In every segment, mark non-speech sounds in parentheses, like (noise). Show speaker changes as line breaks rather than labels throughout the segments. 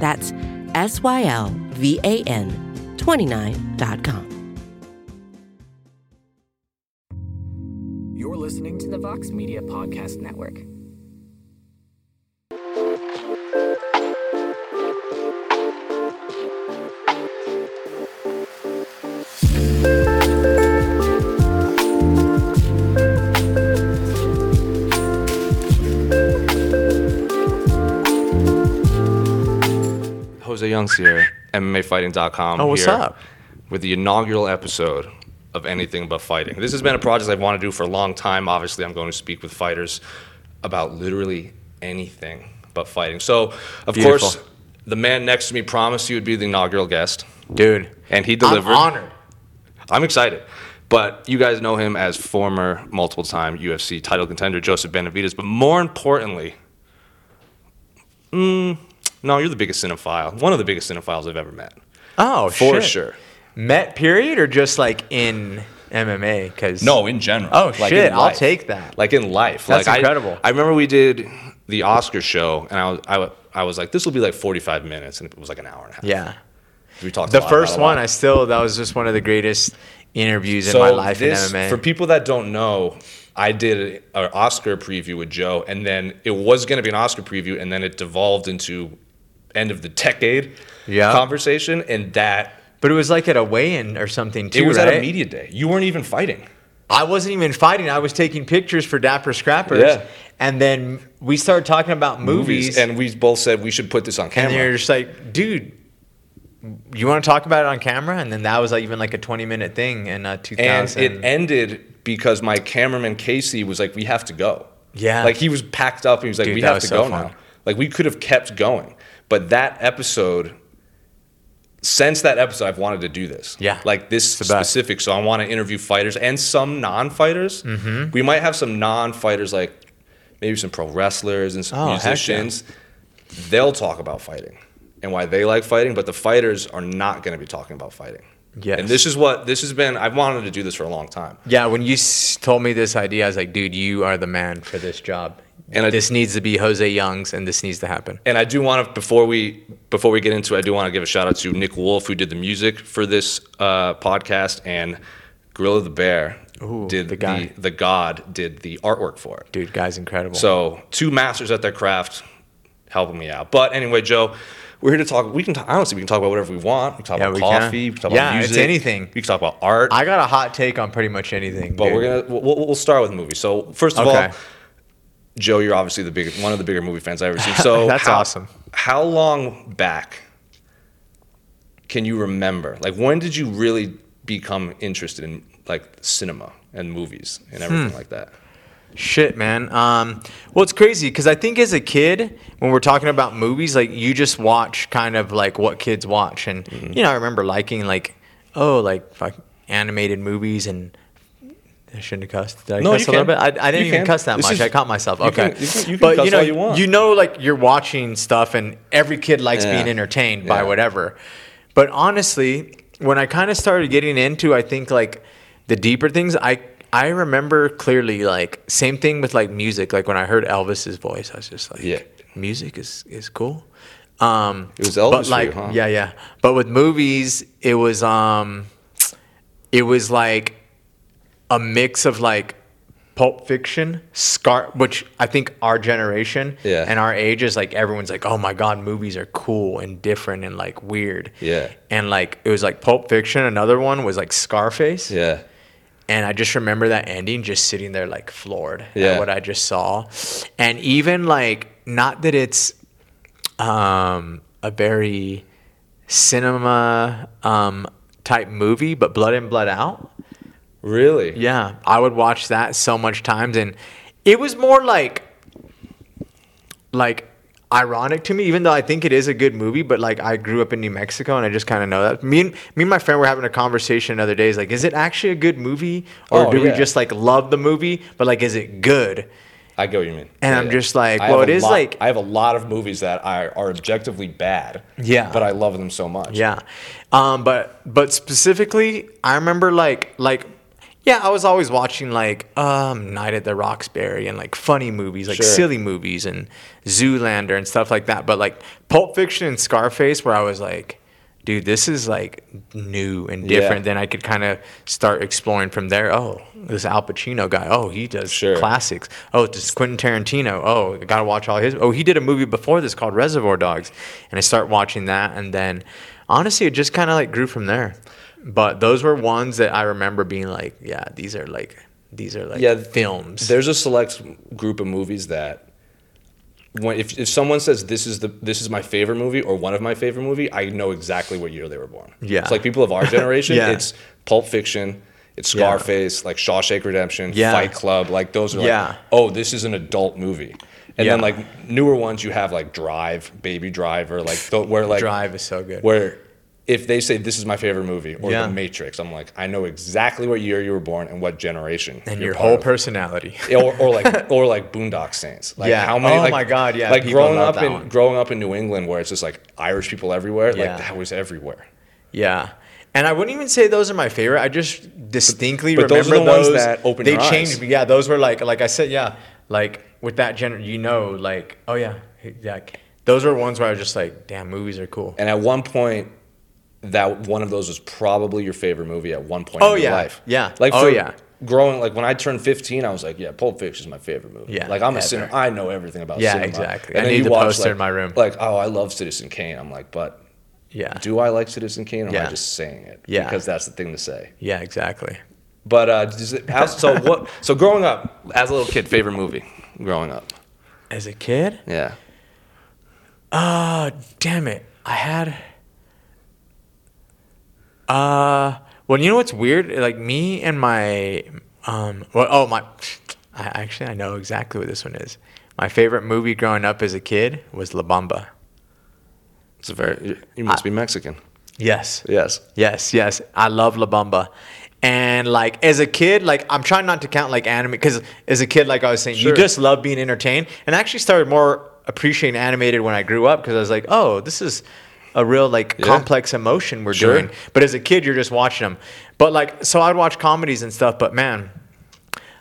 That's S Y L V A N 29.com.
You're listening to the Vox Media Podcast Network.
Jose Youngs here, MMAfighting.com.
Oh, what's
here
up?
With the inaugural episode of Anything But Fighting. This has been a project I've wanted to do for a long time. Obviously, I'm going to speak with fighters about literally anything but fighting. So, of
Beautiful.
course, the man next to me promised he would be the inaugural guest,
Dude.
and he delivered.
I'm honored.
I'm excited. But you guys know him as former multiple time UFC title contender Joseph Benavides. But more importantly, mm, no, you're the biggest cinephile. One of the biggest cinephiles I've ever met.
Oh,
For
shit.
sure.
Met period or just like in MMA? Because
No, in general.
Oh
Like,
shit!
in
I'll
life.
take that.
Like in life.
That's
like, I-
incredible.
I, remember we did the Oscar show, and I was, I, wa- I was like, this will be like 45 minutes, and it was like an hour and a half.
yeah.
We talked a
The
lot
first
about a
one,
lot.
I still that was just one of the greatest interviews in my life
this-
in MMA.
For people that don't know, I did an Oscar preview with Joe, and then it was going to be an Oscar preview, and then it devolved into end of the decade
Yeah.
conversation, and that
but it was like at a weigh-in or something too,
it was at
right?
a media day. You weren't even fighting.
I wasn't even fighting. I was taking pictures for Dapper Scrappers.
Yeah.
And then we started talking about movies,
and we both said we should put this on
and
camera.
you're just like, dude. You want to talk about it on camera, and then that was like even like a twenty-minute thing in uh, two
and
thousand.
it ended because my cameraman Casey was like, "We have to go."
Yeah.
like he was packed up. and He was like,
Dude,
"We
that
have
was
to
so
go
fun.
now." Like we could have kept going, but that episode. Since that episode, I've wanted to do this.
Yeah.
like this
the best.
specific. So I want to interview fighters and some non-fighters. Mm-hmm. We might have some non-fighters, like maybe some pro wrestlers and some
Oh, heck yeah.
musicians. They'll talk about fighting and why they like fighting, but the fighters are not going to be talking about fighting.
Yes.
and this is what this has been. I've wanted to do this for a long time.
Yeah, when you s- told me this idea, I was like, dude, you are the man for this job.
And I-
this needs to be Jose Young's, and this needs to happen.
and I do want to before we before we get into it, I do want to give a shout out to Nick Wolf who did the music for this uh, podcast and Gorilla the Bear
Ooh,
did
the guy.
the God did the artwork for it.
Dude, guy's incredible.
So two masters at their craft helping me out. But anyway, Joe, we're here to talk. We can talk, honestly, we can talk about whatever we want. We can talk
Yeah,
about
we can.
coffee. We can talk about
Yeah, it's
music.
anything.
We can talk about art.
I got a hot take on pretty much anything.
but
dude.
we're gonna we'll- we'll, we'll start with movies. So first of
Okay.
all, Joe, you're obviously the big one of the bigger movie fans I've ever seen. So
(laughs) That's
how-
awesome.
How long back can you remember? Like when did you really become interested in like cinema and movies
Hmm.
and everything like that?
Shit, man. Um, well, it's crazy because I think as a kid, when we're talking about movies, like you just watch kind of like what kids watch, and
Mm-hmm.
you know, I remember liking like, oh, like fuck animated movies, and I shouldn't have cussed. Did I
No,
cuss
you
a little
can.
bit? I, I didn't
You
even
can.
cuss that
This
much.
is-
I caught myself.
you can-
Okay,
you can- you can
but
cuss
you know,
all you want.
know, like you're watching stuff, and every kid likes
Yeah.
being entertained by
Yeah.
whatever. But honestly, when I kind of started getting into, I think like the deeper things, I I remember clearly like same thing with like music. Like when I heard Elvis's voice, I was just like,
Yeah.
music is is cool. Um,
It was Elvis
but
for
like,
you, huh?
yeah, yeah. But with movies, it was um, it was like a mix of like Pulp Fiction, Scar, which I think our generation
Yeah.
and our age is like everyone's like, oh my god, movies are cool and different and like weird.
Yeah.
And like it was like Pulp Fiction. Another one was like Scarface.
Yeah.
And I just remember that ending, just sitting there like floored
Yeah.
at what I just saw. And even like, not that it's um, a very cinema um, type movie, but Blood in, Blood Out.
Really?
Yeah, I would watch that so much times, and it was more like, like ironic to me. Even though I think it is a good movie, but like I grew up in New Mexico, and I just kind of know that. Me and me and my friend were having a conversation the other day. Is like, is it actually a good movie, or
Oh,
do
yeah.
we just like love the movie? But like, is it good?
I get what you mean.
And I'm just like,
I
well,
have
it
a
is
lot-
like-
I have a lot of movies that I, are objectively bad.
Yeah.
But I love them so much.
Yeah. Um, but but specifically, I remember like like yeah, I was always watching like um, Night at the Roxbury and like funny movies, like
Sure.
silly movies and Zoolander and stuff like that. But like Pulp Fiction and Scarface, where I was like, dude, this is like new and
Yeah.
different. Then I could kind of start exploring from there. Oh, this Al Pacino guy. Oh, he does
Sure.
classics. Oh, this Quentin Tarantino. Oh, I gotta watch all his. Oh, he did a movie before this called Reservoir Dogs, and I start watching that, and then honestly, it just kind of like grew from there. But those were ones that I remember being like, yeah, these are like these are like
Yeah, th-
films.
There's a select group of movies that when if, if someone says this is the this is my favorite movie or one of my favorite movie, I know exactly what year they were born.
Yeah.
It's like people of
(laughs)
our generation,
Yeah.
it's Pulp Fiction, it's
Yeah.
Scarface, like Shawshank Redemption,
Yeah.
Fight Club, like those are like,
Yeah.
oh, this is an adult movie. And then
Yeah.
like newer ones you have like Drive, Baby Driver, like th- where like
Drive is so good.
Where if they say this is my favorite movie or
Yeah.
The Matrix, I'm like, I know exactly what year you were born and what generation.
and
you're
your
part
whole
of.
personality.
Yeah, or, or like or like Boondock Saints. Like
Yeah.
how many?
Oh
like-
my God, yeah,
Like
people
growing
love
up
that
in
one.
growing up in New England, where it's just like Irish people everywhere.
Yeah.
Like that was everywhere.
Yeah. And I wouldn't even say those are my favorite. I just distinctly
But- but those
remember
are the ones
those,
that opened
They
your eyes.
changed me. Yeah, those were like like I said, yeah. Like with that gen you know, like, oh yeah. yeah. Those were ones where I was just like, damn, movies are cool.
And at one point, that one of those was probably your favorite movie. At one point
Oh,
in your
yeah.
life,
Yeah.
Like
Oh,
for
yeah.
Growing like when I turned 15, I was like, yeah, Pulp Fiction is my favorite movie.
Yeah,
Like I'm a
ever.
cinema. I know everything about
Yeah,
cinema.
exactly.
And
I
then
need
you
the
watch,
poster
like-
in my room.
Like oh, I love Citizen Kane. I'm like, but
Yeah.
do I like Citizen Kane or am
Yeah.
I just saying it?
Yeah.
Because that's the thing to say.
Yeah, exactly.
But uh, does it, how, so what? So growing up, as a little kid, favorite movie growing up.
As a kid?
Yeah.
Oh, damn it. I had uh well, you know what's weird? Like me and my um well, oh my I actually I know exactly what this one is. My favorite movie growing up as a kid was La Bamba.
It's a very. You must be Mexican.
Yes.
Yes.
Yes, yes. I love La Bamba. And like as a kid, like I'm trying not to count like anime because as a kid, like I was saying,
Sure.
you just love being entertained. And I actually started more appreciating animated when I grew up because I was like, oh, this is a real like complex emotion we're
Sure.
doing. But as a kid, you're just watching them. But like, so I'd watch comedies and stuff. But man,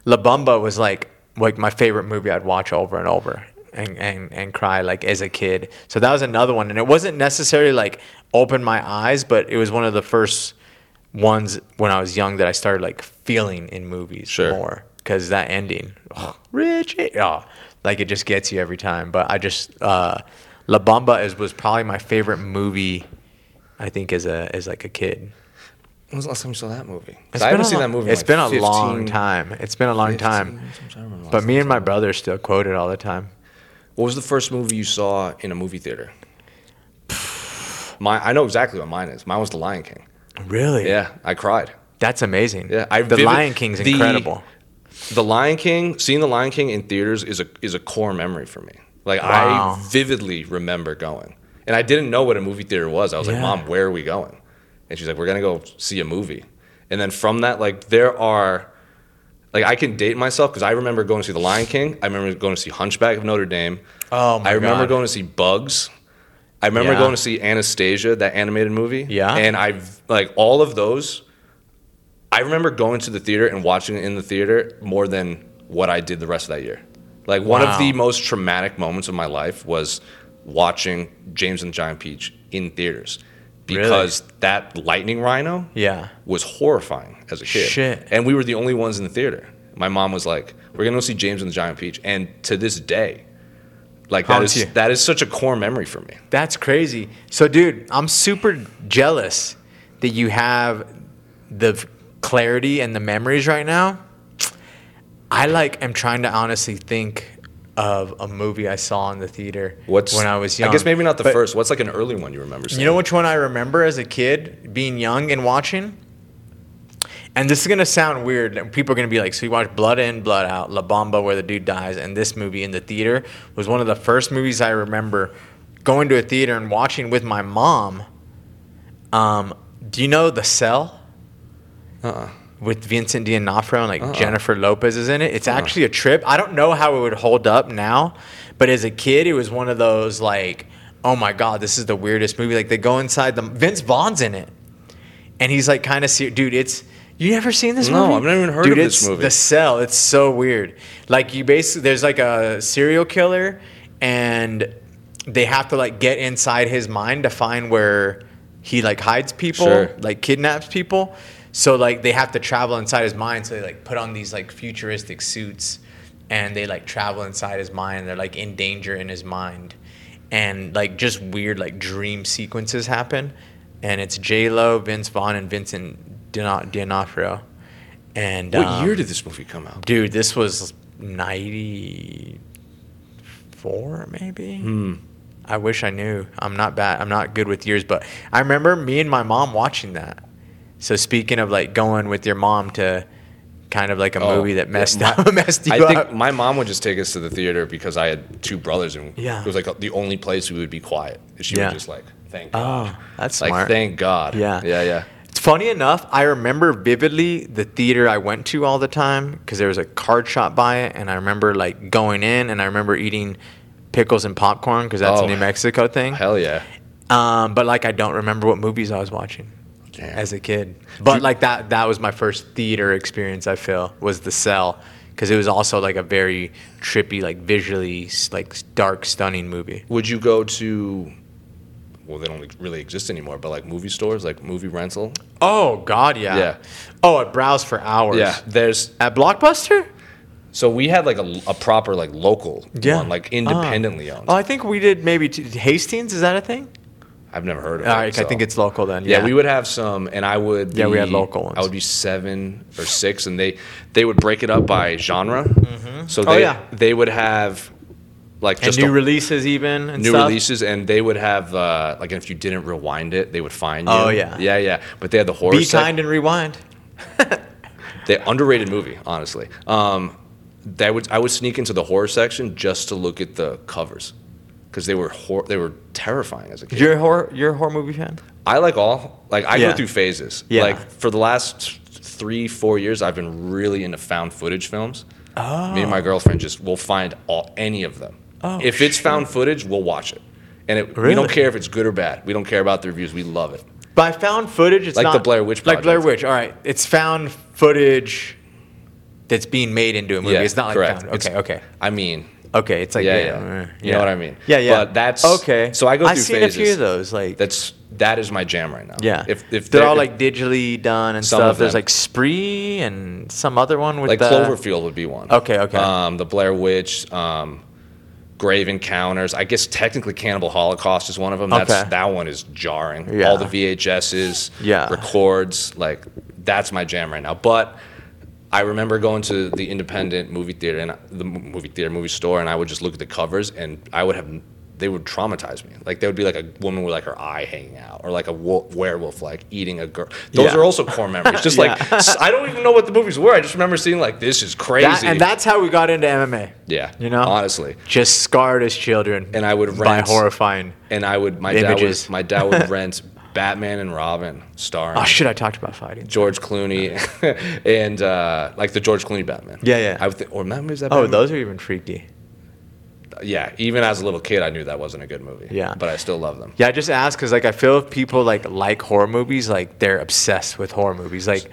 La Bamba was like like my favorite movie I'd watch over and over and, and, and cry like as a kid. So that was another one. And it wasn't necessarily like opened my eyes, but it was one of the first ones when I was young that I started like feeling in movies
Sure.
more. Cause that ending, oh, Richie, oh, like it just gets you every time. But I just, uh, La Bamba is, was probably my favorite movie. I think as a as like a kid,
When was the last time you saw that movie? 'Cause
It's
I
been
haven't
a
seen
lo-
that movie. in
It's
like
been a
15
long time. It's been a long
15
time.
years since I remember last
But me and my brother still quote it all the time.
What was the first movie you saw in a movie theater? My, I know exactly what mine is. Mine was The Lion King.
Really?
Yeah, I cried.
That's amazing.
Yeah, I
the
vivid-
Lion King's
the-
incredible.
The Lion King, seeing The Lion King in theaters is a is a core memory for me. Like
Wow.
I vividly remember going, and I didn't know what a movie theater was. I was like,
Yeah.
"Mom, where are we going?" And she's like, "We're gonna go see a movie." And then from that, like there are, like I can date myself because I remember going to see The Lion King. I remember going to see Hunchback of Notre Dame.
Oh my
I remember
God.
going to see Bugs. I remember
Yeah.
going to see Anastasia, that animated movie.
Yeah.
And I've like all of those. I remember going to the theater and watching it in the theater more than what I did the rest of that year. Like one
Wow.
of the most traumatic moments of my life was watching James and the Giant Peach in theaters because that lightning rhino
Yeah.
was horrifying as a kid.
Shit.
And we were the only ones in the theater. My mom was like, "We're gonna go see James and the Giant Peach," and to this day, like that
Haunts
is
you.
that is such a core memory for me.
That's crazy. So, dude, I'm super jealous that you have the f- clarity and the memories right now. I like am trying to honestly think of a movie I saw in the theater
What's
when I was young.
I guess maybe not the
But
first. What's like an early one you remember? Seeing?
You know which one I remember as a kid being young and watching? And this is gonna sound weird. and People are gonna be like, "So you watch Blood In, Blood Out, La Bamba, where the dude dies," and this movie in the theater was one of the first movies I remember going to a theater and watching with my mom. Um, do you know The Cell? With Vincent D'Onofrio and
Uh-uh.
like Jennifer Lopez is in it. It's actually a trip. I don't know how it would hold up now, but as a kid, it was one of those like, oh my god, this is the weirdest movie. Like they go inside the Vince Vaughn's in it, and he's like kind of ser- dude. It's you never seen this
No,
movie?
I've never even heard
dude,
of this
it's
movie.
The Cell. It's so weird. Like you basically there's like a serial killer, and they have to like get inside his mind to find where he like hides people,
Sure.
like kidnaps people. So like they have to travel inside his mind. So they like put on these like futuristic suits, and they like travel inside his mind. And they're like in danger in his mind, and like just weird like dream sequences happen. And it's J Lo, Vince Vaughn, and Vincent D'Ono- D'Onofrio. And
what
um,
year did this movie come out?
dude? This was ninety four, maybe.
Hmm.
I wish I knew. I'm not bad. I'm not good with years, but I remember me and my mom watching that. So speaking of like going with your mom to kind of like a
Oh,
movie that
yeah,
messed
my-
up, (laughs) messed you
I
up.
think my mom would just take us to the theater because I had two brothers, and
Yeah.
it was like the only place we would be quiet. And she
Yeah.
would just like, "Thank God."
oh, that's
like,
smart.
thank God.
Yeah.
Yeah, yeah.
It's funny enough, I remember vividly the theater I went to all the time because there was a card shop by it, and I remember like going in, and I remember eating pickles and popcorn because that's
Oh,
a New Mexico thing.
Hell yeah.
Um, but like I don't remember what movies I was watching
Damn.
as a kid. But like that that was my first theater experience. I feel was the cell because it was also like a very trippy, like visually s- like s- dark, stunning movie.
Would you go to? Well, they don't really exist anymore, but like movie stores, like movie rental.
Oh God, yeah.
Yeah.
Oh, it browsed for hours.
Yeah, there's
At Blockbuster?
so we had like a, a proper like local
Yeah. Uh-huh.
one, like independently owned.
Oh, I think we did maybe t- Hastings. Is that a thing?
I've never heard of
All
it.
right, I
so-
think it's local then.
Yeah,
Yeah,
we would have some, and I would.
Yeah, we had
be-
local ones.
I would be seven or six, and they they would break it up by genre. So
Oh,
they
yeah.
they would have like
And
just
new
a-
releases even. And
new
stuff.
releases, and they would have uh, like if you didn't rewind it, they would find you.
Oh, yeah.
yeah, yeah. But they had the horror.
Be
sec-
kind and rewind.
the underrated movie, honestly. Um, that would I would sneak into the horror section just to look at the covers because they were hor- they were terrifying as a kid.
You're a horror. You're a horror movie fan.
I like all like I
Yeah.
go through phases.
Yeah.
Like for the last three four years, I've been really into found footage films. Oh. Me and my girlfriend just will find all any of them.
Oh,
if it's found footage, we'll watch it, and it, we
Really?
don't care if it's good or bad. We don't care about the reviews. We love it.
By found footage, it's
Like the
not-
Blair Witch
Like Blair
Project.
Witch. All right, it's found footage that's being made into a movie. it's not like
correct.
found.
It's-
Okay, okay,
I mean,
okay. It's like
yeah,
yeah,
yeah,
uh,
You know what I mean?
Yeah, yeah.
But that's
okay.
So I go through
I've seen
phases.
a few of those. Like
That's that is my jam right now.
yeah.
If if
they're
there-
all
if-
like digitally done and
Some
stuff.
of
There's
them.
like Spree and some other one with
like
the,
Cloverfield would be one.
Okay, okay.
Um, the Blair Witch, um, Grave Encounters. I guess technically Cannibal Holocaust is one of them. That's
Okay.
that one is jarring.
Yeah.
All the VHSs,
Yeah.
records, like that's my jam right now. But I remember going to the independent movie theater and the m- movie theater movie store, and I would just look at the covers, and I would have they would traumatize me. Like there would be like a woman with like her eye hanging out, or like a wo- werewolf like eating a girl. Those
Yeah.
are also core
(laughs)
memories. Just like
Yeah.
s- I don't even know what the movies were. I just remember seeing like this is crazy.
That, and that's how we got into MMA.
yeah,
You know?
honestly.
Just scarred as children.
And I would
by
rent-
horrifying.
And I would my
The
dad
images.
would, my dad
(laughs)
would rent Batman and Robin starring
Oh shit! I talked about fighting.
George Clooney (laughs) and uh, like the George Clooney Batman.
Yeah, yeah.
I would think, or maybe is that
Oh,
Batman?
those are even freaky.
yeah, even as a little kid, I knew that wasn't a good movie.
Yeah.
but I still love them.
Yeah, I just ask because like I feel if people like like horror movies, like they're obsessed with horror movies. Like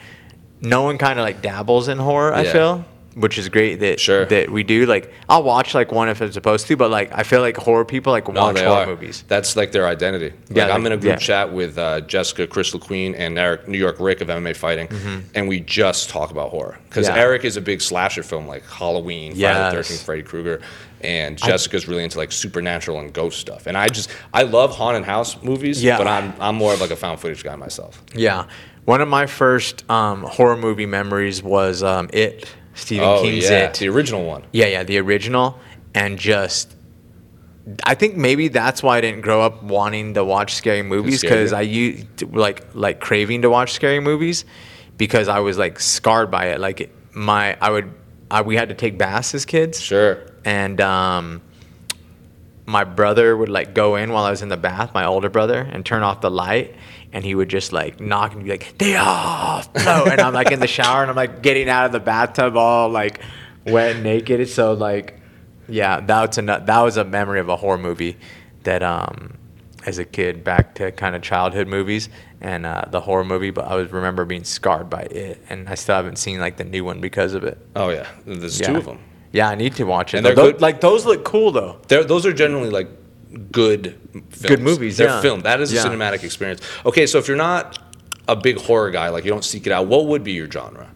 no one kind of like dabbles in horror. I
Yeah.
feel, which is great that
Sure.
that we do. Like I'll watch like one if I'm supposed to, but like I feel like horror people like
No,
watch
they
horror
are.
movies.
That's like their identity. Like
Yeah,
I'm in a
like-
group
yeah.
chat with uh, Jessica, Crystal Queen, and Eric, New York Rick of MMA Fighting, and we just talk about horror because
Mm-hmm. Yeah.
Eric is a big slasher film like Halloween, Friday
Yes.
the Thirteenth, Freddy Krueger, and Jessica's really into like supernatural and ghost stuff. And I just I love haunted house movies,
Yeah.
but I'm I'm more of like a found footage guy myself.
Yeah. One of my first um, horror movie memories was um, It, Stephen
oh
King's
yeah,
It.
the original one.
Yeah, yeah, the original. And just, I think maybe that's why I didn't grow up wanting to watch scary movies
scared
because
you?
I used, like, like craving to watch scary movies because I was, like, scarred by it. Like, my, I would, I, we had to take baths as kids
Sure.
and um, my brother would like go in while I was in the bath, my older brother, and turn off the light, and he would just like knock and be like, "They off!" (laughs) No, and I'm like in the shower, and I'm like getting out of the bathtub all like wet and naked. So like, yeah, that's a that was a memory of a horror movie that um as a kid back to kind of childhood movies and uh, the horror movie but i was remember being scarred by it and i still haven't seen like the new one because of it
Oh yeah, there's
yeah.
two of them.
Yeah, I need to watch it.
And they're
Tho-
good-
Like those look cool though.
They're, those are generally like good films.
Good movies,
They're
yeah.
filmed. That is
Yeah.
a cinematic experience. Okay, so if you're not a big horror guy, like you don't seek it out, what would be your genre?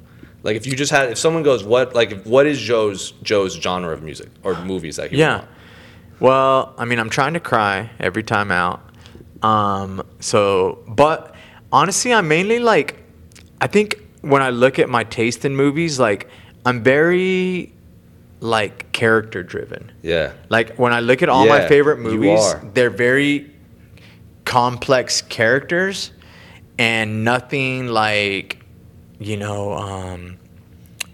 Like if you just had, if someone goes, what like if- what is Joe's Joe's genre of music or movies that he would
Yeah.
want?
Well, I mean, I'm trying to cry every time out. Um, so, but honestly, I'm mainly like, I think when I look at my taste in movies, like I'm very like character driven.
Yeah.
Like when I look at all my
Yeah,
favorite
you
movies,
are.
they're very complex characters and nothing like you know um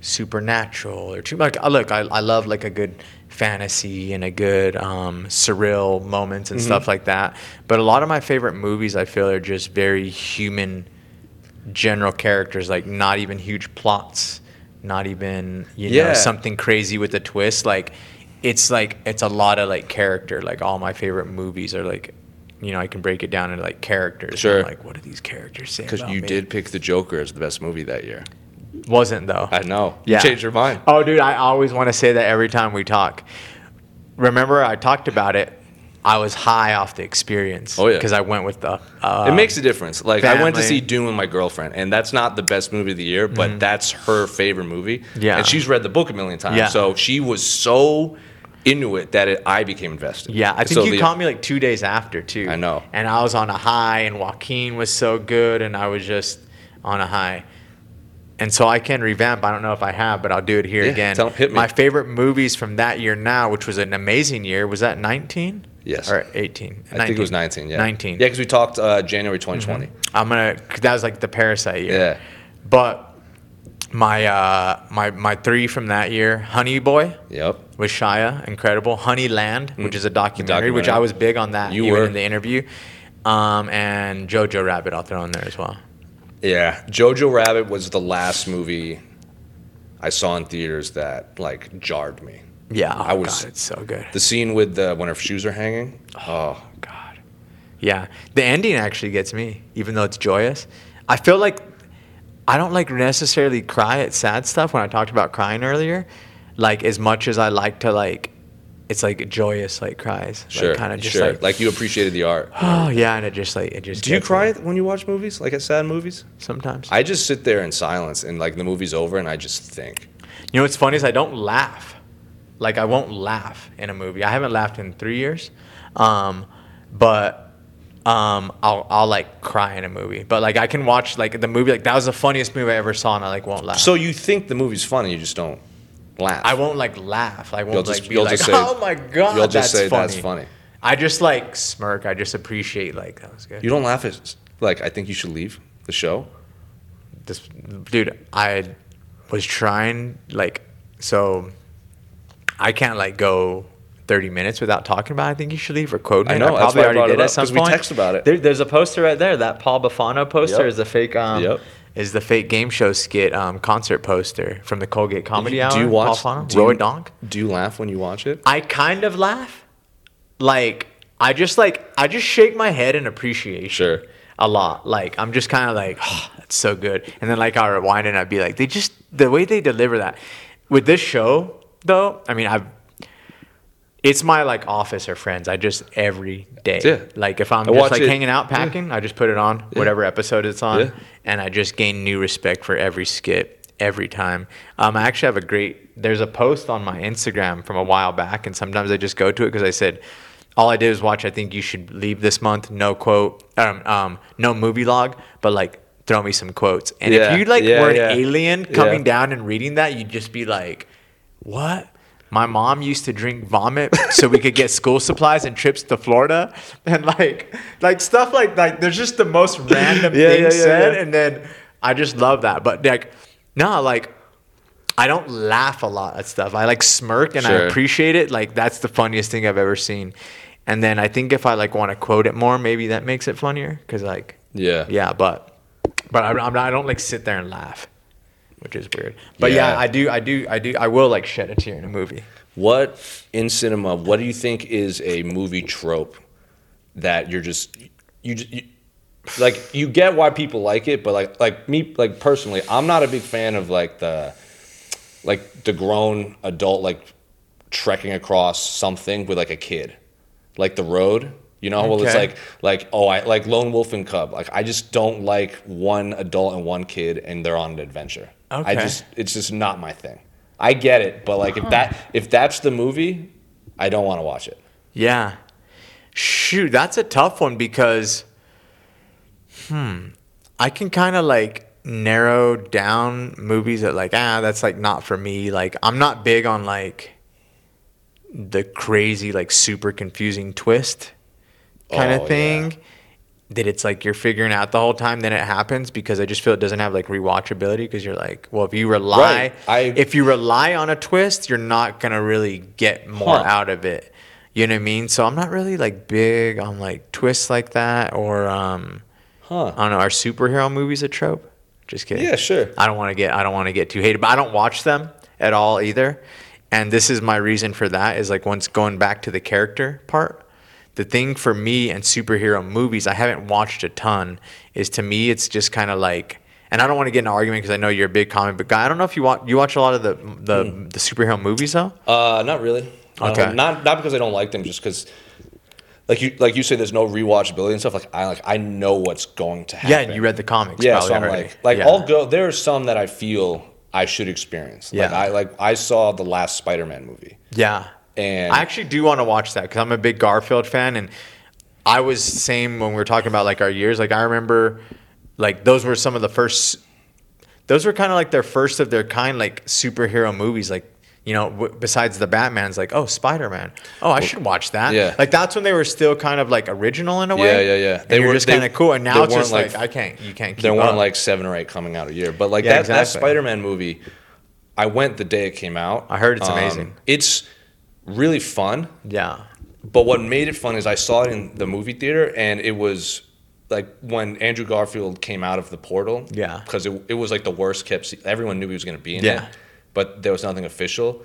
supernatural or too like uh, look I, I love like a good fantasy and a good um surreal moments
Mm-hmm.
and stuff like that but a lot of my favorite movies i feel are just very human general characters like not even huge plots not even you know
Yeah.
something crazy with a twist like it's like it's a lot of like character like all my favorite movies are like you know i can break it down into like characters
Sure.
I'm like what do these characters say
Because
about
you
me?
did pick The Joker as the best movie that year.
wasn't though
I know.
Yeah.
You changed your mind.
Oh, dude, I always want to say that every time we talk. Remember, I talked about it. I was high off the experience.
Oh, yeah.
because I went with the. Uh,
it makes a difference. Like I went to see
family.
Dune with my girlfriend, and that's not the best movie of the year, but that's her favorite movie.
Yeah.
and she's read the book a million times,
Yeah.
so she was so into it that it, I became invested.
Yeah, I think
So
you
the-
called me like two days after too.
I know.
And I was on a high, and Joaquin was so good, and I was just on a high. And so I can revamp. I don't know if I have, but I'll do it here
Yeah,
again.
tell- hit me.
My favorite movies from that year now, which was an amazing year, was that 19?
Yes.
Or 18?
I think it was nineteen. Yeah,
19.
Yeah, because we talked uh, January twenty twenty.
I'm gonna. 'cause That was like the Parasite year.
Yeah.
But my uh, my my three from that year, Honey Boy
Yep.
with Shia, incredible. Honeyland, which is a documentary, which
Mm. documentary.
I was big on that.
You
even
were.
in the interview, um, and Jojo Rabbit, I'll throw in there as well.
Yeah, Jojo Rabbit was the last movie I saw in theaters that like jarred me.
Yeah,
I
oh
was-
God, it's so good.
The scene with the when her shoes are hanging. Oh,
God. Yeah. The ending actually gets me, even though it's joyous. I feel like I don't like necessarily cry at sad stuff when I talked about crying earlier. Like as much as I like to like it's like joyous like cries.
sure,
Like kind of just
sure.
like,
you appreciated the art.
Oh yeah, and it just like it just
(gasps) Do you
gets
cry
me
when you watch movies, like at sad movies?
sometimes.
I just sit there in silence and like the movie's over and I just think.
you know what's funny is I don't laugh. Like I won't laugh in a movie. I haven't laughed in three years. Um but um, I'll I'll like cry in a movie, but like I can watch like the movie like that was the funniest movie I ever saw, and I like won't laugh.
So you think the movie's funny, you just don't laugh.
I won't like laugh. I won't
You'll
like
just-
be
you'll
like, (laughs)
just say-
oh my god,
you'll just
that's
say,
funny.
"That's funny.
I just like smirk. I just appreciate like that was good.
You don't laugh at like I think you should leave the show.
this dude i was trying like so i can't like go 30 minutes without talking about it. i think you should leave or quote
I
me
know, that's
probably
why I
already
brought
did
it
at
up,
some
'cause we
point
texted about it.
There- there's a poster right there that paul bafano poster
Yep.
is the fake um
Yep.
is the fake game show skit um concert poster from the colgate comedy hour
do you watch
paul Fano,
do you-
Roy Donk.
Do you laugh when you watch it?
i kind of laugh like i just like i just shake my head in appreciation
Sure.
a lot. Like I'm just kind of like, oh, that's so good. And then like I rewind and I'd be like, they just the way they deliver that. with this show though, I mean, I've it's my like office or friends. I just every day,
Yeah.
like if I'm
I
just
watch
like
it.
hanging out packing, I just put it on whatever episode it's on,
Yeah.
and I just gain new respect for every skit every time. Um, I actually have a great. There's a post on my Instagram from a while back, and sometimes I just go to it because I said. All I did was watch. I think you should leave this month. No quote. Um, um, no movie log, but like throw me some quotes. And
Yeah,
if you like
yeah,
were an
yeah.
alien
Yeah.
coming down and reading that, you'd just be like, "What?" My mom used to drink vomit so we could get school supplies and trips to Florida, (laughs) and like, like stuff like like. There's just the
(laughs)
most random
Yeah,
thing
yeah, yeah,
said,
yeah.
and then I just love that. But like, no, like. I don't laugh a lot at stuff. I like smirk and I
Sure.
appreciate it. Like that's the funniest thing I've ever seen. And then I think if I like want to quote it more, maybe that makes it funnier. Cause like
Yeah.
yeah, but but I'm, I'm not, I don't like sit there and laugh, which is weird. But yeah.
Yeah.
I do, I do, I do, I will like shed a tear in a movie.
What in cinema? What do you think is a movie trope that you're just you, just you like you get why people like it, but like like me like personally, I'm not a big fan of like the like the grown adult like trekking across something with like a kid, like the road. You know, well, it's
Okay.
like like oh, I like Lone Wolf and Cub. Like I just don't like one adult and one kid, and they're on an adventure. I
Okay.
just it's just not my thing. I get it, but like if that if that's the movie, I don't want to watch it.
Yeah, shoot, that's a tough one because, hmm, I can kind of like narrow down movies that like ah, that's like not for me. Like I'm not big on like the crazy like super confusing twist kind
Oh,
of
yeah.
thing. that it's like you're figuring out the whole time then it happens because i just feel it doesn't have like rewatchability because you're like well if you rely
Right. I-
if you rely on a twist you're not gonna really get more
Huh.
out of it you know what i mean so i'm not really like big on like twists like that or um
Huh.
i don't know are superhero movies a trope just kidding
Yeah, sure.
i don't want to get i don't want to get too hated but i don't watch them at all either and this is my reason for that is like once going back to the character part the thing for me and superhero movies i haven't watched a ton is to me it's just kind of like and i don't want to get in an argument because i know you're a big comic book guy i don't know if you watch you watch a lot of the the, the superhero movies though
Hmm. Uh, not really. No,
Okay.
not not because I don't like them, just because. Like you, like you say, there's no rewatchability and stuff. Like I, like I know what's going to
yeah
happen.
and you read the comics
Yeah,
probably
so I'm
already.
like, like
Yeah.
I'll go. There are some that I feel I should experience. Like
Yeah.
I like I saw the last Spider-Man movie.
Yeah.
And-
I actually do want to watch that because I'm a big Garfield fan, and I was same when we were talking about like our years. Like I remember, like those were some of the first. Those were kind of like their first of their kind, like superhero movies. Like you know, w- besides the Batman's, like oh Spider Man, oh I should watch that.
yeah.
Like that's when they were still kind of like original in a way.
Yeah, yeah, yeah.
They
They
were
were-
just
they-
kind of cool, and
they
now it's just
weren't,
like,
like,
I can't, you can't. Keep
there weren't
up.
like seven or eight coming out a year, but like
Yeah,
that, that
exactly.
Spider-Man movie, I went the day it came out. Um,
I heard it's amazing.
It's really fun,
yeah,
but what made it fun is I saw it in the movie theater, and it was like when Andrew Garfield came out of the portal.
Yeah.
because it, it was like the worst kept. se- Everyone knew he was going to be in
Yeah.
it, but there was nothing official.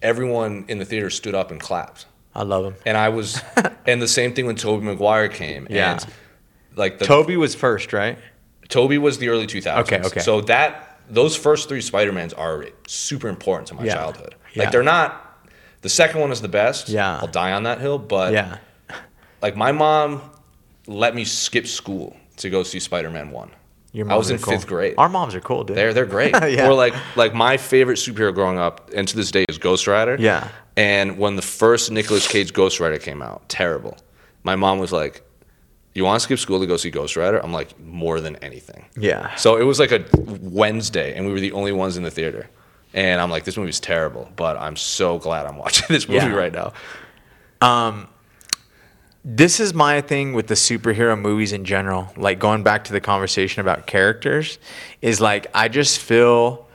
Everyone in the theater stood up and clapped.
I love him.
And I
(laughs)
was, and the same thing when Toby Maguire came.
Yeah.
And like the
Toby was first, right?
Toby was the early 2000s.
Okay, okay.
So that those first three Spider-Mans are super important to my
Yeah.
childhood.
Yeah.
Like they're not the second one is the best.
Yeah.
I'll die on that hill, but
Yeah.
like my mom let me skip school to go see Spider-Man 1. I was
moms
in
are cool.
5th grade.
Our moms are cool, dude.
They're they're great.
(laughs) Yeah.
Or like like my favorite superhero growing up, and to this day is Ghost Rider.
Yeah.
And when the first Nicolas Cage Ghost Rider came out, terrible. My mom was like, "You want to skip school to go see Ghost Rider?" I'm like, "More than anything."
Yeah.
So it was like a Wednesday, and we were the only ones in the theater. And I'm like, "This movie's terrible," but I'm so glad I'm watching (laughs) this movie
Yeah.
right now.
Um, this is my thing with the superhero movies in general. Like going back to the conversation about characters, is like I just feel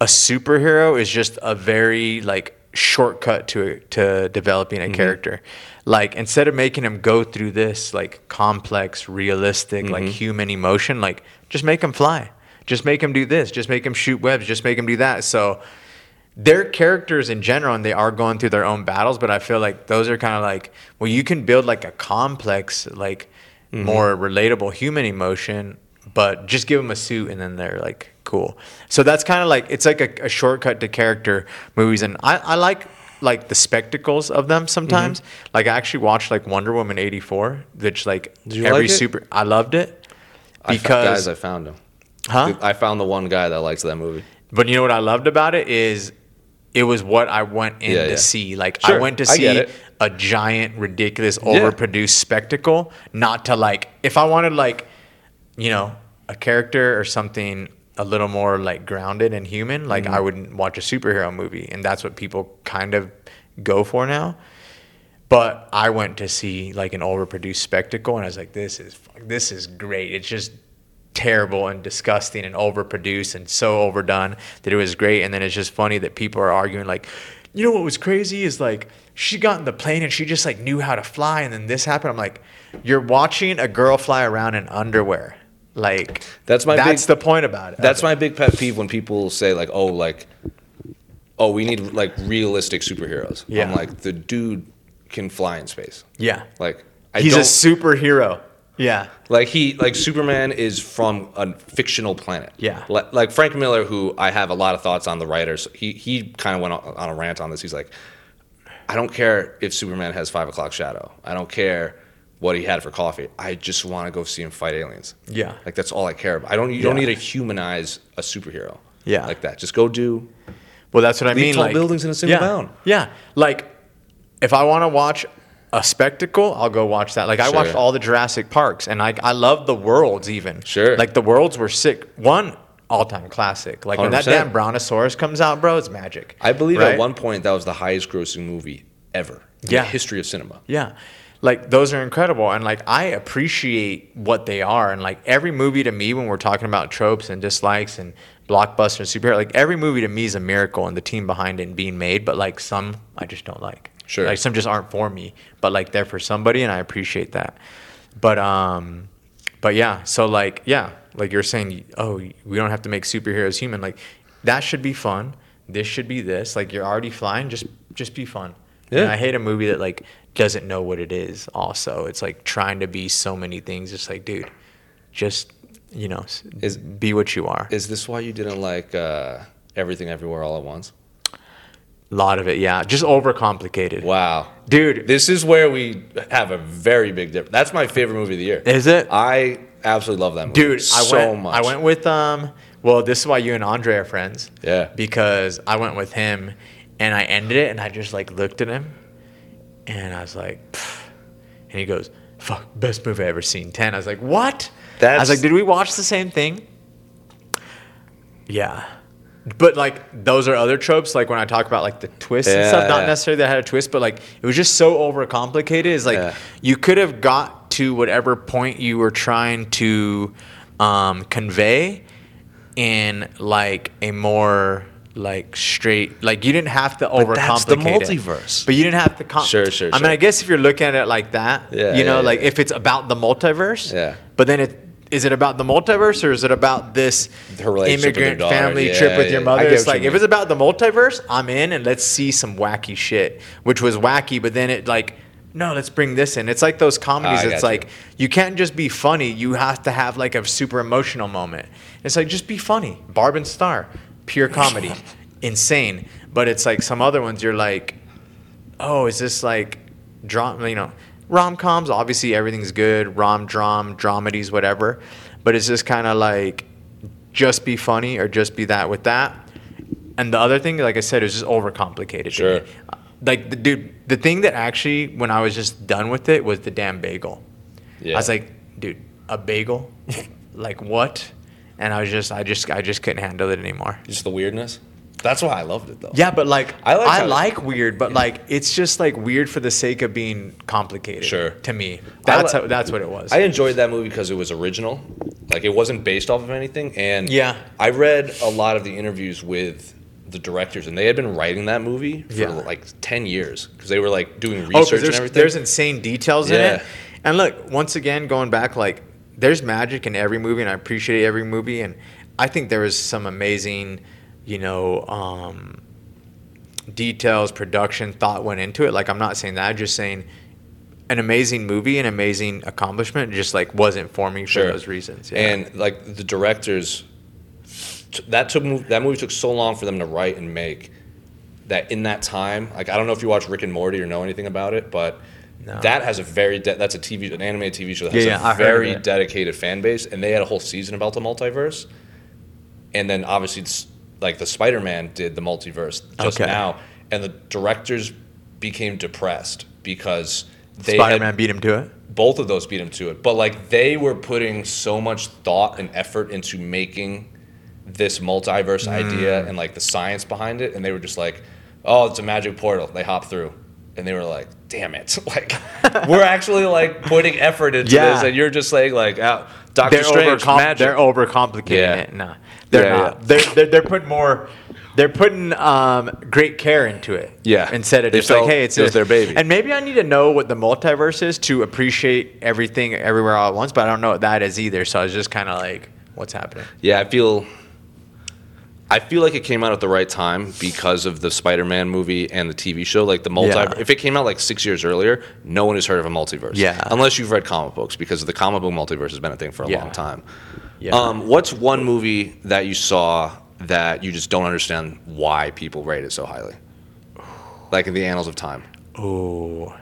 a superhero is just a very like shortcut to to developing a character. Like instead of making him go through this like complex, realistic, like human emotion, like just make him fly. Just make him do this. Just make him shoot webs. Just make him do that. So their characters in general and they are going through their own battles but i feel like those are kind of like well you can build like a complex
Mm-hmm.
like more relatable human emotion but just give them a suit and then they're like cool. So that's kind of like it's like a, a shortcut to character movies, and I, I like like the spectacles of them sometimes.
Mm-hmm.
Like I actually watched like Wonder Woman eighty four, which like
Did you
every
like it?
super I loved it
I fo-
because
guys, I found him.
Huh?
I found the one guy that likes that movie.
But you know what I loved about it is it was what I went in
Yeah,
to
yeah.
see. Like I
Sure,
went to
I get
see
it.
a giant, ridiculous, overproduced spectacle, not to like if I wanted like, you know, a character or something a little more like grounded and human, like
Mm-hmm.
I would watch a superhero movie and that's what people kind of go for now. But I went to see like an overproduced spectacle, and I was like, "This is fuck- this is great. It's just terrible and disgusting and overproduced and so overdone that it was great." And then it's just funny that people are arguing like, "You know what was crazy is like she got in the plane and she just like knew how to fly, and then this happened." I'm like, "You're watching a girl fly around in underwear." Like
That's my
that's
big-
the point about it.
That's my big pet peeve when people say like, "Oh, like, oh, we need like realistic superheroes."
Yeah.
I'm like, the dude can fly in space.
yeah.
Like, I
he's a
don't-
superhero. Yeah.
Like he like Superman is from a fictional planet.
Yeah.
Like, like Frank Miller, who I have a lot of thoughts on the writers. He he kind of went on, on a rant on this. He's like, I don't care if Superman has five o'clock shadow. I don't care what he had for coffee. I just want to go see him fight aliens.
Yeah.
Like that's all I care about. I don't you don't
Yeah.
need to humanize a superhero.
Yeah.
Like that. Just go do.
Well, that's what I mean.
tall
like
buildings in a single
yeah,
bound.
Yeah, like if I want to watch a spectacle, I'll go watch that. Like I
Sure.
watched all the Jurassic Parks, and I I love the worlds even.
Sure.
Like the worlds were sick. One all time classic. Like when that
100%.
damn Brontosaurus comes out, bro, it's magic.
I believe
Right?
at one point that was the highest grossing movie ever. in
Yeah.
The history of cinema.
Yeah. Like those are incredible and like I appreciate what they are and like every movie to me when we're talking about tropes and dislikes and blockbuster and superhero like every movie to me is a miracle and the team behind it and being made but like some I just don't like.
Sure.
Like some just aren't for me, but like they're for somebody and I appreciate that. But um but yeah, so like yeah, like you're saying oh, we don't have to make superheroes human like that should be fun. This should be this. Like you're already flying, just just be fun. Yeah.
Yeah.
I hate a movie that like doesn't know what it is. Also, it's like trying to be so many things. It's like, dude, just you know, s
Is-
be what you are.
Is this why you didn't like uh, Everything Everywhere All at Once?
A lot of it, yeah, just overcomplicated.
Wow.
dude,
This is where we have a very big difference. That's my favorite movie of the year.
Is it?
I absolutely love that movie.
dude, I
so
went,
much.
I went with um. Well, this is why you and Andre are friends.
Yeah.
because I went with him, and I ended it, and I just like looked at him, and I was like, "Pff." and he goes, "Fuck, best movie I ever seen." Ten. I was like, "What?" I
That's-
was like, "Did we watch the same thing?" Yeah. But like those are other tropes, like when I talk about like the twists and stuff,
Yeah,
not
yeah.
necessarily that I had a twist, but like it was just so overcomplicated. It's like
Yeah.
you could have got to whatever point you were trying to um, convey in like a more like straight like you didn't have to overcomplicate
that's the
it.
multiverse.
But you didn't have to com-
Sure, sure,
I mean
sure.
I guess if you're looking at it like that,
Yeah,
you know,
yeah,
like
yeah.
if it's about the multiverse,
Yeah.
but then it is it about the multiverse or is it about this
Her relationship with her
immigrant
daughter.
family
Yeah,
trip with
yeah,
your
yeah.
mother?
I get
It's
what you
like if
mean.
it's about the multiverse, I'm in and let's see some wacky shit, which was wacky, but then it like no, let's bring this in. It's like those comedies.
I got you.
it's like you can't just be funny. You have to have like a super emotional moment. It's like just be funny. Barb and Star, pure comedy, insane. But it's like some other ones. You're like, oh, is this like drama? You know, rom coms. Obviously, everything's good. Rom dram, dramedies, whatever. But it's just kind of like just be funny or just be that with that. And the other thing, like I said, is just overcomplicated. to
Sure.
me. Like the dude, the thing that actually, when I was just done with it, was the damn bagel. I
Yeah.
was like, dude,
(laughs)
a bagel? like what? And I was just, I just, I just couldn't handle it anymore.
Just the weirdness. That's why I loved it, though.
Yeah, but like I
I
like,
like how-
weird, but like it's just like weird for the sake of being complicated.
Sure.
To me, that's
li-
how, that's what it was.
I enjoyed that movie because it was original. Like, it wasn't based off of anything. And
Yeah.
I read a lot of the interviews with the directors, and they had been writing that movie for
Yeah.
like 10 years because they were like doing
Oh, 'cause
research and
there's,
everything.
there's insane details in
Yeah.
it. And look, once again, going back, like there's magic in every movie, and I appreciate every movie. And I think there was some amazing, you know, um, details, production, thought went into it. Like I'm not saying that. I'm just saying an amazing movie, an amazing accomplishment, just like wasn't for me for
Sure.
those reasons. Yeah.
And like the directors t- that took mov- that movie took so long for them to write and make that in that time, like I don't know if you watch Rick and Morty or know anything about it, but that has a very de- that's a TV an animated TV show that has
Yeah, yeah, I
a
heard of
very
it.
dedicated fan base, and they had a whole season about the multiverse, and then obviously it's like the Spider Man did the multiverse just
Okay.
now, and the directors became depressed because they had-
Spider Man beat him to it.
both of those beat him to it. But like they were putting so much thought and effort into making this multiverse
Mm.
idea and like the science behind it, and they were just like, "Oh, it's a magic portal." They hop through, and they were like, "Damn it! (laughs) Like we're actually like putting effort into
Yeah.
this, and you're just like like oh, Doctor
They're,
Strange
overcom-
magic."
they're overcomplicating
Yeah.
it. Nah, they're
Yeah,
not.
yeah.
They're, they're they're putting more. They're putting um, great care into it.
Yeah.
Instead of
They
just
felt
like, hey, it's
it was
this.
their baby.
And maybe I need to know what the multiverse is to appreciate everything everywhere all at once. But I don't know what that is either. So I was just kind of like, what's happening?
Yeah, I feel. I feel like it came out at the right time because of the Spider-Man movie and the TV show. Like the multiverse,
Yeah.
if it came out like six years earlier, no one has heard of a multiverse.
Yeah.
unless you've read comic books, because the comic book multiverse has been a thing for a
Yeah.
long time.
Yeah.
Um, what's one movie that you saw that you just don't understand why people rate it so highly? Like in the annals of time.
Oh.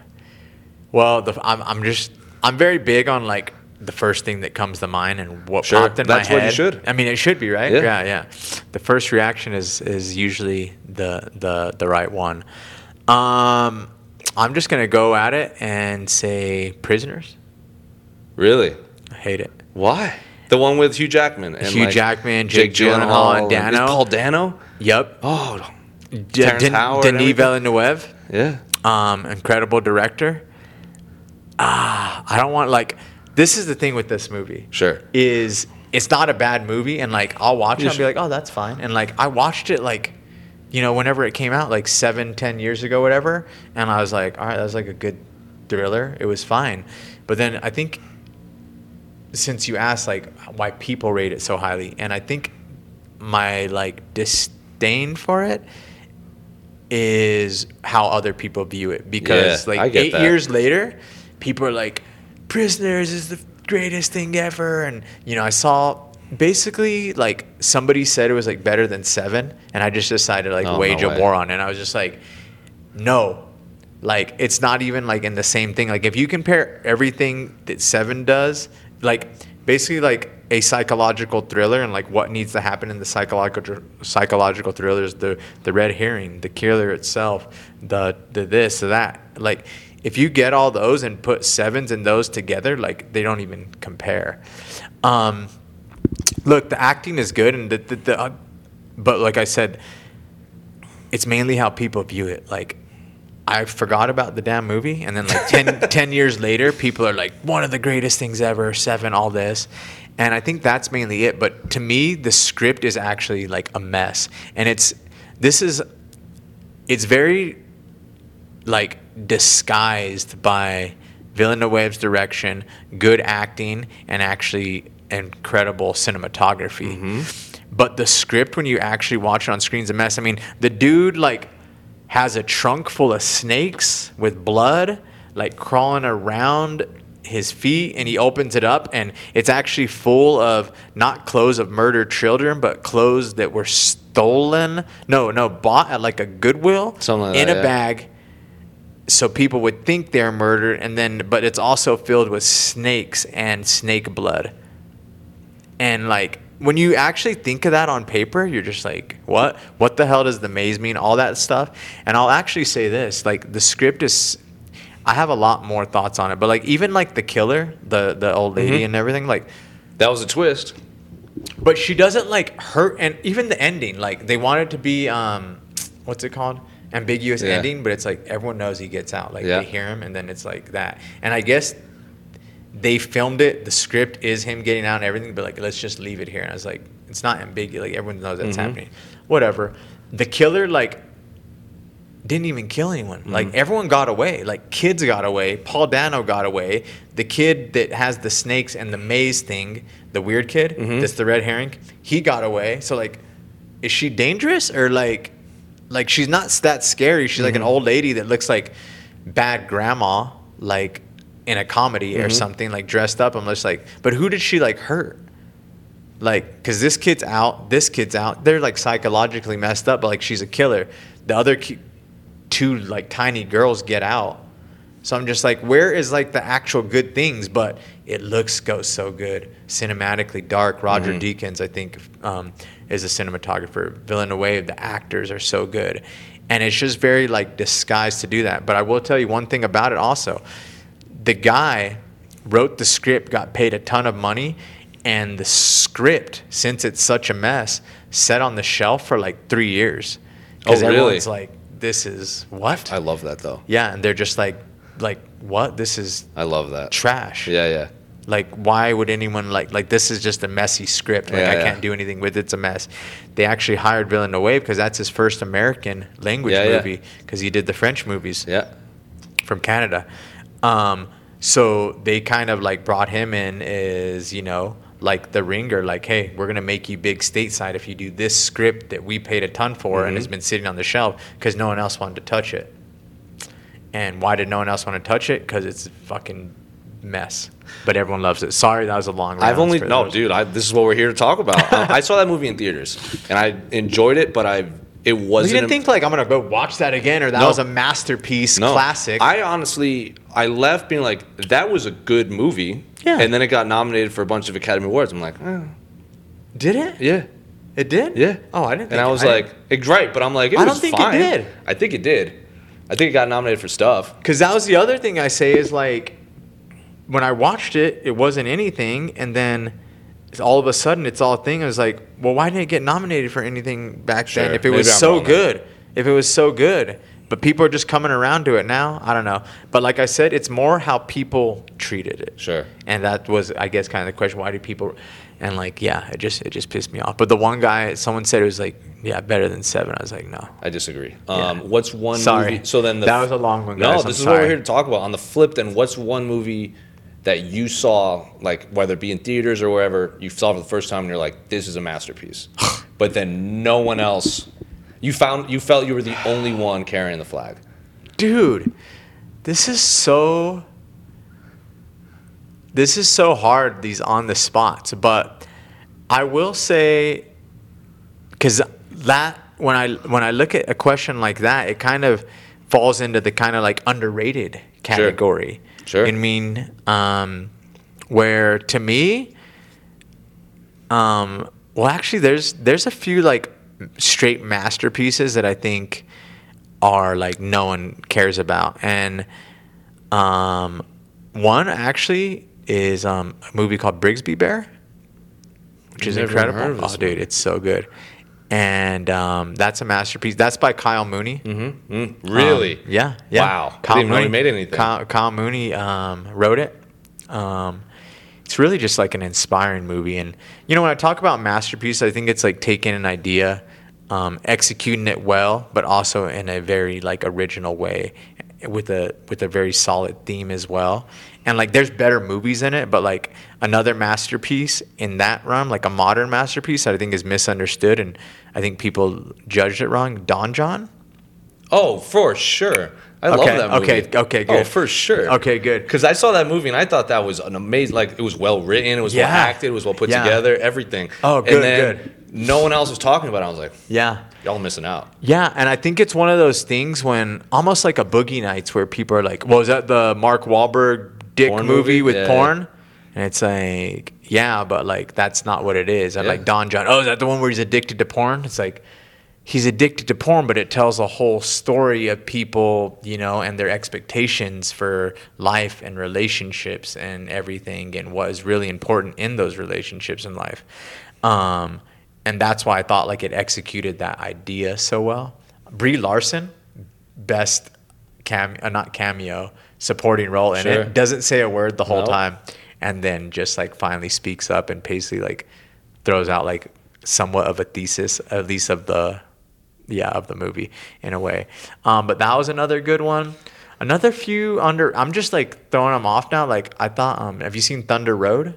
Well, the, I'm, I'm just I'm very big on like the first thing that comes to mind and what
Sure,
popped in
that's
my
what you
head.
should.
I mean, it should be right.
Yeah.
yeah, yeah. The first reaction is is usually the the the right one. Um, I'm just gonna go at it and say prisoners.
Really?
I hate it.
Why? The one with Hugh Jackman and
Hugh
like,
Jackman, Jake Gyllenhaal, and
is
Dano.
Paul Dano.
Yep.
Oh,
D-
Terrence
Den-
Howard and
Denis
everything.
Villeneuve.
yeah.
um, incredible director. Ah, I don't want like this is the thing with this movie.
Sure.
Is it's not a bad movie and like I'll watch it and I'll be
Yes.
like, oh that's fine. And like I watched it like you know, whenever it came out, like seven, ten years ago, whatever, and I was like, all right, that was like a good thriller. It was fine. But then I think since you asked like why people rate it so highly, and I think my like disdain for it is how other people view it because
Yeah, I
like
get
eight
that.
years later people are like prisoners is the greatest thing ever and you know i saw basically like somebody said it was like better than seven and i just decided to, like
Oh,
wage
no
a
way.
war on it and i was just like no like it's not even like in the same thing like if you compare everything that seven does like basically like a psychological thriller and like what needs to happen in the psychological psychological thrillers the the red herring the killer itself the the this the that like if you get all those and put sevens and those together like they don't even compare um look the acting is good and the the, the uh, but like i said it's mainly how people view it. Like, I forgot about the damn movie, and then like 10, 10 years later, people are like, one of the greatest things ever, seven, all this. And I think that's mainly it. But to me, the script is actually like a mess. And it's, this is, it's very like disguised by Villeneuve's direction, good acting, and actually incredible cinematography.
Mm-hmm.
But the script, when you actually watch it on screen, is a mess. I mean, the dude like has a trunk full of snakes with blood, like crawling around his feet, and he opens it up, and it's actually full of not clothes of murdered children, but clothes that were stolen. No, no, bought at like a Goodwill
Something like
in
that,
a
yeah.
bag so people would think they're murdered and then but it's also filled with snakes and snake blood and like when you actually think of that on paper you're just like what what the hell does the maze mean all that stuff and i'll actually say this like the script is i have a lot more thoughts on it but like even like the killer the the old lady and everything like
That was a twist.
but she doesn't like hurt, and even the ending, like they want it to be, um, what's it called? Ambiguous
Yeah.
ending, but it's like everyone knows he gets out. Like
Yeah.
they hear him, and then it's like that. And I guess they filmed it. The script is him getting out and everything, but like let's just leave it here. And I was like, it's not ambiguous. Like everyone knows that's happening. Whatever. The killer like didn't even kill anyone. Like everyone got away. Like kids got away. Paul Dano got away. The kid that has the snakes and the maze thing, the weird kid, that's the red herring, he got away. So like, is she dangerous or like, like she's not s- that scary. She's like an old lady that looks like bad grandma, like in a comedy or something, like dressed up. I'm just like, but who did she like hurt? like because this kid's out, this kid's out. They're like psychologically messed up, but like she's a killer. The other ki- two like tiny girls get out. So I'm just like, where is like the actual good things? But it looks goes so good, cinematically dark. Roger
Mm-hmm.
Deakins, I think, um, is a cinematographer. Villeneuve, the actors are so good, and it's just very like disguised to do that. But I will tell you one thing about it also: the guy wrote the script, got paid a ton of money, and the script, since it's such a mess, sat on the shelf for like three years because
Oh, really?
everyone's like, this is what
I love that though.
yeah, and they're just like, like what? This is
I love that.
trash.
Yeah, yeah.
Like, why would anyone like like this? Is just a messy script. Like,
Yeah,
I
yeah.
can't do anything with it. It's a mess. They actually hired Villeneuve because that's his first American language
Yeah, yeah.
movie because he did the French movies
Yeah.
from Canada. Um, so they kind of like brought him in as, you know, like the ringer, like, hey, we're going to make you big stateside if you do this script that we paid a ton for and
Mm-hmm.
has been sitting on the shelf because no one else wanted to touch it. And why did no one else want to touch it? Because it's a fucking mess. But everyone loves it. Sorry, that was a long round.
I've only
for
no,
those.
dude. I, this is what we're here to talk about. I, I saw that movie in theaters, and I enjoyed it, but I it
You
wasn't.
didn't think like I'm gonna go watch that again, or that
No.
was a masterpiece,
no.
classic.
I honestly, I left being like, that was a good movie.
Yeah.
And then it got nominated for a bunch of Academy Awards. I'm like, eh,
did it?
yeah,
It did.
yeah.
Oh, I didn't.
And
think
I
it-
was
didn't-
like, it's right, but I'm like, it
I don't
was
think it
fine.
did.
I think it did. I think it got nominated for stuff.
Because that was the other thing I say is like, when I watched it, it wasn't anything, and then it's all of a sudden it's all a thing. I was like, well, why didn't it get nominated for anything back then
Sure.
if it
Maybe
was
I'm
so
wrong then.
good? If it was so good, but people are just coming around to it now. I don't know, but like I said, it's more how people treated it.
Sure.
And that was, I guess, kind of the question: Why do people? And like, yeah, it just it just pissed me off. But the one guy, someone said it was like, yeah, better than seven. I was like, no.
I disagree. Um, What's one?
Sorry.
Movie, so then the
That was a long one,
No, this
guys. I'm
is what
sorry.
we're here to talk about. On the flip, then what's one movie that you saw, like whether it be in theaters or wherever, you saw for the first time and you're like, this is a
(laughs)
masterpiece, but then no one else. You found you felt you were the only one carrying the flag.
dude this is so this is so hard these on the spots but i will say because that when i when i look at a question like that it kind of falls into the kind of like underrated category
Sure.
i mean um where to me um well actually there's there's a few like straight masterpieces that i think are like no one cares about. And um, one actually is um, a movie called Brigsby Bear, which is
Never even
incredible.
heard of this
oh, dude, it's so good. And um, that's a masterpiece. That's by Kyle Mooney.
Really?
Um, yeah, yeah.
Wow. I didn't even know he made anything.
Kyle, Kyle Mooney um, wrote it. Um, it's really just like an inspiring movie. And, you know, when I talk about masterpiece, I think it's like taking an idea, um, executing it well, but also in a very like original way with a with a very solid theme as well. And like there's better movies in it, but like another masterpiece in that realm, like a modern masterpiece that I think is misunderstood and I think people judged it wrong, Don John.
Oh, for sure. I love
Okay,
that movie.
okay, okay,
Oh,
good.
for sure.
Okay, good.
Because I saw that movie and I thought that was an amazing. Like it was well written, it was well
Yeah.
acted, it was well put
Yeah.
together, everything.
Oh, good,
And then
good.
no one else was talking about. it. I was like,
Yeah.
y'all missing out.
Yeah, and I think it's one of those things when almost like a boogie nights where people are like, "Well, is that the Mark Wahlberg dick
Porn
movie,
movie?
with
Yeah.
porn?" And it's like, "Yeah, but like that's not what it is." And
Yeah.
like Don John, "Oh, is that the one where he's addicted to porn?" It's like he's addicted to porn, but it tells a whole story of people, you know, and their expectations for life and relationships and everything and what is really important in those relationships in life. Um, and that's why I thought like it executed that idea so well. Brie Larson, best cameo, uh, not cameo, supporting role in
Sure.
it. Doesn't say a word the whole
No.
time, and then just like finally speaks up and basically like throws out like somewhat of a thesis, at least of the yeah of the movie in a way. Um, but that was another good one. Another few under. I'm just like throwing them off now. Like I thought. Um, have you seen Thunder Road?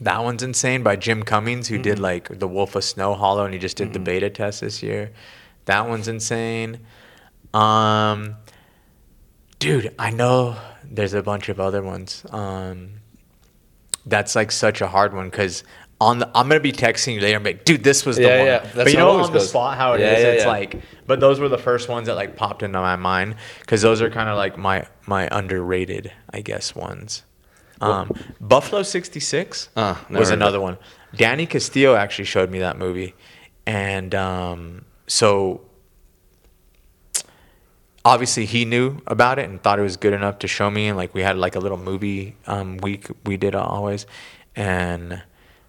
That one's insane by Jim Cummings, who did like The Wolf of Snow Hollow, and he just did the beta test this year. That one's insane. Um, dude, I know there's a bunch of other ones. Um, that's like such a hard one because on the, I'm gonna be texting you later. I'm like, dude, this was the
Yeah,
one.
yeah.
But
That's
you
how it
know,
always
on the
goes.
spot, how it is,
Yeah, yeah,
it's
yeah.
like. But those were the first ones that like popped into my mind because those are kind of like my my underrated, I guess, ones. Um, Buffalo '66
Uh, never
was
heard of
another
it.
one. Danny Castillo actually showed me that movie, and um, so obviously he knew about it and thought it was good enough to show me and like we had like a little movie um, week we did always and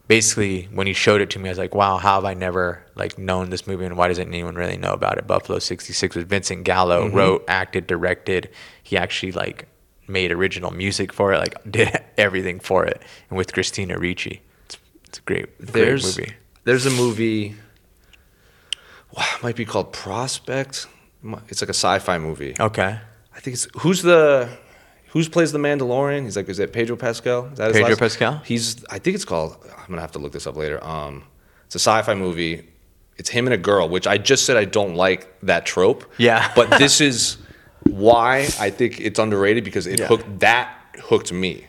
basically when he showed it to me i was like wow how have i never like known this movie and why doesn't anyone really know about it buffalo 66 was vincent gallo
Mm-hmm.
wrote acted directed he actually like made original music for it like (laughs) did everything for it and with christina ricci it's, it's a great, great
there's
movie
there's a movie wow, it might be called prospect Mi- it's like a sci-fi movie
okay
i think it's who's the who's plays the mandalorian he's like is it pedro pascal is that his
Pedro
last-
Pascal?
he's i think it's called i'm gonna have to look this up later um it's a sci-fi movie it's him and a girl which i just said i don't like that trope
Yeah.
(laughs) but this is why i think it's underrated because it
Yeah.
hooked that hooked me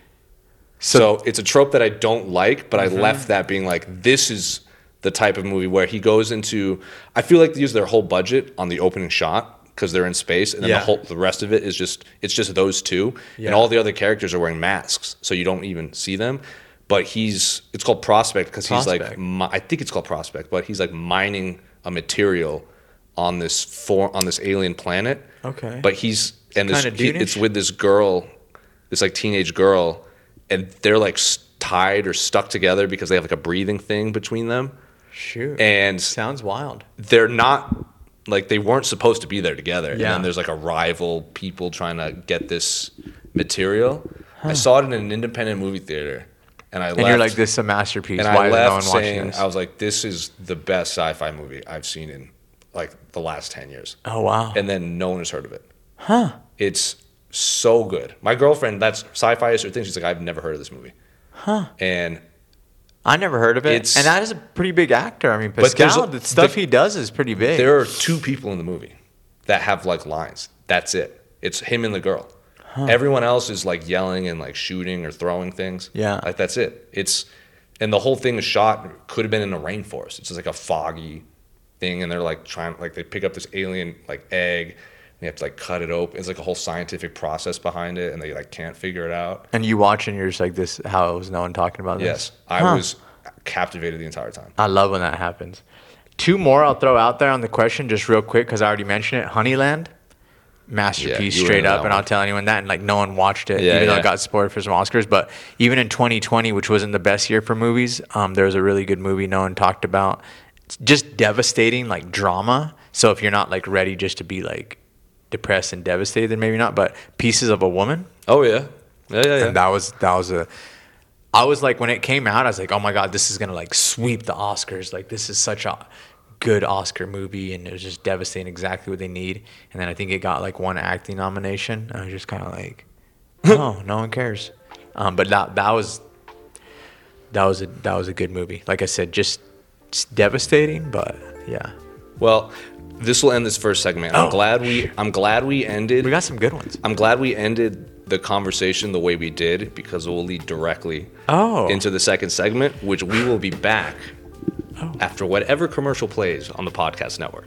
so it's a trope that I don't like, but
Mm-hmm.
I left that being like, this is the type of movie where he goes into. I feel like they use their whole budget on the opening shot because they're in space, and then
Yeah.
the whole the rest of it is just it's just those two,
Yeah.
and all the other characters are wearing masks, so you don't even see them. But he's it's called Prospect because he's like
Prospect.
mi- I think it's called Prospect, but he's like mining a material on this for on this alien planet.
Okay.
but he's and this,
Kinda
he- it's
Dune-ish?
with this girl, this like teenage girl, and they're like s- tied or stuck together because they have like a breathing thing between them,
shoot
and
sounds wild
they're not like they weren't supposed to be there together. And
Yeah.
then there's like a rival people trying to get this material. I saw it in an independent movie theater, and I
and
left,
you're like this is a masterpiece
and
why
I
is
left
no one watching
saying
this
I was like, this is the best sci-fi movie I've seen in like the last ten years
oh wow
and then no one has heard of it. Huh. It's so good. My girlfriend, that's sci-fi is her thing. She's like, I've never heard of this movie. Huh. And
I never heard of it.
It's-
and that is a pretty big actor. I mean,
But there's
Pascal,
a-
the stuff
the-
he does is pretty big.
there are two people in the movie that have like lines. That's it. It's him and the girl. Everyone else is like yelling and like shooting or throwing things.
Yeah.
Like that's it. It's and the whole thing is shot could have been in a rainforest. It's just like a foggy thing and they're like trying like they pick up this alien like egg and they have to like cut it open. It's like a whole scientific process behind it and they like can't figure it out.
and you watch and you're just like, this, how was no one talking about this?
Yes, I
Huh.
was captivated the entire time.
I love when that happens. Two more I'll throw out there on the question just real quick because I already mentioned it. Honeyland, masterpiece
you were
straight
into
up,
that one.
and I'll tell anyone that. And like no one watched it,
Yeah,
even though
yeah.
it got spoiled for some Oscars. But even in 2020, which wasn't the best year for movies, um, there was a really good movie no one talked about. It's just devastating, like drama. So if you're not like ready just to be like depressed and devastated, then maybe not. But Pieces of a Woman,
Oh yeah, yeah, yeah,
and that was that was a I was like when it came out, I was like, oh my god, this is gonna like sweep the Oscars. Like this is such a good Oscar movie, and it was just devastating, exactly what they need. And then I think it got like one acting nomination. And I was just kind of like, (laughs) oh, no one cares. Um, but that that was that was a that was a good movie. Like I said, just, just devastating, but yeah,
Well, this will end this first segment. I'm
Oh,
glad we. I'm glad we ended.
we got some good ones.
I'm glad we ended the conversation the way we did because it will lead directly
Oh.
into the second segment, which we will be back
Oh.
after whatever commercial plays on the podcast network.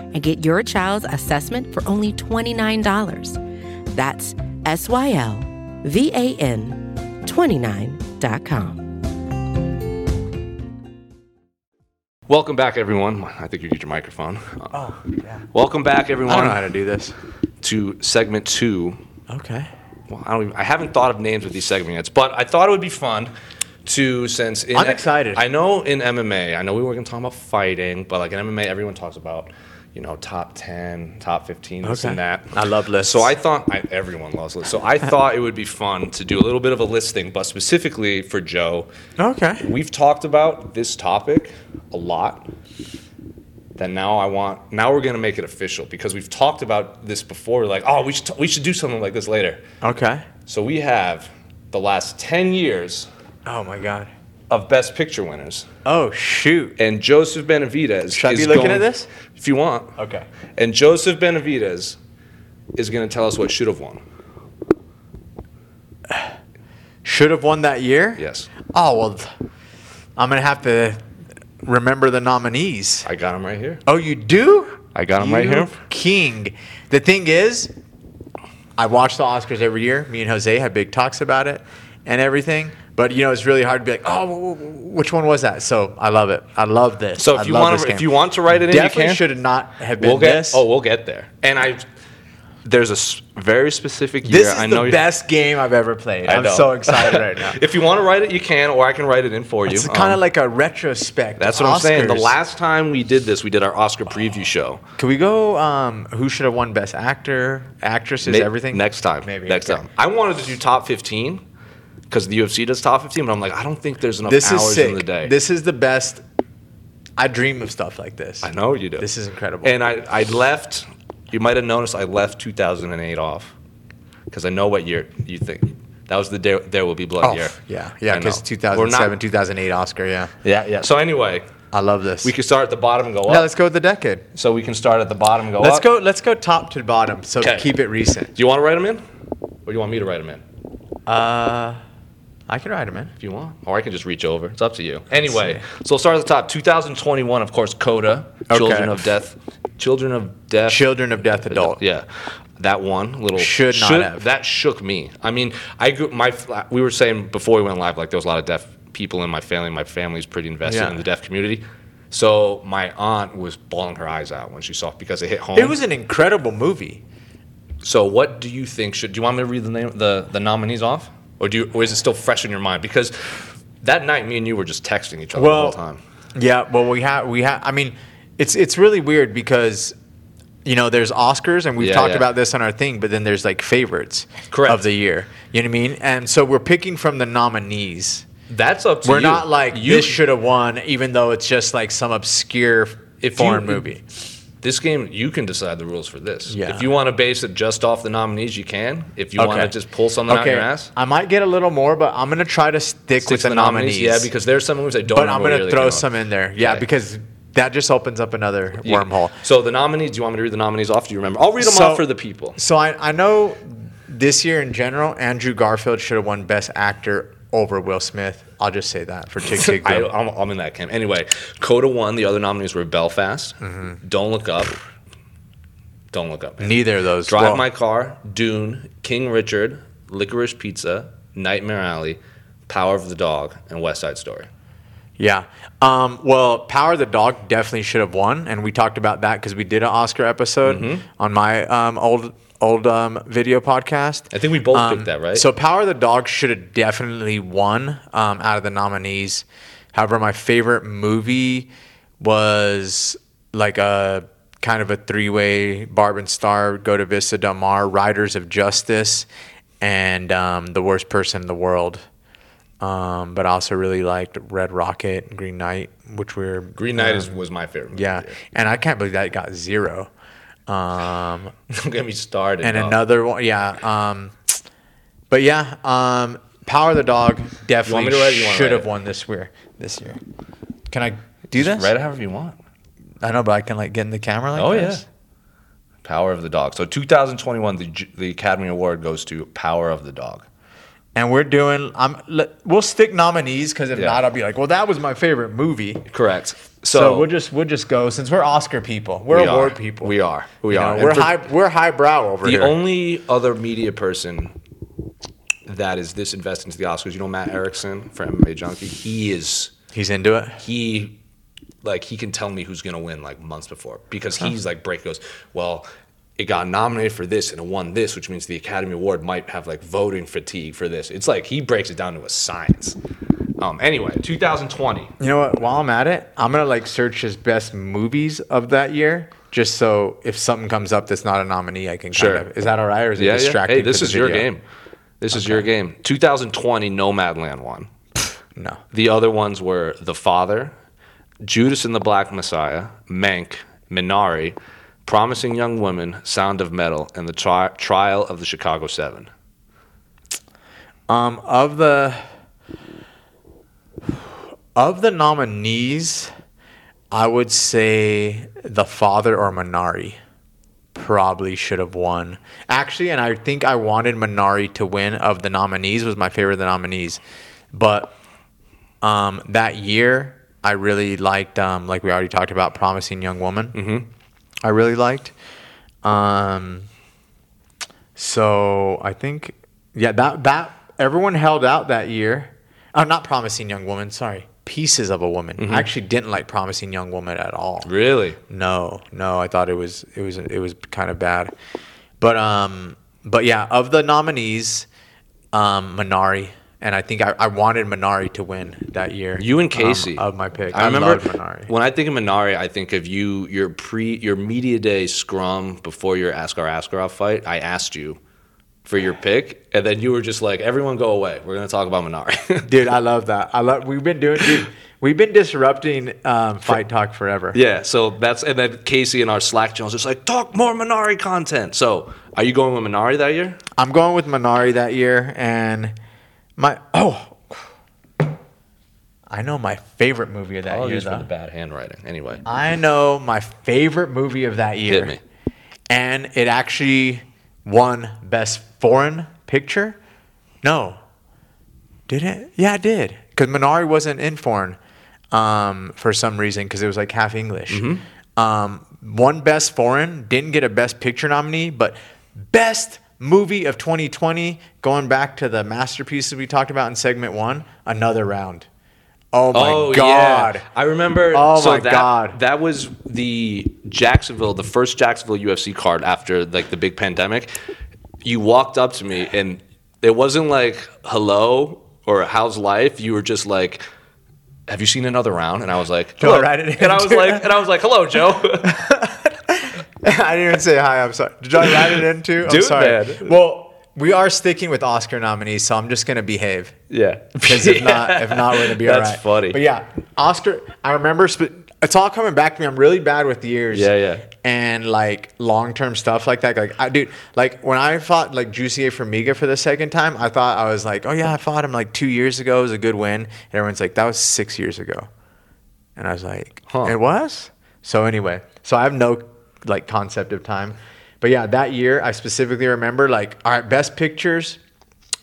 and get your child's assessment for only $29. That's S Y L V A N 29.com.
Welcome back, everyone. I think you need your microphone. Oh, yeah. Welcome back,
I don't know how
everyone,
to do this.
to segment two.
Okay.
Well, I, don't even, I haven't thought of names with these segments, but I thought it would be fun to since in,
I'm excited.
I know in MMA, I know we were going to talk about fighting, but like in MMA, everyone talks about you know top ten, top fifteen, this
Okay.
and that.
I love lists.
So I thought I, everyone loves lists. So I thought it would be fun to do a little bit of a list thing, but specifically for Joe,
Okay.
we've talked about this topic a lot that now I want now we're gonna make it official because we've talked about this before. We're like, oh, we should t- we should do something like this later.
Okay.
So we have the last ten years
Oh my god.
of Best Picture winners,
Oh shoot.
and Joseph Benavidez.
Should I
is
be looking
going-
at this?
If you want.
Okay.
And Joseph Benavidez is gonna tell us what should have won.
Should have won that year.
Yes,
Oh well. th- I'm gonna have to remember the nominees.
I got him right here.
Oh, you do?
I got him right
You
here.
King. The thing is, I watch the Oscars every year. Me and Jose had big talks about it and everything. But you know, it's really hard to be like, oh, wh- wh- which one was that? So I love it. I love this.
So if
I
you
love
want
this
to,
game.
if you want to write it in, you
definitely
can.
should have not have been
We'll get.
this.
Oh, we'll get there. And I, there's a s- very specific year.
this is
I know
the
you-
best game I've ever played.
I
I'm
know.
so excited right now.
(laughs) If you want to write it, you can, or I can write it in for you.
It's kind of
Um,
like a retrospect.
that's what I'm saying. The
Oscars.
last time we did this, we did our Oscar preview show.
Can we go? Um, who should have won Best Actor, Actresses,
May-
everything?
next time.
Maybe,
next
okay.
time. I wanted to do top 15 because the UFC does top 15, but I'm like, I don't think there's enough
This
hours
is sick.
in the day.
This is the best. I dream of stuff like this.
I know you do.
This is incredible.
And I, I left. You might have noticed I left 2008 off because I know what year you think. That was the there, there will be blood
oh,
year.
yeah, yeah,
I
because
know.
2007,
We're not-
2008 Oscar, yeah.
Yeah, yeah. So anyway,
I love this.
we can start at the bottom and go
now
up.
let's go with the decade.
So we can start at the bottom and go
Let's
up.
go. Let's go top to bottom. So
'Kay.
keep it recent.
Do you want to write them in? Or do you want me to write them in?
Uh, I can write them in.
If you want. Or I can just reach over. It's up to you. Anyway, so we'll start at the top. 2021, of course, Coda, Children
Okay.
of Death. Children of Death.
Children of Death, adult.
Yeah. That one little
Should not
shook-
have.
that shook me. I mean, I grew my fla- we were saying before we went live like there was a lot of deaf people in my family. My family's pretty invested
Yeah.
in the deaf community. So my aunt was bawling her eyes out when she saw it because it hit home.
It was an incredible movie.
So, what do you think should? Do you want me to read the name, the the nominees off, or do you, or is it still fresh in your mind? Because that night, me and you were just texting each other the whole time.
Yeah, well, we have we have. I mean, it's it's really weird because you know there's Oscars and we've
Yeah,
talked
yeah.
about this on our thing, but then there's like favorites
Correct.
of the year. You know what I mean? And so we're picking from the nominees.
That's up to
We're
you.
not like
you
this should have won, even though it's just like some obscure
If
foreign
you-
movie.
This game, you can decide the rules for this.
Yeah.
If you want to base it just off the nominees, you can. If you want to just pull something out
Okay.
your ass,
I might get a little more, but I'm gonna try to stick,
stick
with
to
the, nominees.
Yeah, because there's some movies I don't.
but
know
I'm
what
gonna
year they
throw
came out.
some in there. Yeah,
Okay.
because that just opens up another
You-
wormhole.
So the nominees. Do you want me to read the nominees off? Do you remember? I'll read them
So-
off for the people.
So I, I know this year in general, Andrew Garfield should have won Best Actor over Will Smith. I'll just say
(laughs)
that for Tick Tick
I,
Boom.
I'm, I'm in that camp. Anyway, Coda won. The other nominees were Belfast,
Mm-hmm.
Don't Look Up, Don't Look Up,
Neither of those.
Drive
well,
My Car, Dune, King Richard, Licorice Pizza, Nightmare Alley, Power of the Dog, and West Side Story.
Yeah. Um, well, Power of the Dog definitely should have won, and we talked about that because we did an Oscar episode
Mm-hmm.
on my um, old old um, video podcast.
I think we both
Um,
picked that, right?
So Power of the Dog should have definitely won um, out of the nominees. However, my favorite movie was like a kind of a three-way Barb and Star, Go to Vista Del Mar, Riders of Justice, and um, The Worst Person in the World. um, but I also really liked Red Rocket and Green Knight, which were
Green Knight is, was my favorite. Movie
yeah, and I can't believe that got zero. Um,
(laughs) don't get me started.
and
Oh,
another one, yeah. Um, but yeah, um, Power of the Dog definitely
to write it? You wanna
should
write
have
it?
won this year. This year, can I do this?
Read it however you want.
I know, but I can like get in the camera like
Oh
this.
yeah. Power of the Dog. So 2021, the J- the Academy Award goes to Power of the Dog.
and we're doing I'm le- we'll stick nominees because if
Yeah.
not I'll be like well that was my favorite movie so,
Correct. So,
we'll just we'll just go since we're Oscar people we're
We
award
are.
people
We are. We
You know,
are. And
we're
for-
high we're highbrow over
the
here
only other media person that is this invested into the Oscars, you know, Matt Erickson from MMA Junkie. He is
he's into it
he like he can tell me who's gonna win like months before because he's like break goes well it got nominated for this and it won this which means the academy award might have like voting fatigue for this it's like he breaks it down to a science um anyway 2020
you know what while I'm at it I'm gonna like search his best movies of that year just so if something comes up that's not a nominee I can
Sure.
kind of is that all right or is it distracting
hey
to
this
the
is your
video?
game this is your game 2020 nomadland won
no
the other ones were the father judas and the black messiah mank minari promising young women sound of metal and the tri- trial of the chicago seven
Um, of the of the nominees, I would say the father or Minari probably should have won. Actually, and I think I wanted Minari to win of the nominees was my favorite of the nominees, but um, that year I really liked um, like we already talked about, promising young woman. Mm-hmm. I really liked. Um, so I think, yeah, that that everyone held out that year. I'm not promising young woman. Sorry, pieces of a woman. I actually didn't like promising young woman at all.
Really?
No, no, I thought it was it was it was kind of bad. But um, but yeah, of the nominees, um, Minari. And I think I, I wanted Minari to win that year.
You and
um,
Casey
of my pick.
I, remember
loved Minari.
when I think of Minari, I think of you your pre your media day scrum before your Askar Askarov fight. I asked you for your pick, and then you were just like, "Everyone go away. We're gonna talk about Minari." (laughs)
dude, I love that. I love. We've been doing. Dude, we've been disrupting um, fight talk forever.
yeah. So that's and then Casey in our Slack channel is just like, "Talk more Minari content." So are you going with Minari that year?
I'm going with Minari that year, and my oh, I know my favorite movie of that Oh year.
Apologies for
though.
Oh, the bad handwriting. Anyway,
I know my favorite movie of that year,
me.
and it actually won Best Foreign Picture. No, did it? Yeah, it did. Because Minari wasn't in foreign um, for some reason, because it was like half English.
Mm-hmm.
Um, one best foreign didn't get a best picture nominee, but best movie of 2020. Going back to the masterpieces we talked about in segment one, another round. Oh my god!
yeah. I remember.
Oh
so
my
that,
God.
That was the Jacksonville, the first Jacksonville UFC card after like the big pandemic. You walked up to me, and it wasn't like hello or how's life. You were just like. Have you seen another round? And I was like,
Joe,
"Hello."
right at
and I
him,
was
too.
like, and I was like, hello,
(laughs)
Joe.
I didn't even say hi. I'm sorry. Did I write it in too? I'm
Dude,
sorry.
man.
Well, we are sticking with Oscar nominees, so I'm just gonna behave.
yeah,
Because if not, if not, we're gonna be all
(laughs)
right.
That's funny.
But yeah, Oscar. I remember. Sp- it's all coming back to me. I'm really bad with years.
Yeah, yeah.
And like long term stuff like that. Like I, dude, like when I fought like Juicy A Formiga for the second time, I thought I was like, oh yeah, I fought him like two years ago. It was a good win. And everyone's like, that was six years ago. And I was like,
Huh.
it was? So anyway, so I have no like concept of time. But yeah, that year I specifically remember like, all right, best pictures,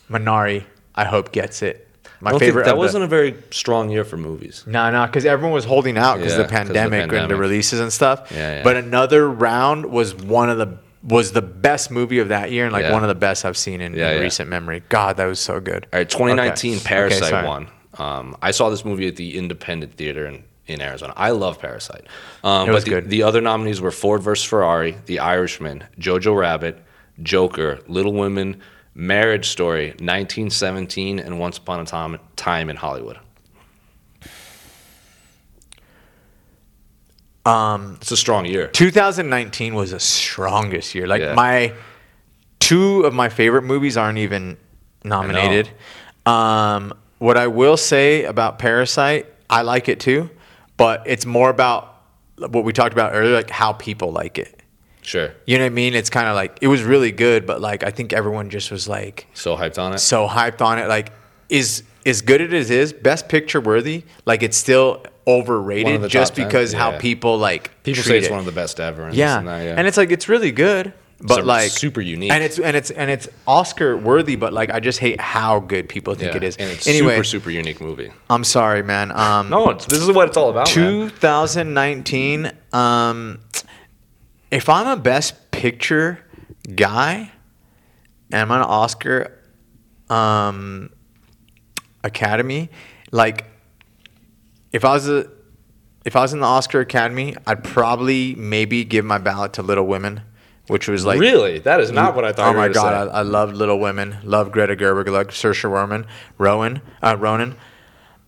Minari, I hope gets it. My
I don't think-
favorite.
That
of the-
wasn't a very strong year for movies.
no, no, because everyone was holding out because
Yeah,
the
'cause of the
pandemic and the
pandemic.
releases and stuff.
Yeah, yeah.
But another round was one of the was the best movie of that year and like
Yeah.
one of the best I've seen in,
Yeah,
in
yeah.
recent memory. God, that was so good.
All right, 2019
Okay.
Parasite
Okay, sorry.
won. Um, I saw this movie at the Independent Theater in, in Arizona. I love Parasite. Um,
It
but
was
the,
good.
the other nominees were Ford vs. Ferrari, The Irishman, Jojo Rabbit, Joker, Little Women, Marriage Story, 1917, and Once Upon a Time, Time in Hollywood. Um, it's a strong year.
2019 was the strongest year. Like
Yeah.
my two of my favorite movies aren't even nominated. Um, what I will say about Parasite, I like it too, but it's more about what we talked about earlier, like how people like it.
Sure.
You know what I mean? It's kind of like it was really good, but like I think everyone just was like
So hyped on it.
so hyped on it. Like, is as good as it is, best picture worthy. Like, it's still
One of the
overrated
top
just
ten,
because how
yeah.
people like
People
treat
say it's
it.
one of the best ever. And
yeah.
This and, that, yeah.
and it's like it's really good, but
a-
like
super unique.
and it's and it's and it's Oscar worthy, but like I just hate how good people think
Yeah,
it is.
And it's
anyway,
super, super unique movie.
I'm sorry, man. Um,
No, Oh, it's, this is what it's all about. man.
2019. Um, if I'm a Best Picture guy, and I'm an Oscar um, Academy, like if I was a if I was in the Oscar Academy, I'd probably maybe give my ballot to Little Women, which was like
really? That is not what I thought.
Oh
you were gonna
my
say.
god, I, I love Little Women, love Greta Gerwig, love Saoirse Ronan, Rowan, uh, Ronan.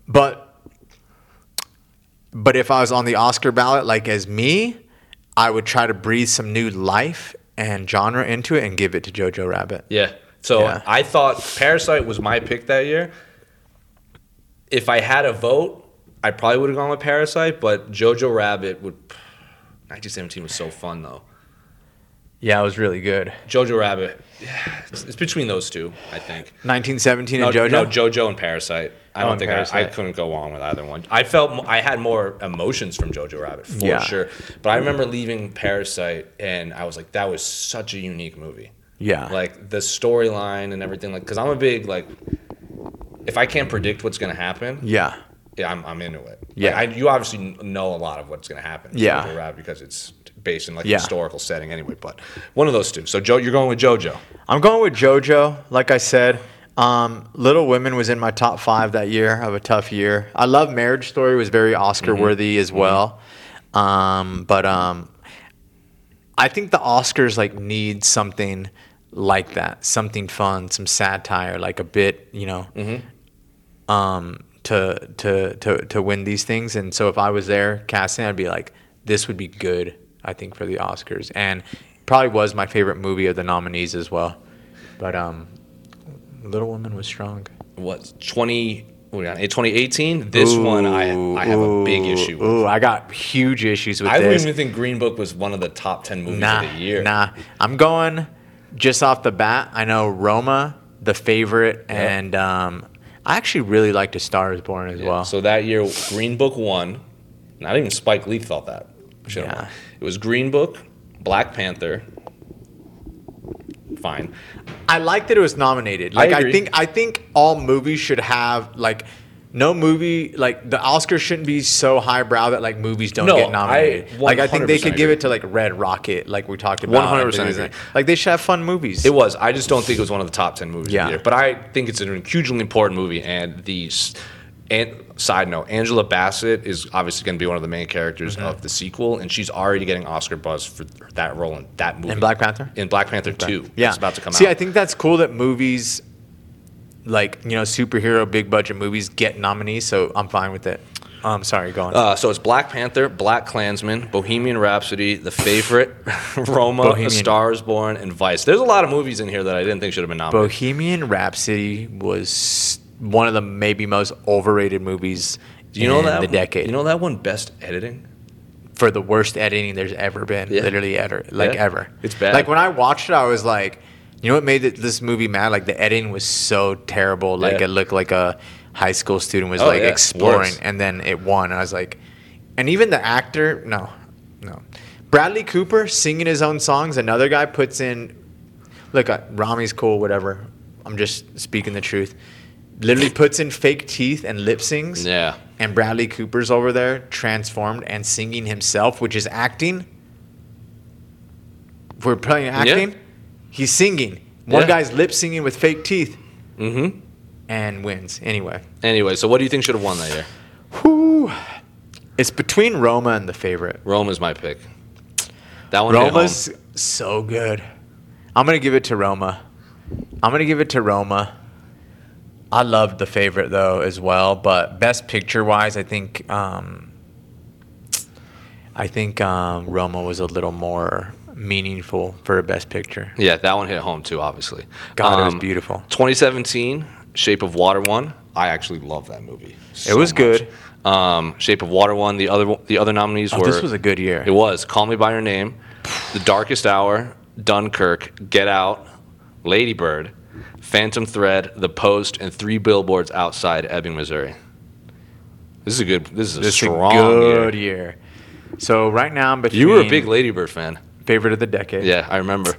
But but if I was on the Oscar ballot, like as me, I would try to breathe some new life and genre into it and give it to Jojo Rabbit.
Yeah. So
Yeah.
I thought Parasite was my pick that year. If I had a vote, I probably would have gone with Parasite, but Jojo Rabbit would. (sighs) 1917 was so fun though.
Yeah, it was really good.
Jojo Rabbit, (sighs) yeah, it's, it's between those two, I think.
1917
No,
and JoJo.
Oh, no, JoJo and Parasite. I
Oh,
don't
and
think I, I
Parasite.
couldn't go on with either one. I felt mo- I had more emotions from Jojo Rabbit for
Yeah.
sure, but I remember leaving Parasite and I was like, that was such a unique movie.
Yeah.
like the storyline and everything. Like, because I'm a big like, if I can't predict what's gonna happen,
yeah.
yeah, I'm, I'm into it. Like,
Yeah.
I, you obviously kn- know a lot of what's going to happen. in
Yeah.
Jojo Rabbit because it's based in like
Yeah.
a historical setting anyway. But one of those two. So Joe, you're going with JoJo.
I'm going with JoJo. Like I said, um, Little Women was in my top five that year of a tough year. I love Marriage Story was very Oscar worthy as well, um, but um, I think the Oscars like need something like that, something fun, some satire, like a bit, you know, um, to to to to win these things. And so if I was there casting, I'd be like, this would be good, I think, for the Oscars, and probably was my favorite movie of the nominees as well. But um, Little Women was strong.
What 20? what are we on? Eh, 2018. This one I I have a big issue with.
Ooh, I got huge issues with
I don't
this.
even think Green Book was one of the top 10 movies
nah,
of the year.
nah. I'm going just off the bat. I know Roma, the favorite, and um, I actually really liked A Star Is Born as well.
So that year, Green Book won. Not even Spike Lee thought that. Should've
Yeah.
won. It was Green Book, Black Panther. Fine.
I like that it was nominated.
I
Like I,
agree.
think I think all movies should have like no movie like the Oscars shouldn't be so highbrow that like movies don't
No,
get nominated.
I
like I think they
100%
could give
agree.
it to like Red Rocket, like we talked about.
100% agree.
Like they should have fun movies.
It was. I just don't think it was one of the top ten movies of
Yeah.
the year. But I think it's a hugely important movie. And the s- and side note, Angela Bassett is obviously going to be one of the main characters
Mm-hmm.
of the sequel, and she's already getting Oscar buzz for that role in that movie.
In Black Panther?
In Black Panther Two.
yeah,
It's about to come
See,
out.
I think that's cool that movies like you know superhero big budget movies get nominees. So I'm fine with it. I'm sorry, go on.
Uh, so it's Black Panther, Black Klansman, Bohemian Rhapsody, The Favorite, (laughs) Roma,
Bohemian.
A Star Is Born, and Vice. There's a lot of movies in here that I didn't think should have been nominated.
Bohemian Rhapsody was one of the maybe most overrated movies.
Do you know
in
that
the decade?
You know that one best editing.
for the worst editing there's ever been,
Yeah.
literally ever, like
Yeah.
ever.
It's bad.
Like when I watched it, I was like, you know what made th- this movie mad? Like the editing was so terrible. Like
Yeah.
it looked like a high school student was
Oh,
like
yeah.
exploring,
Worse.
and then it won. And I was like, and even the actor, no, no, Bradley Cooper singing his own songs. Another guy puts in, look, uh, Rami's cool, whatever. I'm just speaking the truth. Literally puts in fake teeth and lip syncs
Yeah.
and Bradley Cooper's over there transformed and singing himself, which is acting. If we're playing acting. He's singing. One
Yeah.
guy's lip singing with fake teeth. Mm-hmm. And wins anyway.
Anyway, so what do you think should have won that year?
Whew. It's between Roma and the favorite.
Rome is my pick. That one. hit home.
Roma's so good. I'm gonna give it to Roma. I'm gonna give it to Roma. I love the favorite though as well, but best picture wise, I think um, I think um, Roma was a little more meaningful for a best picture.
Yeah, that one hit home too. Obviously,
God, it was beautiful.
2017, Shape of Water one, I actually love that movie.
It was good.
Um, Shape of Water won. The other the other nominees
Oh,
were.
this was a good year.
It was Call Me by Your Name, The Darkest Hour, Dunkirk, Get Out, Ladybird, Phantom Thread, The Post, and Three Billboards Outside Ebbing, Missouri. This is a good. This is a
This is a
strong
good
year.
year. So right now I'm between
You were a big Ladybird fan.
favorite of the decade.
Yeah, I remember.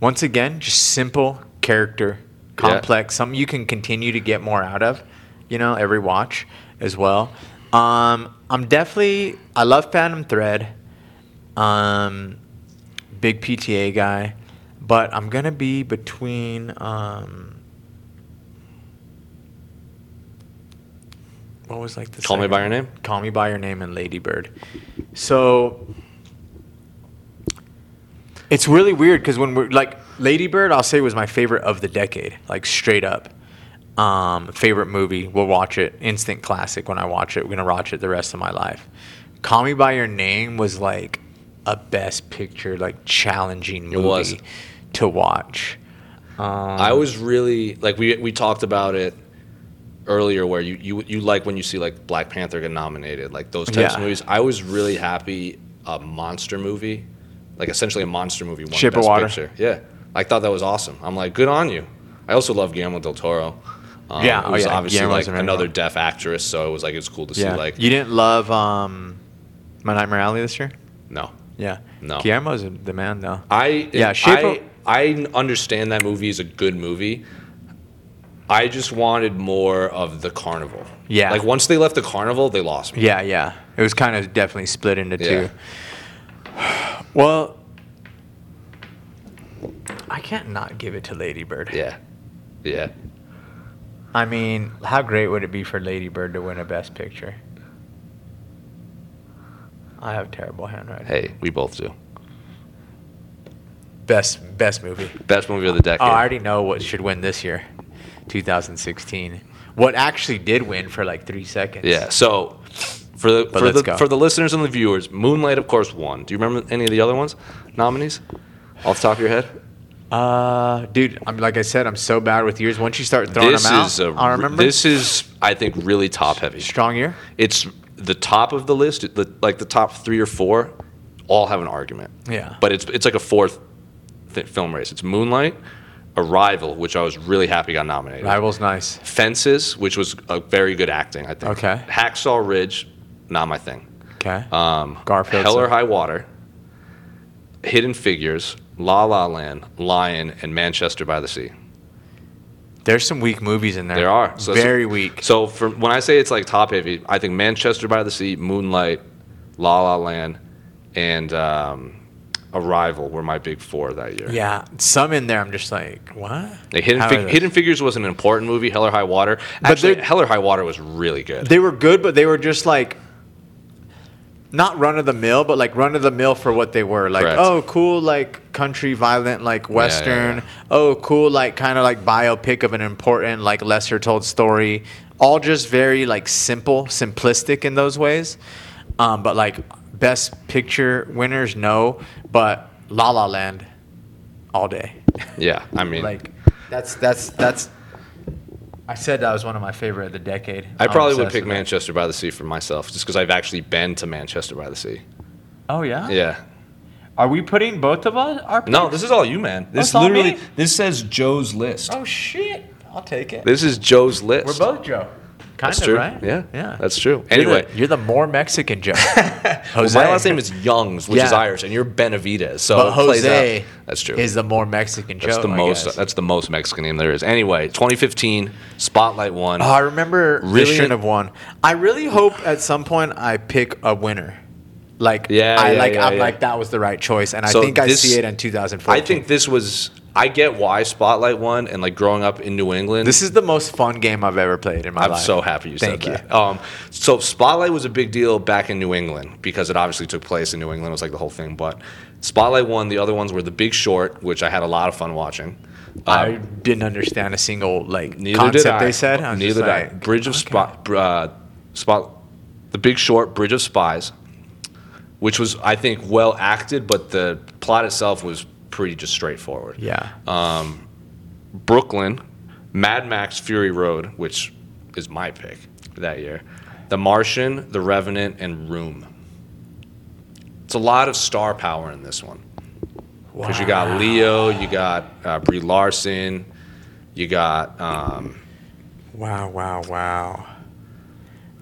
Once again, just simple character, complex, something you can continue to get more out of, you know, every watch as well. Um, I'm definitely I love Phantom Thread. Um, big PTA guy, but I'm gonna be between um, what was like the
Call Me
second
by
one?
Your Name?
Call Me by Your Name and Ladybird. So it's really weird because when we're like Ladybird, I'll say was my favorite of the decade, like straight up. Um, favorite movie, we'll watch it. Instant classic when I watch it. We're gonna watch it the rest of my life. Call Me by Your Name was like a best picture, like challenging movie
was.
to watch.
I was really like we we talked about it earlier where you you, you like when you see like Black Panther get nominated, like those types of
Yeah.
movies. I was really happy a monster movie, like essentially a monster movie won
Shape of
Best
Water.
Picture. Yeah. I thought that was awesome. I'm like, good on you. I also love Guillermo del Toro. Um,
Yeah, oh
who's
yeah,
obviously
Guillermo's
like
amazing.
another deaf actress, so it was like it's cool to see like
you didn't love um, My Nightmare Alley this year?
no.
Yeah.
No.
Guillermo's the man though.
I
Yeah,
yeah,
Shape
I,
of-
I understand that movie is a good movie. I just wanted more of the carnival.
Yeah.
like once they left the carnival, they lost me.
Yeah, yeah. It was kind of definitely split into
Yeah.
two. (sighs) Well, I can't not give it to Ladybird.
yeah, yeah.
I mean, how great would it be for Ladybird to win a Best Picture? I have terrible handwriting.
Hey, we both do.
Best best movie.
Best movie of the decade.
Oh, I already know what should win this year, 2016. What actually did win for like three seconds?
yeah. So for the for
let's
the
go.
for the listeners and the viewers, Moonlight of course won. Do you remember any of the other ones, nominees, off the top of your head?
Uh, dude, I'm like I said, I'm so bad with years. Once you start throwing them out,
a
I remember.
this is I think really top heavy.
strong year.
it's the top of the list, the, like the top three or four, all have an argument.
Yeah.
But it's it's like a fourth th- film race. It's Moonlight, Arrival, which I was really happy got nominated.
Rival's nice.
Fences, which was a very good acting, I think.
Okay.
Hacksaw Ridge, not my thing.
Okay.
Um,
Garfield's
Hell or
a-
High Water, Hidden Figures, La La Land, Lion, and Manchester by the Sea.
There's some weak movies in there.
There are So it's-
very weak.
So for, when I say it's like top heavy, I think Manchester by the Sea, Moonlight, La La Land, and um, Arrival were my big four that year.
Yeah, some in there. I'm just like, what?
Like Hidden,
How
Fig-
are they-
Hidden Figures was an important movie. Hell or High Water. Actually,
they're-
Hell or High Water was really good.
They were good, but they were just like not run of the mill, but like run of the mill for what they were. Like,
Correct.
oh, cool, like country, violent, like western.
yeah.
Oh, cool, like kind of like biopic of an important, like lesser told story. All just very like simple, simplistic in those ways. Um, but like best picture winners, no. But La La Land, all day.
yeah, I mean,
like that's that's that's i said that was one of my favorite of the decade
I
I'm
probably would
obsessed
pick
with it.
Manchester by the Sea for myself, just because I've actually been to Manchester by the Sea.
oh yeah?
Yeah.
are we putting both of us our
No, this is all you, man. This
Oh, it's all
literally,
me?
this says Joe's list.
oh shit i'll take it
This is Joe's list.
we're both joe kind
That's
of
true.
right
Yeah.
yeah
That's true.
You're the-
Anyway,
you're the more mexican (laughs) joe jose
My last name is Youngs, which is
Yeah.
Irish, and you're Benavides. So
but
it plays
jose
out. That's true.
is the more mexican joe
that's the
I
most. uh,
guess.
That's the most Mexican name there is. Anyway, 2015 Spotlight won.
Oh, I remember really
Really-
shouldn't have won. I really hope at some point I pick a winner. Like
Yeah,
I
yeah,
like
yeah,
I'm
yeah.
like that was the right choice, and
So
I think I
this-
see it in 2014.
I think this was. I get why Spotlight won, and like growing up in New England,
This is the most fun game I've ever played in my
I'm
life.
so happy you
Thank
said
you.
that. Um, so Spotlight was a big deal back in New England because it obviously took place in New England. It was like the whole thing. But Spotlight won. The other ones were The Big Short, which I had a lot of fun watching. Um,
I didn't understand a single like
Neither
concept
did I.
they said. I was
Neither
just
did I.
like,
Bridge of Spot, uh, Spot, The Big Short, Bridge of Spies, which was I think well acted, but the plot itself was pretty just straightforward. Um,
Yeah.
Brooklyn, Mad Max Fury Road, which is my pick that year. The Martian, The Revenant, and Room. It's a lot of star power in this one. Because you got Leo, you got uh, Brie Larson, you got um,
Wow, wow, wow.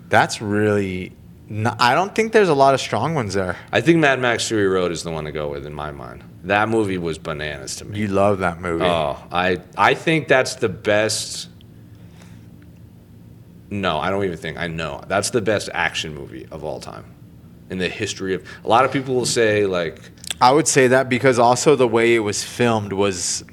That's really. No, I don't think there's a lot of strong ones there.
I think Mad Max Fury Road is the one to go with in my mind. That movie was bananas to me.
You love that movie.
Oh, I I think that's the best. No, I don't even think. I know that's the best action movie of all time in the history of. A lot of people will say like
I would say that because also the way it was filmed was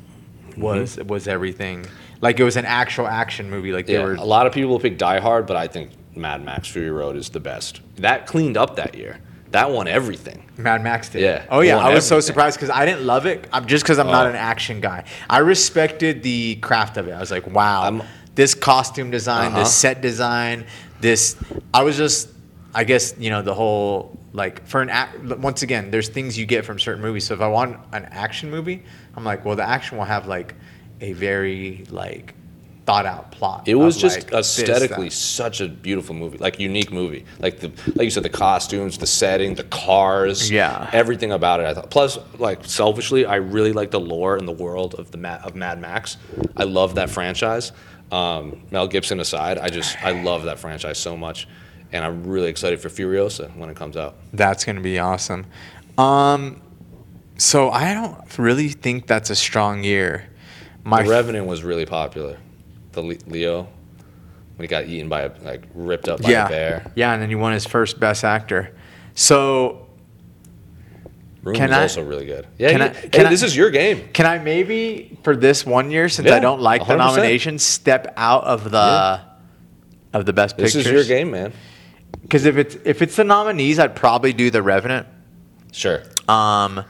Mm-hmm.
was was everything. Like it was an actual action movie. Like they
yeah,
were
a lot of people will pick Die Hard, but I think Mad Max Fury Road is the best. That cleaned up that year. That won everything.
Mad Max did.
Yeah, Oh.
Oh yeah,
won
I was so
everything.
surprised because I didn't love it. I'm just because I'm not an action guy. I respected the craft of it. I was like, wow,
I'm-
this costume design,
Uh-huh.
this set design, this. I was just, I guess you know the whole like for an act. Once again, there's things you get from certain movies. So if I want an action movie, I'm like, well, the action will have like a very like thought out plot.
It
of,
was just
like, this, that.
aesthetically such a beautiful movie, like unique movie. Like the like you said, the costumes, the setting, the cars,
Yeah.
everything about it. I thought. Plus, like selfishly, I really like the lore and the world of the Ma- of Mad Max. I love that franchise. Um, Mel Gibson aside, I just I love that franchise so much, and I'm really excited for Furiosa when it comes out.
That's going to be awesome. Um, so I don't really think that's a strong year. My
The Revenant was really popular. The Le- Leo when he got eaten by a, like ripped up by
yeah,
a bear.
yeah, and then he won his first Best Actor. So
Room
Can
was
I-
also really good. Yeah,
can
you-
I-
hey,
can I-
this is your game.
can I maybe for this one year, since I
Yeah,
don't like the
100%.
nomination, step out of the of the Best
This
Pictures?
is your game, man.
Because if it's if it's the nominees, I'd probably do The Revenant.
Sure.
um,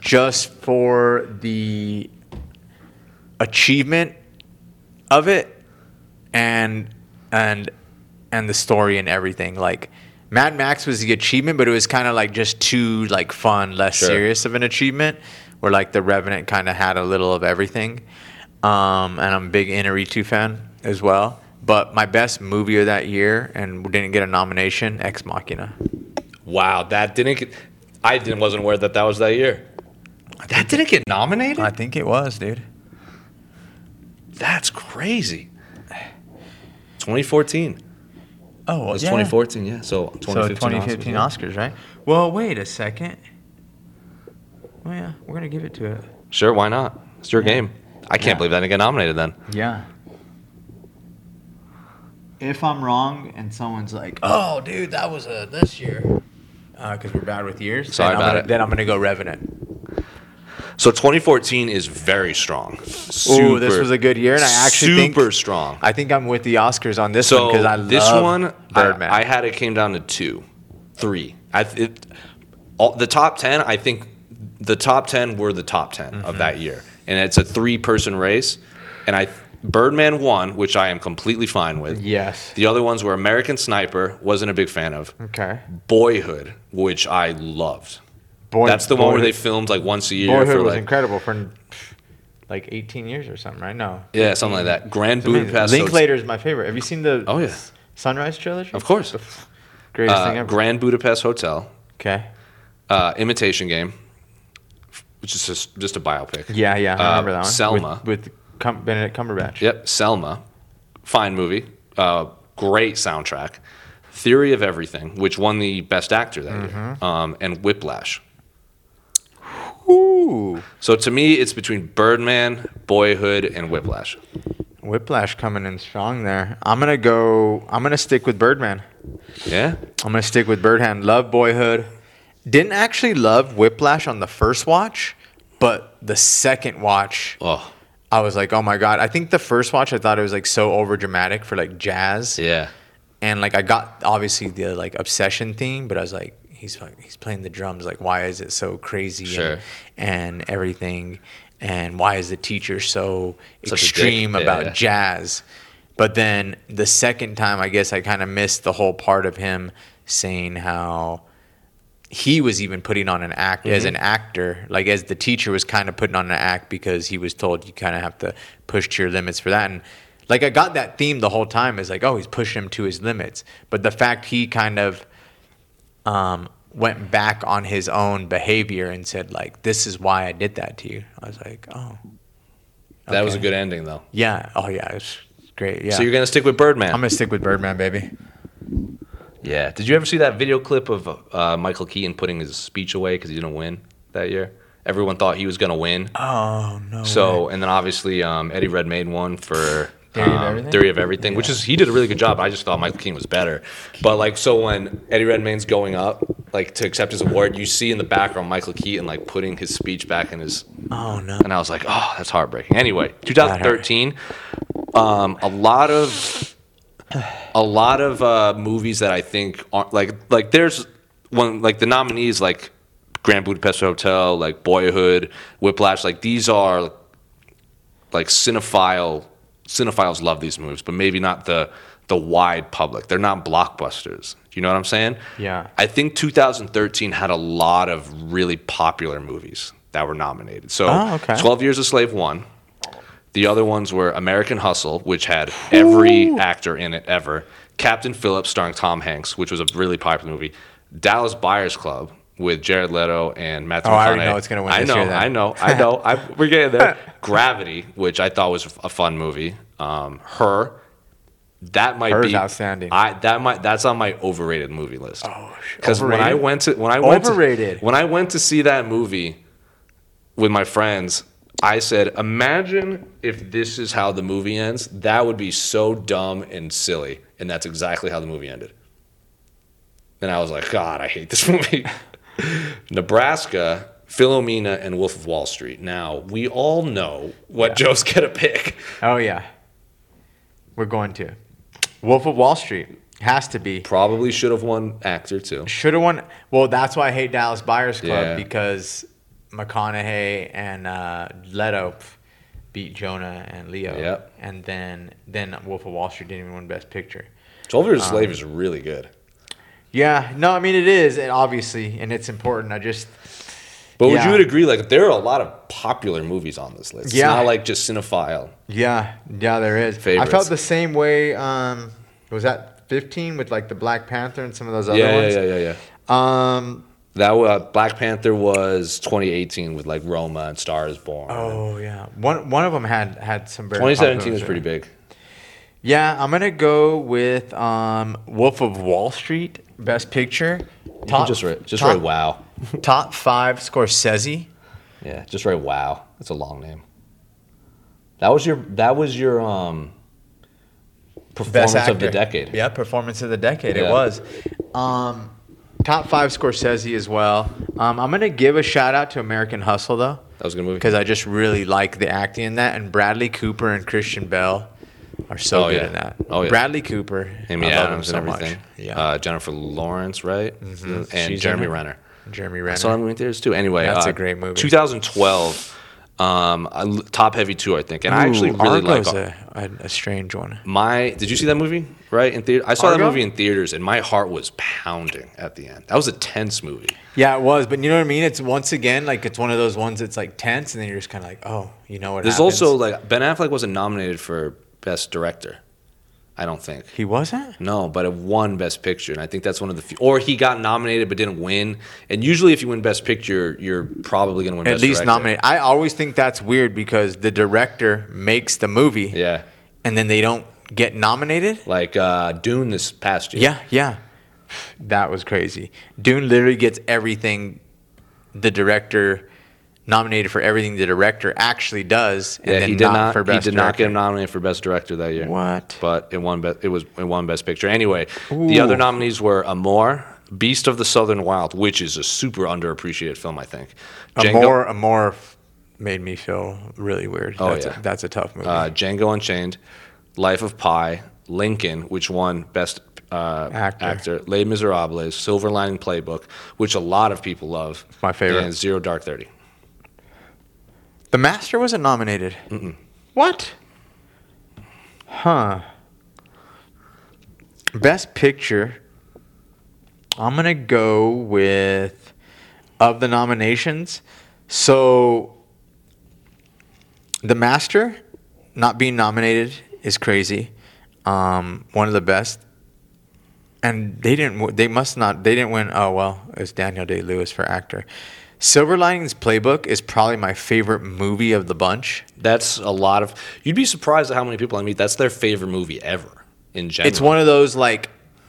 just for the achievement of it and and and the story and everything like Mad Max was the achievement but it was kind of like just too like fun less
Sure.
serious of an achievement where like the Revenant kind of had a little of everything um, and I'm a big Inarritu fan as well but my best movie of that year and didn't get a nomination Ex Machina
Wow, that didn't get. I didn't wasn't aware that that was that year. That didn't get nominated.
I think it was dude
That's crazy. 2014.
oh
It was 2014. Yeah. So 2015.
so 2015
Oscars,
Oscars, right? Well, wait a second. Oh yeah, we're gonna give it to it.
yeah. Sure. Why not? It's your game. I can't believe that didn't get nominated then.
Yeah. If I'm wrong and someone's like, "Oh, dude, that was uh, this year," because we're bad with years,
Sorry
then I'm
about
gonna,
it.
Then I'm gonna go Revenant.
So 2014 is very strong. Super,
Ooh, this was a good year, and I actually think-
super strong.
I think I'm with the Oscars on this
So
one because I
this
love
one,
Birdman.
I, I had it came down to two, three. I th- it, all, the top ten, I think, the top ten were the top 10 of
Mm-hmm.
that year, and it's a three-person race. And I, Birdman won, which I am completely fine with.
yes.
The other ones were American Sniper, wasn't a big fan of.
Okay.
Boyhood, which I loved.
Boy,
That's the one where they
Boyhood-
filmed like once a year.
Boyhood
for,
was
like,
incredible for like 18 years or something, right? No.
Yeah, something like that. Grand
Amazing.
Budapest. Hotel-
Linklater is my favorite. Have you seen the?
Oh, yeah.
S- Sunrise trilogy.
Of course.
The f- greatest
uh,
thing ever.
Grand Budapest Hotel.
okay.
uh, Imitation Game, which is just, just a biopic.
Yeah, yeah, I
Uh,
remember that one.
Selma.
with, with Cum- Benedict Cumberbatch.
Yep, Selma, fine movie, uh, great soundtrack. Theory of Everything, which won the Best Actor that year,
Mm-hmm.
um, and Whiplash.
Ooh,
So to me, it's between Birdman, Boyhood, and Whiplash.
Whiplash coming in strong there. I'm gonna go. I'm gonna stick with Birdman.
Yeah,
I'm gonna stick with Birdhand. Love Boyhood. Didn't actually love Whiplash on the first watch, but the second watch,
oh
I was like, oh my god. I think the first watch, I thought it was like so over dramatic for like jazz.
yeah,
and like I got obviously the like obsession theme, but I was like, he's fuck- he's playing the drums. Like, why is it so crazy?
Sure.
And, and everything, and why is the teacher so
Such a dick.
extreme
Yeah,
about
yeah.
jazz? But then the second time, I guess I kind of missed the whole part of him saying how he was even putting on an act as
Mm-hmm.
an actor, like as the teacher was kind of putting on an act because he was told you kind of have to push to your limits for that. And Like I got that theme the whole time is like, oh, he's pushing him to his limits. But the fact he kind of um, went back on his own behavior and said like, this is why I did that to you. I was like, oh,
That was a
Okay.
good ending though.
yeah, oh yeah, it's great. Yeah,
So you're gonna stick with Birdman.
I'm gonna stick with Birdman, baby.
yeah. Did you ever see that video clip of uh, Michael Keaton putting his speech away because he didn't win that year? Everyone thought he was gonna win.
Oh no.
so and then obviously um, Eddie Redmayne won for.
Theory of
um,
Everything?
Theory of Everything, which is he did a really good job. I just thought Michael Keaton was better, but like so when Eddie Redmayne's going up like to accept his award, you see in the background Michael Keaton like putting his speech back in his
oh no.
and I was like, oh, that's heartbreaking. Anyway, 2013, um, a lot of a lot of uh, movies that I think aren't like like there's one like the nominees like Grand Budapest Hotel, like Boyhood, Whiplash, like these are like cinephile cinephiles love these movies, but maybe not the the wide public. They're not blockbusters. You know what I'm saying?
Yeah.
I think 2013 had a lot of really popular movies that were nominated. So
Oh, okay.
12 Years a Slave won. The other ones were American Hustle, which had every actor in it ever. Captain Phillips, starring Tom Hanks, which was a really popular movie. Dallas Buyers Club with Jared Leto and Matthew
Oh,
McConaughey.
I already know it's gonna win
I
this
know,
year then.
I know, I know. I, we're getting
(laughs)
there. Gravity, which I thought was a fun movie. Um, Her, that might
Her is
be
outstanding.
I that might that's on my overrated movie list. Oh,
sh-
because when I
overrated?
went to when I went to-
Overrated.
when I went to see that movie with my friends, I said, "Imagine if this is how the movie ends. That would be so dumb and silly." And that's exactly how the movie ended. And I was like, "God, I hate this (laughs) movie." Nebraska, Philomena, and Wolf of Wall Street. Now we all know what Joe's gonna pick.
Oh yeah. We're going to. Wolf of Wall Street has to be.
Probably should have won actor too.
Should have won. Well, that's why I hate Dallas Buyers Club
Yeah.
because McConaughey and uh, Leto pff, beat Jonah and Leo.
Yep.
And then then Wolf of Wall Street didn't even win Best Picture.
Twelve Years a
Um,
Slave is really good.
Yeah. No, I mean it is, and obviously, and it's important. I just
But
Yeah.
would you agree? Like there are a lot of popular movies on this list.
Yeah.
It's not like just cinephile.
Yeah, yeah, there is. I
Favorites.
felt the same way. Um, was that 15 with like the Black Panther and some of those other
Yeah, yeah,
ones?
yeah, yeah, yeah.
Um,
That uh, Black Panther was 2018 with like Roma and Star Is Born.
oh yeah, one one of them had had some. very
2017
popular
was pretty
ones.
big.
Yeah, I'm gonna go with um, Wolf of Wall Street, Best Picture.
You just write, just
top,
write wow.
Top five Scorsese.
Yeah, just write wow. That's a long name. That was your that was your um performance of the
actor.
decade.
Yeah, performance of the decade.
Yeah.
It was. Um, top five Scorsese as well. Um, I'm gonna give a shout out to American Hustle though.
That was a good movie.
because I just really like the acting in that. And Bradley Cooper and Christian Bell are so
Oh,
good
yeah.
in that.
Oh, yeah.
Bradley Cooper,
Amy
I love
Adams
him so
and
much.
everything.
Yeah, Mm-hmm.
Uh, Jennifer Lawrence, right? And
She's in
Jeremy
it.
Renner.
Jeremy Renner.
I saw that movie in theaters too. Anyway,
That's
uh,
a great movie.
2012, um, I l- Top Heavy two, I think, and I actually
Ooh,
really like.
Argo's a, a, a strange one.
my, did you see that movie? Right in theater, I saw that
Argo?
movie in theaters, and my heart was pounding at the end. That was a tense movie.
Yeah, it was, but you know what I mean. It's once again like it's one of those ones that's like tense, and then you're just kind of like, oh, you know what?
There's
happens.
also like Ben Affleck wasn't nominated for Best Director, I don't think.
he wasn't.
No, but it won Best Picture, and I think that's one of the few. Or he got nominated but didn't win. And usually, if you win Best Picture, you're probably going to win.
At
Best
least
Director.
nominated. I always think that's weird because the director makes the movie,
Yeah,
and then they don't get nominated.
like uh, Dune this past year.
Yeah, yeah. That was crazy. Dune literally gets everything the director nominated for everything the director actually does, and
yeah,
then
he did not.
not, for best
he did not get
director.
nominated for best director that year.
What?
But it won. Be- it was it won best picture. Anyway, the other nominees were Amor, Beast of the Southern Wild, which is a super underappreciated film, I think. Django,
Amor, Amor f- made me feel really weird.
Oh,
that's,
yeah.
a, that's a tough movie.
uh, Django Unchained, Life of Pi, Lincoln, which won best. Uh,
Actor.
Les Miserables, Silver Lining Playbook, which a lot of people love.
My favorite.
And Zero Dark Thirty.
the Master wasn't nominated. What? Huh. Best picture. I'm gonna go with of the nominations. So The Master not being nominated is crazy. Um, one of the best. And they didn't. w- They must not. They didn't win. Oh well, it was Daniel Day Lewis for actor. Silver Linings Playbook is probably my favorite movie of the bunch.
That's a lot of. You'd be surprised at how many people I meet. That's their favorite movie ever. In general,
It's one of those like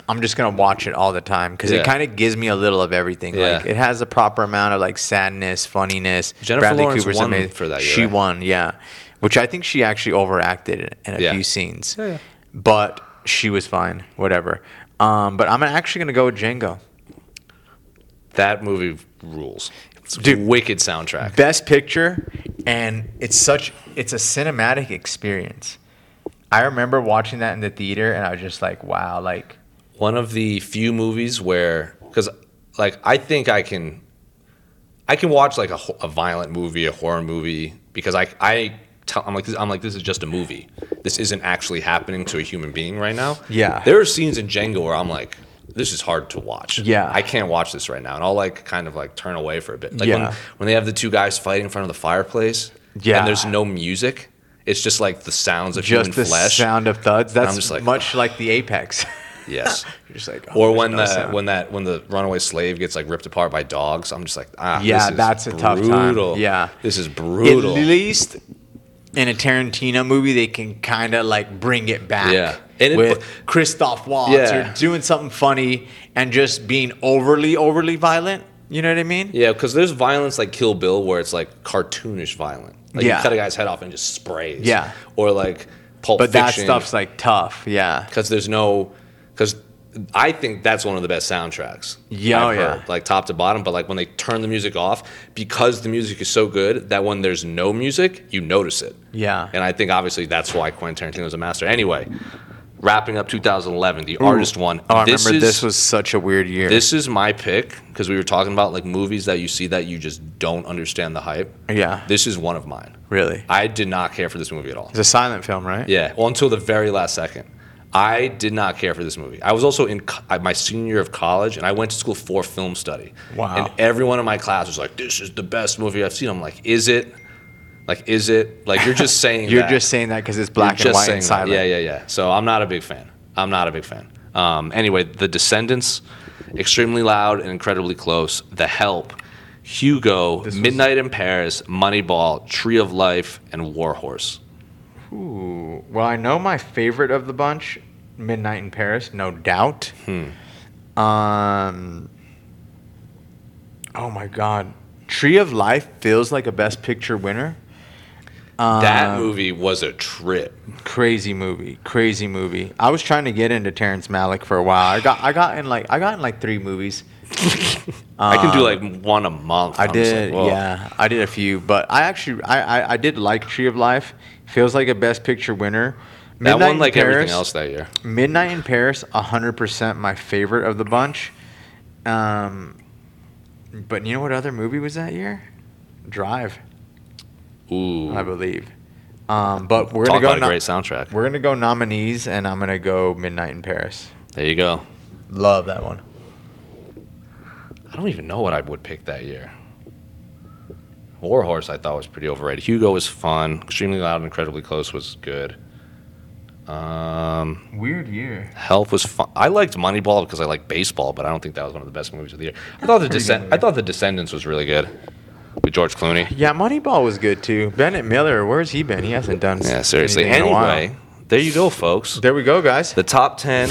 I'm just gonna watch it all the time because
Yeah.
it kind of gives me a little of everything. Like
Yeah.
it has the proper amount of like sadness, funniness.
Jennifer Lawrence won for that year,
She
right?
won, yeah. Which I think she actually overacted in a
Yeah.
few scenes.
yeah.
But she was fine, whatever. Um, but I'm actually gonna go with Django.
that movie rules. It's a
Dude.
wicked soundtrack.
Best picture, and it's such it's a cinematic experience. I remember watching that in the theater, and I was just like, wow, like
one of the few movies where because like i think i can i can watch like a, ho- a violent movie a horror movie because i i tell i'm like this, i'm like this is just a movie this isn't actually happening to a human being right now
Yeah.
there are scenes in django where i'm like this is hard to watch
Yeah.
i can't watch this right now and i'll like kind of like turn away for a bit like
Yeah.
when, when they have the two guys fighting in front of the fireplace
Yeah.
and there's no music it's just like the sounds of
just the
human flesh
sound of thuds. That's
just like,
much like the apex. (laughs)
yes
You're just like, oh,
or
there's
when
no
the
sound.
when that when the runaway slave gets like ripped apart by dogs, I'm just like, ah,
Yeah,
this is
that's a tough time.
brutal.
Yeah.
this is brutal.
at least in a Tarantino movie, they can kind of like bring it back.
Yeah. And it-
with Christoph Waltz
Yeah.
or doing something funny and just being overly overly violent. You know what I mean?
yeah, because there's violence like Kill Bill where it's like cartoonish violent. Like
Yeah.
you cut a guy's head off and just sprays.
Yeah.
or like Pulp
But that
Fiction.
stuff's like tough. Yeah.
because there's no because I think that's one of the best soundtracks.
Yeah,
I've
oh, yeah.
heard, like top to bottom. But like when they turn the music off, because the music is so good that when there's no music, you notice it.
Yeah.
and I think obviously that's why Quentin Tarantino is a master. Anyway, wrapping up 2011, the artist one.
Oh, I remember this was such a weird year.
this is my pick because we were talking about like movies that you see that you just don't understand the hype.
Yeah.
this is one of mine.
really.
I did not care for this movie at all.
It's a silent film, right?
Yeah, well, until the very last second. I did not care for this movie. I was also in co- I- my senior year of college, and I went to school for film study.
Wow.
And everyone in my class was like, "This is the best movie I've seen." I'm like, "Is it? Like, is it? Like, you're just saying
(laughs) You're
that.
just saying that because it's black and
just
white
saying
and
that.
silent.
Yeah, yeah, yeah. So I'm not a big fan. I'm not a big fan. Um, anyway, The Descendants, extremely loud and incredibly close. The Help, Hugo, Midnight in Paris, Moneyball, Tree of Life, and Warhorse.
Well, I know my favorite of the bunch, Midnight in Paris, no doubt.
Hmm.
Um. Oh my God, Tree of Life feels like a Best Picture winner.
that movie was a trip.
Crazy movie, crazy movie. I was trying to get into Terrence Malick for a while. I got, I got in like, I got in like three movies.
I can do like one a month.
I
I'm just like,
did,
whoa.
yeah, I did a few, but I actually, I, I, I did like Tree of Life. Feels like a Best Picture winner.
That
Midnight
won
in
like everything
Paris-
else that year.
Midnight in Paris, 100% my favorite of the bunch. Um, but you know what other movie was that year? Drive,
Ooh,
I believe. Um, but we're
Hmm. talk
gonna go.
about a
no-
great soundtrack.
we're gonna go nominees, and I'm gonna go Midnight in Paris.
There you go.
Love that one.
I don't even know what I would pick that year. Warhorse, I thought was pretty overrated. Hugo was fun. Extremely loud and incredibly close was good. Um,
Weird year.
Help was fun. I liked Moneyball because I like baseball, but I don't think that was one of the best movies of the year. I thought the Descend- I thought the Descendants was really good with George Clooney.
Yeah, Moneyball was good too. Bennett Miller, where's he been? He hasn't done.
Yeah, seriously.
anything in a while.
Anyway, there you go, folks.
there we go, guys.
The top ten,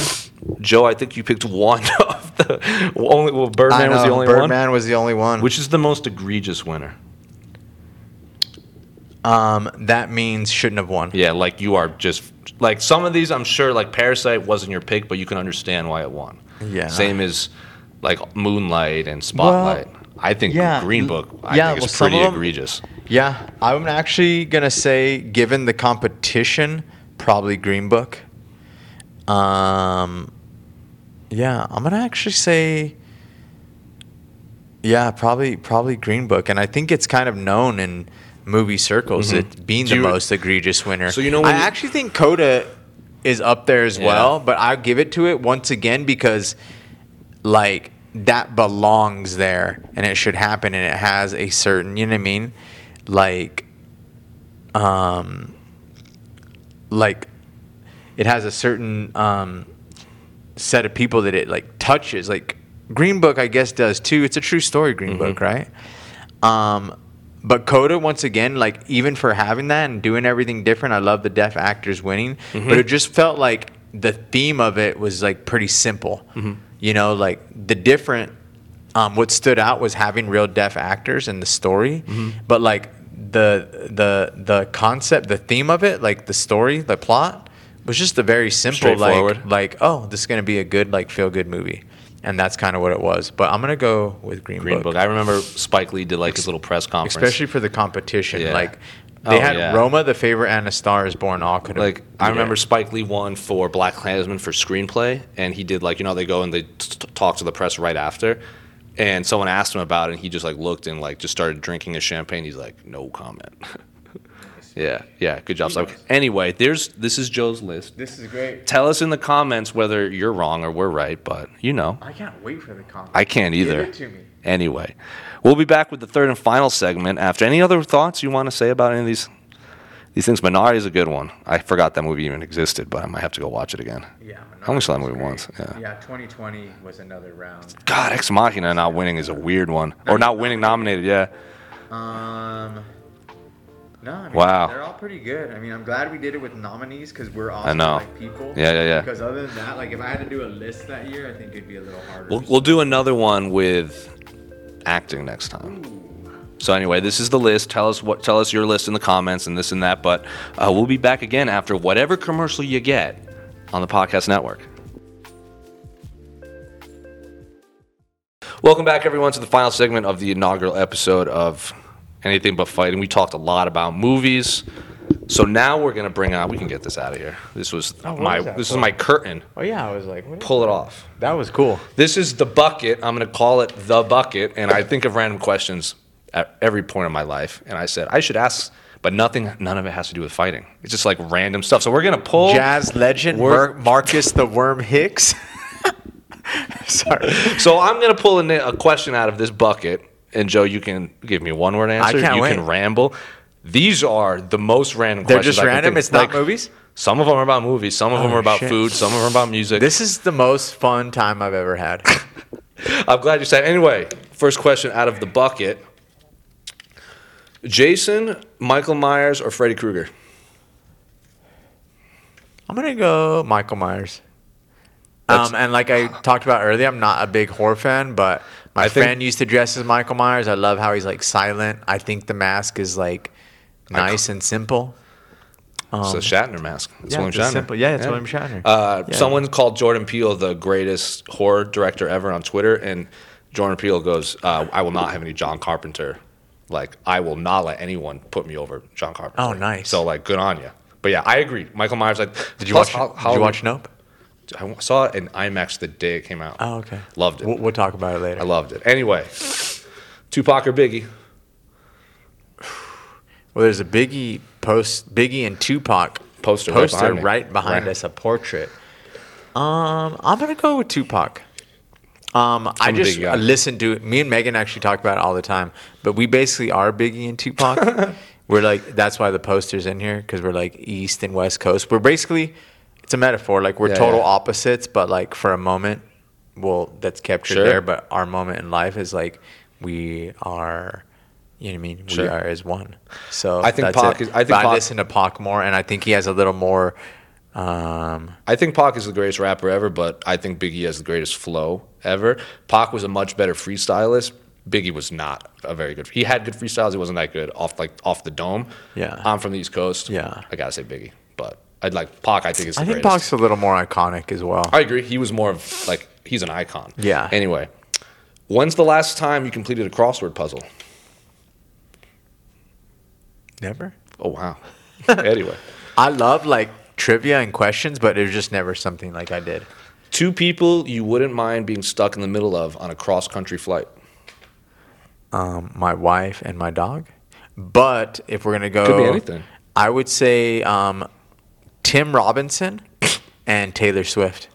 Joe. I think you picked one (laughs) of the only. Well,
I
Birdman was the
know,
only one,
Birdman was the only one.
which is the most egregious winner.
um, that means shouldn't have won.
Yeah, like you are just like some of these. I'm sure like Parasite wasn't your pick, but you can understand why it won.
Yeah.
Same as like Moonlight and Spotlight. I think
yeah.
Green Book. I
Yeah,
think
well,
is
some
pretty
of 'em-
egregious.
Yeah, I'm actually gonna say, given the competition, probably Green Book. Um, yeah, I'm gonna actually say, yeah, probably probably Green Book, and I think it's kind of known in movie circles it being
Do
the
you-
most egregious winner.
So you know
I
when-
actually think Coda is up there as
Yeah.
well, but I'll give it to it once again because like that belongs there and it should happen and it has a certain you know what I mean like um like it has a certain um, set of people that it like touches. Like Green Book, I guess, does too. It's a true story, Green Book, right? Um, but Coda, once again, like even for having that and doing everything different, I love the deaf actors winning. But it just felt like the theme of it was like pretty simple. You know, like the different. Um, what stood out was having real deaf actors in the story, but like the the the concept, the theme of it, like the story, the plot, was just a very simple
Straightforward.
like like oh, this is gonna be a good like feel good movie, and that's kind of what it was. But I'm gonna go with Green,
Green
Book
Book. I remember Spike Lee did like his little press conference.
especially for the competition.
Yeah.
Like they
Oh,
had
yeah.
Roma, the favorite, and A Star Is Born. All could have
like I remember Spike Lee won for Black Klansman for screenplay, and he did like you know they go and they t- t- talk to the press right after, and someone asked him about it, and he just like looked and like just started drinking his champagne. He's like, no comment. (laughs) yeah, yeah, good job. Spike. anyway, there's this is Joe's list.
This is great.
Tell us in the comments whether you're wrong or we're right, but you know.
I can't wait for the comment.
I can't either.
it to me.
Anyway, we'll be back with the third and final segment after. Any other thoughts you want to say about any of these these things? Minari is a good one. I forgot that movie even existed, but I might have to go watch it again.
yeah,
I only saw that movie once. Yeah.
2020 was another round.
God, Ex Machina not winning is a weird one. Or not winning nominated, yeah.
Um, no, I mean,
Wow.
they're all pretty good. I mean, I'm glad we did it with nominees because we're
I
awesome
know.
like people.
Yeah, yeah, yeah.
Because other than that, like if I had to do a list that year, I think it'd be a little harder.
We'll, we'll do another one with acting next time. So anyway, this is the list. Tell us what tell us your list in the comments and this and that. But uh, we'll be back again after whatever commercial you get on the podcast network. Welcome back, everyone, to the final segment of the inaugural episode of Anything But Fighting. We talked a lot about movies, so now we're gonna bring out. We can get this out of here. This was
what
my
Oh, is that
this is
for?
my curtain.
oh yeah, I was like, what is-
Pull it off.
that was cool.
This is the bucket. I'm going to call it the bucket. And I think of random questions at every point in my life. And I said, I should ask, but nothing, none of it has to do with fighting. It's just like random stuff. So we're going to pull.
Jazz legend
Wor-
Mar- Marcus the
(laughs)
Worm Hicks. Sorry.
So I'm going to pull a, na- a question out of this bucket. And Joe, you can give me one word answer.
can't
you
wait.
can ramble. These are the most random
They're
questions.
just
I can
random?
think-
It's not movies?
Some of them are about movies. Some of them
Oh,
are about
shit.
food. Some of them are about music.
This is the most fun time I've
(laughs)
ever had.
I'm glad you said. Anyway, first question out of the bucket: Jason, Michael Myers, or Freddy Krueger?
I'm gonna go Michael Myers. Um, and like I talked about earlier, I'm not a big horror fan, but my
I think-
friend used to dress as Michael Myers. I love how he's like silent. I think the mask is like nice and simple.
it's a Shatner mask. It's
Um, yeah,
William
it's
Shatner.
simple. Yeah, it's William Shatner.
Uh,
Yeah.
Someone called Jordan Peele the greatest horror director ever on Twitter, and Jordan Peele goes, uh, "I will not have any John Carpenter. Like, I will not let anyone put me over John Carpenter."
Oh, nice.
So, like, good on you. But yeah, I agree. Michael Myers. Like,
Did you
plus
watch?
Hall-
did you
Halloween-
watch Nope?
I saw it in IMAX the day it came out.
Oh, okay.
Loved it.
We'll, we'll talk about it later.
I loved it. Anyway, Tupac or Biggie?
well, there's a Biggie post, Biggie and Tupac
Poster right
poster
behind me.
right, behind
Right.
us, a portrait. Um, I'm gonna go with Tupac. Um, I
I'm a
just
Biggie guy.
listen to me and Megan actually talk about it all the time, but we basically are Biggie
(laughs)
and Tupac. we're like that's why the posters in here because we're like East and West Coast. We're basically it's a metaphor, like we're
Yeah,
total
yeah.
opposites, but like for a moment, well, that's captured
Sure.
there. But our moment in life is like we are. You know what I mean? We
Sure.
are as one. So
I think
that's
Pac
it.
is- I think
But
Pac-
listen to Pac more, and I think he has a little more. Um,
I think Pac is the greatest rapper ever, but I think Biggie has the greatest flow ever. Pac was a much better freestylist. Biggie was not a very good. He had good freestyles. He wasn't that good off like off the dome.
Yeah.
I'm from the East Coast.
Yeah.
I gotta say Biggie, but I'd like Pac. I think is the
I think
greatest.
Pac's a little more iconic as well.
I agree. He was more of like he's an icon.
Yeah.
Anyway, when's the last time you completed a crossword puzzle?
Never.
Oh wow. (laughs) anyway.
I love like trivia and questions, but it was just never something like I did.
Two people you wouldn't mind being stuck in the middle of on a cross country flight.
Um, my wife and my dog. But if we're gonna go,
Could be anything.
I would say um, Tim Robinson and Taylor Swift.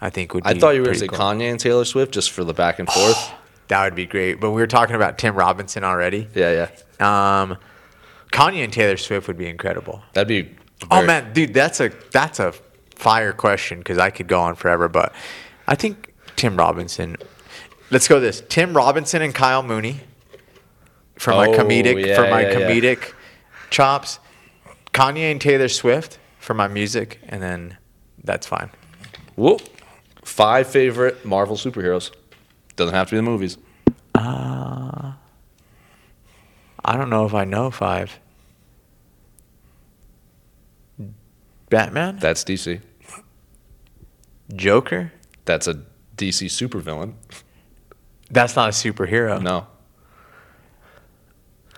I think would. Be
I thought you were going to
pretty
say
cool.
Kanye and Taylor Swift just for the back and
(sighs)
forth.
That would be great. But we were talking about Tim Robinson already.
yeah, yeah.
Um, Kanye and Taylor Swift would be incredible.
That'd be.
Oh
very-
man, dude, that's a that's a fire question because I could go on forever, but I think Tim Robinson. Let's go this: Tim Robinson and Kyle Mooney for my
Oh,
comedic
yeah,
for my
yeah, yeah.
comedic chops. Kanye and Taylor Swift for my music, and then that's fine.
Whoop. Five favorite Marvel superheroes. Doesn't have to be the movies.
I don't know if I know five. Batman,
That's DC.
Joker.
That's a DC supervillain.
That's not a superhero.
No.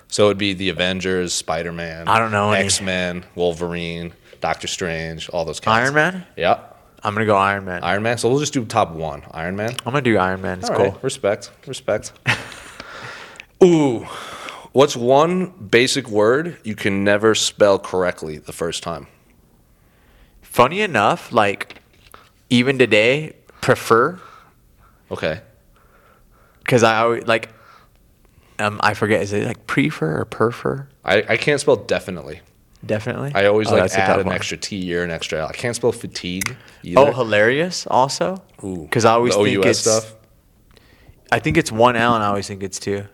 So it'd be the Avengers, Spider Man,
I don't know any.
X Men, Wolverine, Doctor Strange, all those kinds.
Iron Man.
Yeah.
I'm gonna go Iron Man.
Iron Man. So we'll just do top one. Iron Man.
I'm gonna do Iron Man. It's
All
cool.
right. Respect. Respect. (laughs) Ooh. What's one basic word you can never spell correctly the first time?
Funny enough, like even today, prefer
Okay.
because I always like um I forget is it like prefer or perfer?
I, I can't spell definitely.
Definitely.
I always
Oh,
like
that's a
add
tough
an
one.
extra T or an extra L. I can't spell fatigue either.
Oh, hilarious also.
Ooh.
Because I always
The
think
OUS
it's I think it's one L and I always think it's two.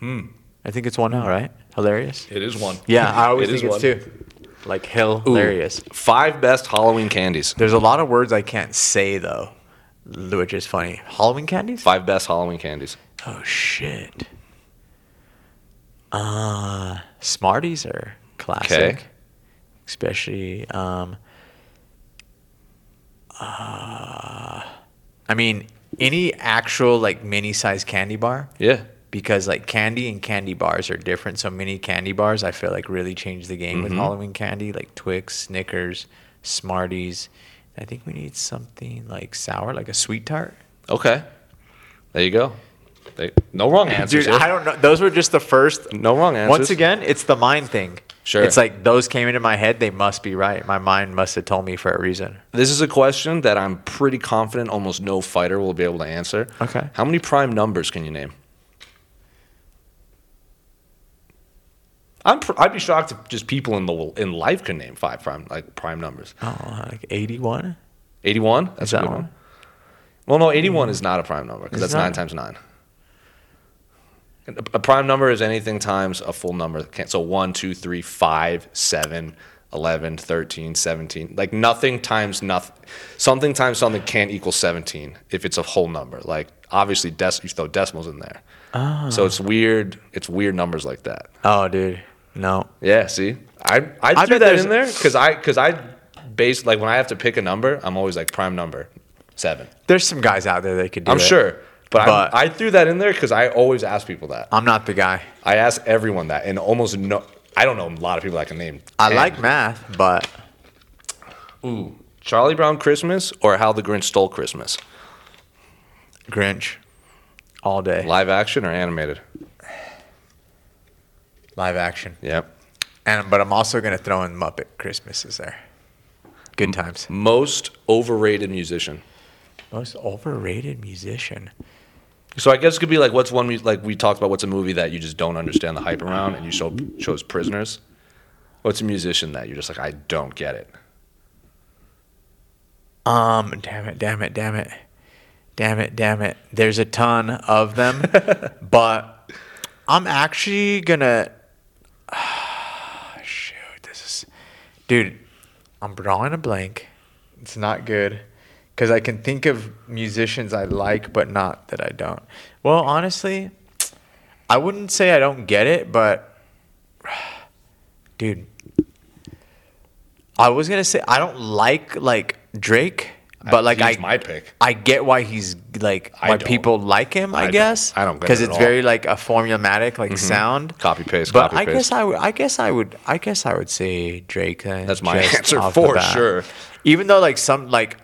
Hmm. I think it's one L, right? Hilarious.
It is one.
Yeah, I always
It is
think it's
one.
two. Like hilarious.
Five best Halloween candies.
There's a lot of words I can't say though, which is funny. Halloween candies.
Five best Halloween candies.
Oh shit. Uh Smarties are classic.
'Kay.
Especially um uh, uh, I mean any actual like mini size candy bar
Yeah.
because like candy and candy bars are different. So mini candy bars I feel like really changed the game with Halloween candy like Twix, Snickers, Smarties. I think we need something like sour, like a sweet tart.
Okay. There you go. They, no
(laughs)
wrong answers.
Dude,
here.
I don't know. Those were just the first.
No wrong answers.
Once again, it's the mind thing.
Sure.
It's like those came into my head. They must be right. My mind must have told me for a reason.
This is a question that I'm pretty confident almost no fighter will be able to answer.
Okay.
How many prime numbers can you name? I'm pr- I'd be shocked if just people in the wo- in life could name five prime like prime numbers.
Oh, like 81?
81? That's
Is
a
that
good one.
one?
Well, no, 81 is not a prime number because
It's
that's
not?
9 times 9. A a prime number is anything times a full number. Can't- So 1, 2, 3, 5, 7, 11, 13, 17. Like nothing times nothing. Something times something can't equal 17 if it's a whole number. Like obviously dec- you throw decimals in there. So it's weird. It's weird numbers like that.
Oh, dude. No.
Yeah, see, I I,
I
threw that
bet there's-
in there because I because I base like when I have to pick a number, I'm always like prime number seven.
There's some guys out there that could do
I'm
it.
sure, but,
But-
I, I threw that in there because I always ask people that.
I'm not the guy.
I ask everyone that, and almost no, I don't know a lot of people that can name.
I
10.
like math, but
Ooh, Charlie Brown Christmas or How the Grinch Stole Christmas,
Grinch all day.
live action or animated?
Live action.
Yep.
And But I'm also going to throw in Muppet Christmases there. Good times.
Most overrated musician.
Most overrated musician.
So I guess it could be like what's one mu- like we talked about what's a movie that you just don't understand the hype around and you show, chose Prisoners. What's a musician that you're just like I don't get it.
Um, damn it, damn it, damn it, damn it, damn it. There's a ton of (laughs) them, but I'm actually gonna. (sighs) shoot, this is, dude. I'm drawing a blank. It's not good because I can think of musicians I like, but not that I don't. Well, honestly, I wouldn't say I don't get it, but (sighs) dude, I was gonna say I don't like like Drake, but like
he's
I
my pick.
I get why he's like
I
why
don't.
people like him. I,
I
guess
don't. I don't get
because
it at
it's
all. Mm-hmm.
very like a formulaic like sound.
Copy, paste,
But
copy,
I
paste.
guess I would. I guess I would. I guess I would say Drake. then,
That's my
just
answer
off the
for
bat.
sure.
Even though like some like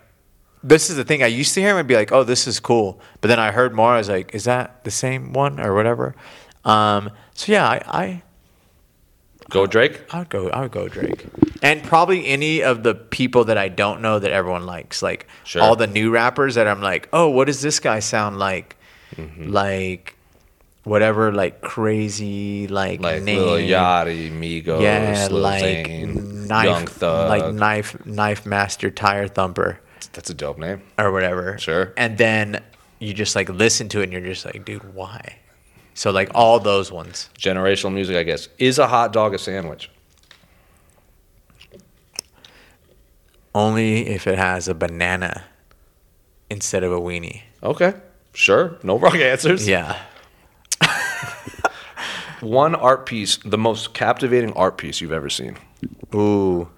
this is the thing I used to hear him and be like, oh, this is cool. But then I heard more. I was like, is that the same one or whatever? Um, so yeah, I, I
Go Drake.
I would go. I would go Drake, and probably any of the people that I don't know that everyone likes, like
Sure.
all the new rappers that I'm like, oh, what does this guy sound like?
Mm-hmm.
Like whatever, like crazy, like,
Like
name.
Lil Yachty, Migos,
yeah,
Lil
like
Zane.
knife,
Young Thug.
like knife, knife master, tire thumper,
That's a dope name.
or whatever.
Sure.
And then you just like listen to it, and you're just like, dude, why? So like all those ones.
Generational music, I guess. Is a hot dog a sandwich?
Only if it has a banana instead of a weenie.
Okay. Sure. No (laughs) wrong answers.
Yeah.
One art piece, the most captivating art piece you've ever seen.
Ooh.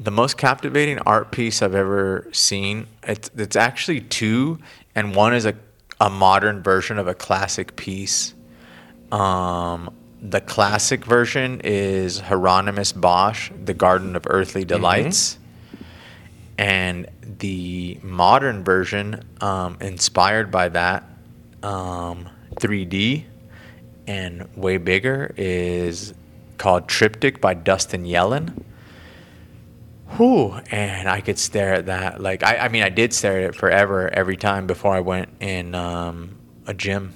The most captivating art piece I've ever seen. It's, it's actually two, and one is a, a modern version of a classic piece. Um, the classic version is Hieronymus Bosch, The Garden of Earthly Delights. And the modern version, um, inspired by that, um, 3D and way bigger, is called Triptych by Dustin Yellen. Whew, and I could stare at that. Like, I, I mean, I did stare at it forever every time before I went in um, a gym.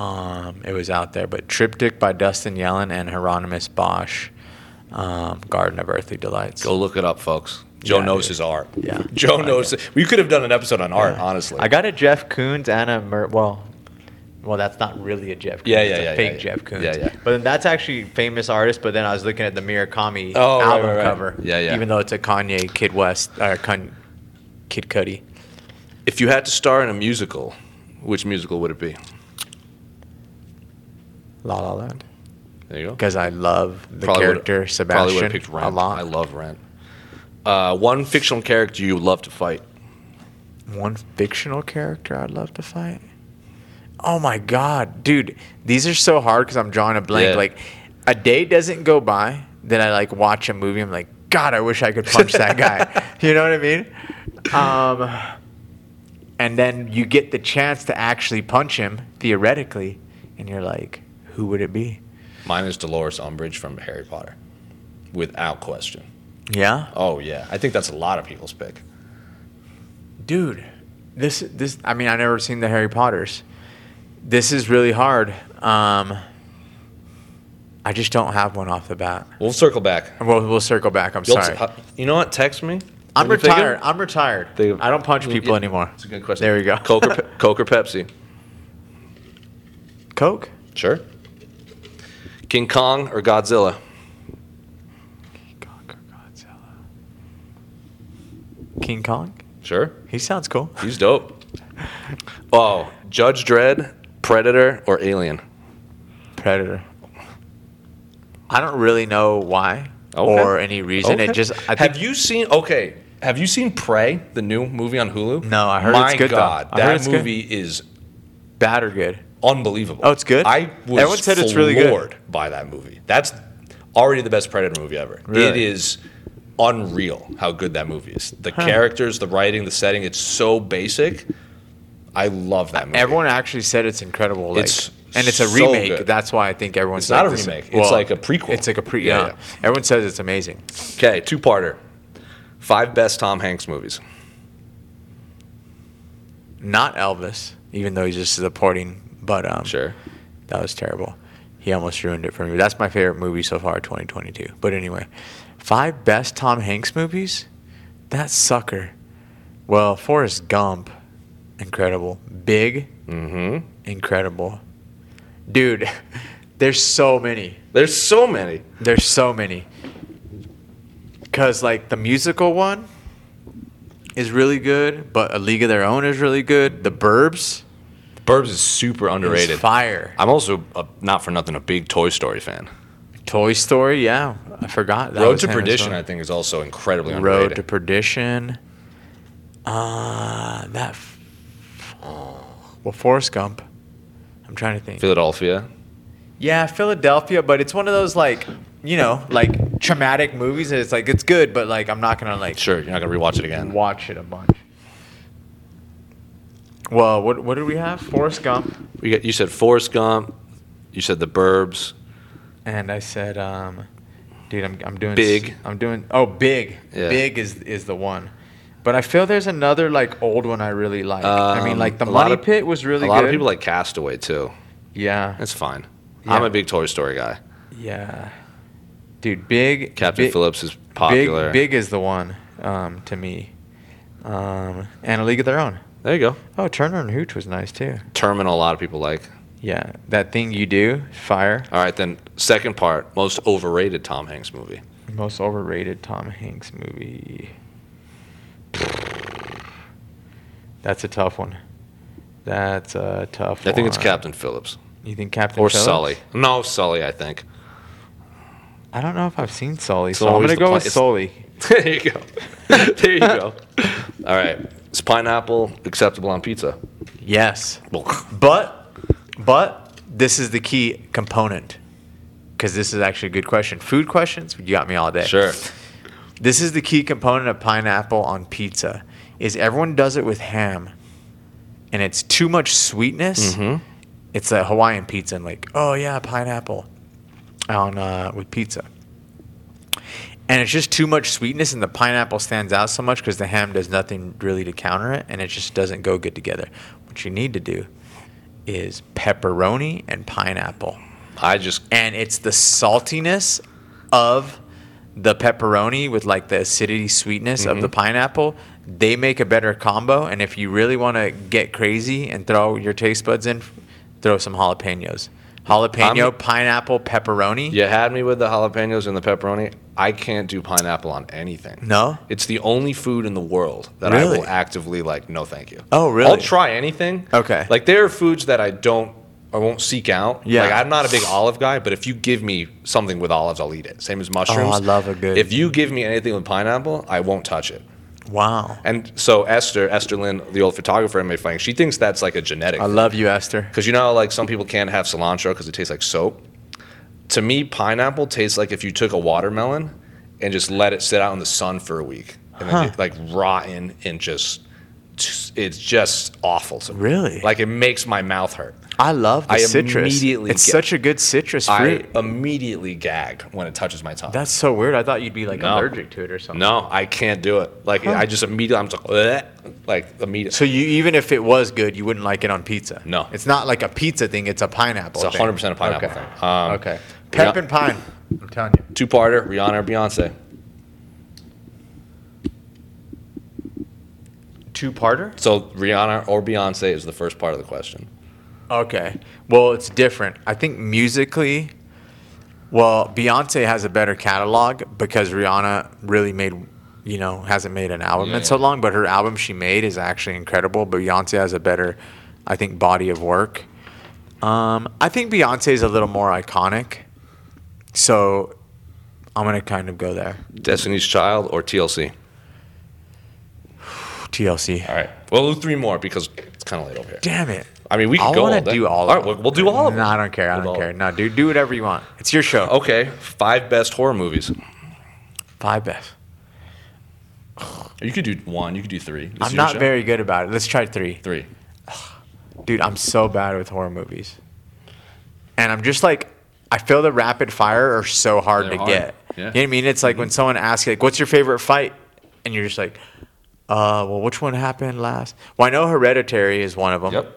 Um, it was out there, but Triptych by Dustin Yellen and Hieronymus Bosch, um, Garden of Earthly Delights.
Go look it up, folks. Joe
Yeah,
knows
dude.
his art.
Yeah.
Joe knows. We could have done an episode on art, (laughs) honestly.
I got a Jeff Koons and a Mer- well, well that's not really a Jeff. Koons.
Yeah, yeah,
it's a
yeah,
fake
yeah, yeah.
Jeff Koons.
Yeah, yeah.
But then that's actually famous artist. But then I was looking at the Murakami
Oh, right,
album
right, right.
cover.
Yeah, yeah.
Even though it's a Kanye Kid West or Con- Kid Cudi.
if you had to star in a musical, which musical would it be?
La La Land.
There you go.
Because I love the
would've- probably
character
would've
Sebastian
picked Rent.
a lot.
I love Rent. Uh, one fictional character you would love to fight.
one fictional character I'd love to fight. Oh my god, dude, these are so hard because I'm drawing a blank.
Yeah.
Like, a day doesn't go by that I like watch a movie. I'm like, God, I wish I could punch that guy. You know what I mean? Um, and then you get the chance to actually punch him theoretically, and you're like, who would it be?
Mine is Dolores Umbridge from Harry Potter, without question.
Yeah,
Oh yeah, I think that's a lot of people's pick.
dude. This this. I mean, I never seen the Harry Potters. This is really hard. Um, I just don't have one off the bat.
We'll circle back.
We'll, we'll circle back. I'm
You'll- uh,
sorry.
you know what? Text me.
I'm
When you think of-
retired. I'm retired.
Think of-
I don't punch
Yeah,
people anymore.
That's a good question.
There we go.
Coke or, Pe- Coke or Pepsi?
(laughs) Coke.
Sure. King Kong or Godzilla?
Coke or Godzilla. King Kong.
Sure.
He sounds cool.
He's dope. Oh, Judge Dredd, Predator, or Alien?
Predator. I don't really know why
Okay.
or any reason.
Okay.
It just I think
have you seen? Okay, have you seen Prey, the new movie on Hulu?
No, I heard
My
it's good, though.
God,
I heard
that
it's good.
movie is
bad or good.
unbelievable.
Oh, it's good?
I was
Everyone said it's really good.
floored by that movie. That's already the best Predator movie ever. It
Really?
is unreal how good that movie is. The characters, the writing, the setting. It's so basic. I love that movie.
Everyone actually said it's incredible. Like,
It's
and it's a
so
remake.
good.
That's why I think everyone's
It's not
like,
a
this-
remake. It's like a prequel.
It's like a pre.
Yeah,
Yeah,
yeah.
Everyone says it's amazing.
Okay, two parter. Five best Tom Hanks movies.
Not Elvis, even though he's just supporting. But um,
Sure.
that was terrible. He almost ruined it for me. That's my favorite movie so far, 2022. But anyway, five best Tom Hanks movies. That sucker. Well, Forrest Gump, incredible. Big, mm-hmm. incredible. Dude, (laughs) there's so many.
There's so many.
There's so many. Cause like the musical one is really good, but A League of Their Own is really good. The Burbs
Burbs is super underrated.
is fire.
I'm also a, not for nothing a big Toy Story fan.
Toy Story, yeah, I forgot. That
Road
was
to
him as
Perdition,
well.
I think, is also incredibly underrated.
Road to Perdition. Uh that. F- well, Forrest Gump. I'm trying to think.
Philadelphia.
Yeah, Philadelphia, but it's one of those like you know like traumatic movies. And it's like it's good, but like I'm not gonna like
Sure, you're not gonna rewatch it again.
watch it a bunch. Well, what what do we have? Forrest Gump,
We got, you said Forrest Gump. You said The Burbs.
and I said, um, dude, I'm I'm doing
Big.
I'm doing oh big,
Yeah.
big is is the one. But I feel there's another like old one I really like. I mean,
Um,
like
a
the
lot
Money
of-
Pit was really
a lot
good.
of people like Castaway too.
yeah,
That's fine.
Yeah.
I'm a big Toy Story guy.
yeah. dude, big
Captain
Big-
Phillips is popular.
Big, big is the one um, to me. Um, and a league of their own.
There you go.
Oh, Turner and Hooch was nice too.
Terminal. A lot of people like.
Yeah, that thing you do, fire.
All right, then second part, most overrated Tom Hanks movie.
Most overrated Tom Hanks movie. That's a tough one. That's a tough.
I think it's
one.
Captain Phillips
You think Captain
or
Phillips?
Sully. No, Sully. I think. (laughs)
I don't know if I've seen Sully,
It's
so I'm
always the
gonna go
pla-
with
it's-
Sully.
there you go. (laughs) there you go. All right. Is pineapple acceptable on pizza?
Yes,
Well, (laughs)
but but this is the key component because this is actually a good question. Food questions, you got me all day.
sure.
This is the key component of pineapple on pizza. Is everyone does it with ham, and it's too much sweetness. It's a Hawaiian pizza, and like, oh yeah, pineapple on uh, with pizza, and it's just too much sweetness, and the pineapple stands out so much because the ham does nothing really to counter it, and it just doesn't go good together. What you need to do is pepperoni and pineapple
I just
and it's the saltiness of the pepperoni with like the acidity sweetness of the
Mm-hmm.
pineapple they make a better combo and if you really want to get crazy and throw your taste buds in throw some jalapenos jalapeno
I'm-
pineapple pepperoni
you had me with the jalapenos and the pepperoni. I can't do pineapple on anything.
No?
It's the only food in the world that I
Really?
will actively like. No, thank you.
Oh, really?
I'll try anything.
Okay.
Like there are foods that I don't. I won't seek out.
Yeah.
Like I'm not a big olive guy, but if you give me something with olives, I'll eat it. Same as mushrooms.
Oh, love a good-
If you give me anything with pineapple, I won't touch it.
wow
And so Esther, Esther Lynn, the old photographer I'm fighting, she thinks that's like a genetic.
i love you esther
Because you know, how, like some people can't have cilantro because it tastes like soap. To me, pineapple tastes like if you took a watermelon and just let it sit out in the sun for a week, and then it, like rotten and just, just- it's just awful. To me.
Really?
Like it makes my mouth hurt.
i love the
I
citrus
immediately
it's
get-
such a good citrus fruit
I immediately gag when it touches my tongue.
that's so weird i thought you'd be like
No.
allergic to it or something
no, I can't do it. Like I just immediately, I'm just like, like immediately.
so you even if it was good you wouldn't like it on pizza
No.
it's not like a pizza thing it's a pineapple
It's
thing.
100% a pineapple
Okay.
thing. Um,
okay.
Pep
Pep
and
and Pine. I'm telling you.
Two parter, Rihanna or Beyonce?
Two parter?
So Rihanna or Beyonce is the first part of the question.
Okay. Well, it's different. I think musically, well, Beyonce has a better catalog because Rihanna really made, you know, hasn't made an album in so
yeah.
long, but her album she made is actually incredible. But Beyonce has a better, I think, body of work. Um, I think Beyonce is a little more iconic. So I'm going to kind of go there.
Destiny's Child or TLC?
TLC.
All right. Well, we'll do three more because it's kind of late over here.
Damn it.
I mean, we
I
can go
wanna
all day.
do all.
All
of
right,
them.
we'll- we'll do all of
No,
them.
I don't care. I
We'll
don't
do all
care.
of Oh.
No, dude, do whatever you want. It's your show.
Okay. Five best horror movies.
Five best.
You could do one. You could do three. This is
I'm
your
not
show.
very good about it. Let's try three.
Three.
Dude, I'm so bad with horror movies, and I'm just like, I feel the rapid fire are so hard
They're
to
hard.
get.
Yeah. Mm-hmm.
You know what I mean? It's like when someone asks you, like, "What's your favorite fight?" and you're just like, "Uh, well, which one happened last?" Well, I know Hereditary is one of them.
Yep.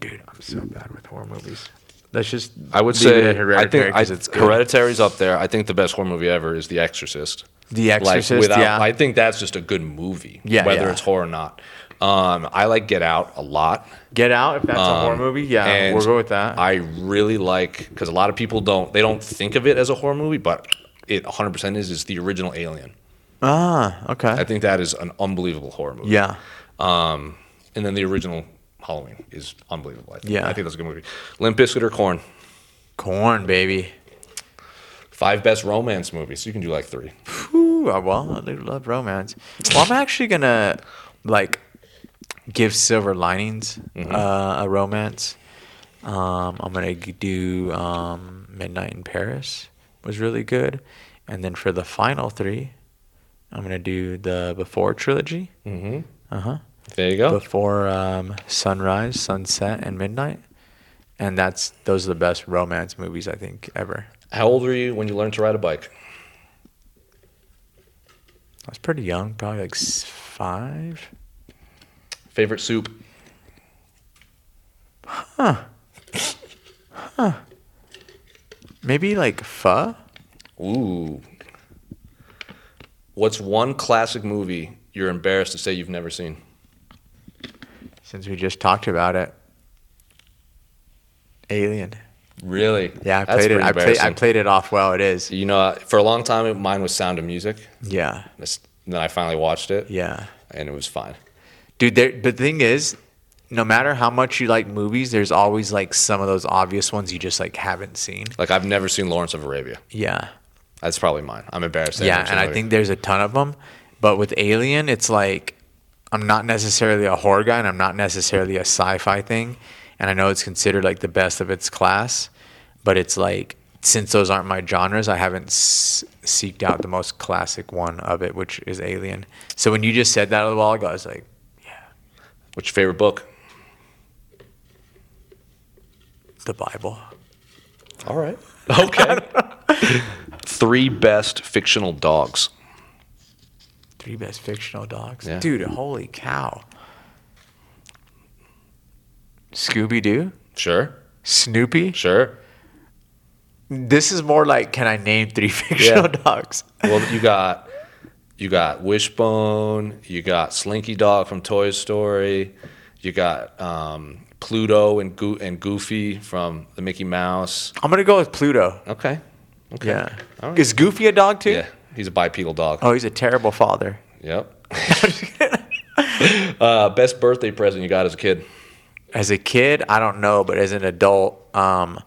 Dude, I'm so bad with horror movies. Let's just.
I would
leave it
say
at Hereditary
I think
because
I,
it's good.
Hereditary's up there. I think the best horror movie ever is The Exorcist.
The Exorcist, yeah.
I think that's just a good movie.
Yeah,
Whether
yeah.
it's horror or not. Um, I like Get Out a lot.
Get Out, if that's a horror movie, yeah,
Um, And
we'll go with that.
I really like because a lot of people don't they don't think of it as a horror movie, but it 100% is. It's the original Alien.
ah, okay.
I think that is an unbelievable horror movie.
yeah.
Um, and then the original Halloween is unbelievable. I think.
Yeah.
I think that's a good movie. Limp Bizkit or Corn.
Corn, baby.
Five best romance movies. You can do like three.
Ooh, I- well, I do love romance. Well, I'm actually gonna like give Silver Linings uh, a romance. Um, I'm gonna g- do um, Midnight in Paris was really good, and then for the final three, I'm gonna do the Before trilogy.
There you go.
before um, sunrise, sunset, and midnight, and that's those are the best romance movies I think ever.
How old were you when you learned to ride a bike?
I was pretty young, probably like s- five.
Favorite soup?
Maybe like pho?
Ooh. What's one classic movie you're embarrassed to say you've never seen?
Since we just talked about it. Alien.
Really?
Yeah, I
That's
played
pretty
it. I played, I
embarrassing.
played it off well. It is.
You know, for a long time, mine was Sound of Music.
Yeah.
That's- Then I finally watched it.
Yeah.
And it was fine.
Dude, there, but the thing is, no matter how much you like movies, there's always like some of those obvious ones you just like haven't seen.
Like, I've never seen Lawrence of Arabia.
Yeah.
That's probably mine. I'm embarrassed. that I've
Yeah,
never seen
and
that
I
movie.
think there's a ton of them. But with Alien, it's like I'm not necessarily a horror guy, and I'm not necessarily a sci-fi thing. And I know it's considered like the best of its class, but it's like since those aren't my genres, I haven't s- seeked out the most classic one of it, which is Alien. So when you just said that a little while ago, I was like,
What's your favorite book?
the Bible.
All right. Okay. (laughs) Three best fictional dogs.
Three best fictional dogs.
Yeah.
Dude, holy cow. Scooby Doo?
Sure.
Snoopy?
Sure.
This is more like can I name three (laughs) fictional dogs?
Well, you got you got Wishbone, you got Slinky Dog from Toy Story, you got um, Pluto and Goo and Goofy from the Mickey Mouse.
I'm gonna go with Pluto.
Okay. Okay.
Yeah.
All right.
Is Goofy a dog too?
Yeah. He's a bipedal dog.
Oh, he's a terrible father.
Yep. (laughs) uh, best birthday present you got as a kid.
As a kid, I don't know, but as an adult, um,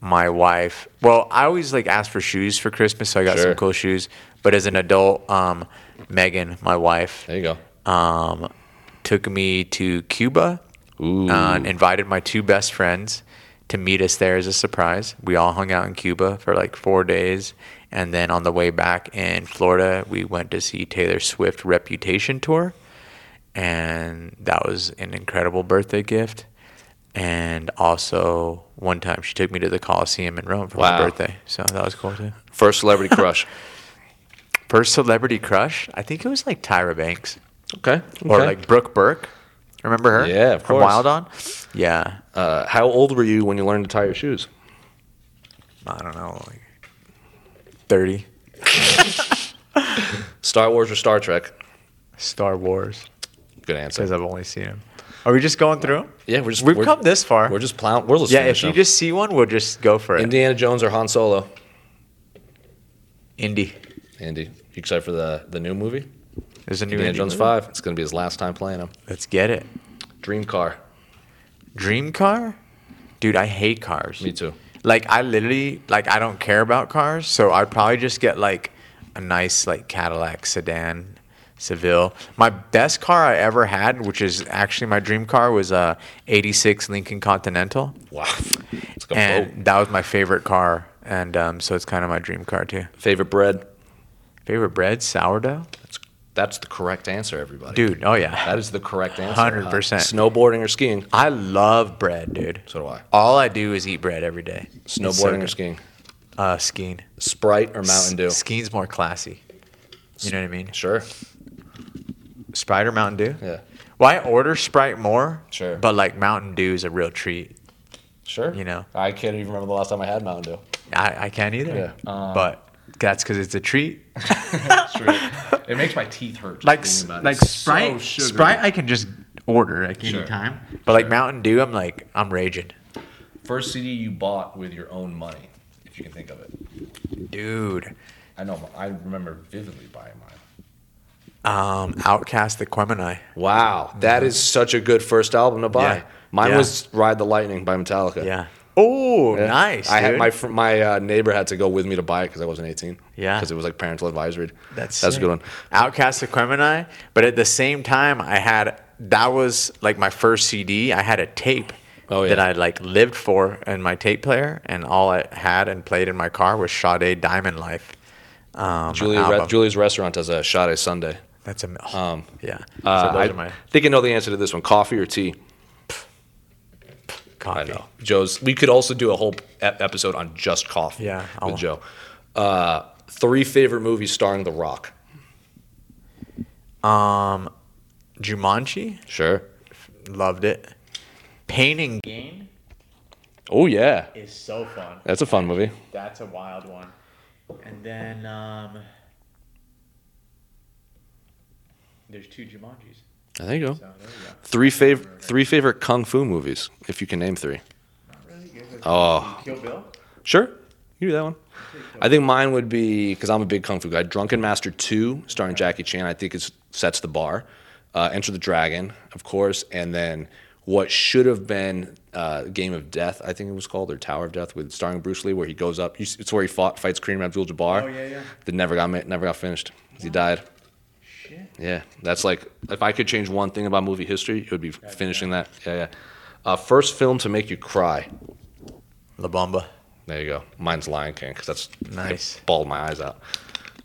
my wife. Well, I always like asked for shoes for Christmas, so I got
Sure.
some cool shoes. But as an adult, um, Megan, my wife,
There you go.
um, took me to Cuba
Ooh.
uh, and invited my two best friends to meet us there as a surprise. We all hung out in Cuba for like four days. And then on the way back in Florida, we went to see Taylor Swift Reputation Tour. And that was an incredible birthday gift. And also, one time she took me to the Coliseum in Rome for
Wow.
my birthday. So that was cool too.
First celebrity
(laughs)
crush.
First celebrity crush, I think it was like Tyra Banks.
okay.
or
okay.
like Brooke Burke. Remember her?
Yeah, of
From
course.
Wild On. Yeah,
uh, how old were you when you learned to tie your shoes?
I don't know, like thirty.
Star Wars or Star Trek?
Star Wars,
Good answer.
because I've only seen them. Are we just going through them?
Yeah, we're just
We've
we're-
come this far.
We're just plowing. We're just
yeah.
finish
If you
them.
just see one, we'll just go for it.
Indiana Jones or Han Solo.
Indy.
Andy, you excited for the the new movie?
There's a new
Indiana
Indy
Jones
movie.
Five. It's gonna be his last time playing him.
Let's get it.
Dream car.
Dream car, dude. I hate cars.
Me too.
Like I literally like I don't care about cars, so I'd probably just get like a nice like Cadillac sedan, Seville. My best car I ever had, which is actually my dream car, was a '86 Lincoln Continental,
Wow. (laughs) Oh, It's gonna
and that was my favorite car, and um, so it's kind of my dream car too.
Favorite bread.
Favorite bread, sourdough,
That's that's the correct answer, everybody.
dude. Oh yeah,
that is the correct answer.
100%.
Snowboarding or skiing?
I love bread, dude.
So do I.
All I do is eat bread every day. It's so
Snowboarding or
good.
skiing?
Uh, skiing.
Sprite or Mountain Dew?
S- Skiing's more classy. You know what I mean?
Sure.
Sprite or Mountain Dew?
Yeah.
Well, I order Sprite more.
Sure.
But like Mountain Dew is a real treat.
Sure.
You know.
I can't even remember the last time I had Mountain Dew.
I, I can't either.
Yeah.
but that's because it's a treat.
It makes my teeth hurt.
Like s- like Sprite, Sprite, I can just order at any time. But like Mountain Dew, I'm like I'm raging,
First CD you bought with your own money, if you can think of it.
dude.
I know. I remember vividly buying mine.
Um, Outcast the Quemini.
Wow, that is such a good first album to buy.
Yeah.
Mine
Yeah.
was "Ride the Lightning" by Metallica.
Yeah. Oh,
Yeah.
nice.
I had
dude.
my fr- my uh, neighbor had to go with me to buy it because I wasn't eighteen.
Yeah.
because it was like parental advisory.
That's
that's a good
sick.
one.
Outcast Aquemini, but at the same time, I had that was like my first CD. I had a tape
Oh, yeah.
that I like lived for in my tape player, and all I had and played in my car was Sade Diamond Life. Um,
Julia
album.
Re- Julie's restaurant does a Sade Sunday.
that's a
Um,
yeah.
Uh,
so
I
those are my
think I know the answer to this one: coffee or tea. I
coffee.
know Joe's. We could also do a whole e- episode on just coffee.
Yeah,
with
I'll-
Joe. Uh, three favorite movies starring The Rock.
Um, Jumanji,
Sure.
loved it. Pain and Gain.
Oh yeah,
is so fun.
that's a fun movie.
That's a wild one. And then um, there's two Jumanjis.
There you go.
So there you go.
Three fav- three favorite kung fu movies, if you can name three.
Not really good. with-
Oh.
Kill Bill.
Sure, you do that one. I think mine would be because I'm a big kung fu guy. Drunken Master Two, starring Jackie Chan, I think it sets the bar. Uh, Enter the Dragon, of course, and then what should have been uh, Game of Death, I think it was called, or Tower of Death, with starring Bruce Lee, where he goes up. you s- It's where he fought, fights Kareem Abdul-Jabbar.
Oh, yeah, yeah.
That never got ma- never got finished. He died.
Shit.
Yeah, that's like if I could change one thing about movie history, it would be finishing that. Yeah, yeah. Uh, first film to make you cry.
La Bamba.
There you go. Mine's Lion King because that's I
Nice.
bawled my eyes out.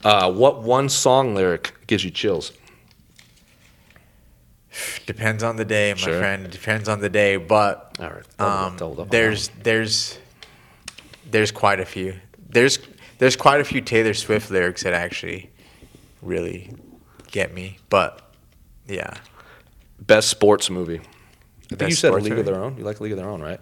Uh, what one song lyric gives you chills?
Depends on the day, my
Sure.
friend. It depends on the day, but
All right, double-
um,
doubled up on that
there's there's there's quite a few. There's there's quite a few Taylor Swift lyrics that actually really get me, but yeah,
Best sports movie. I think
Best
you said
sports
League of
movie?
Their Own. You like League of Their Own, right?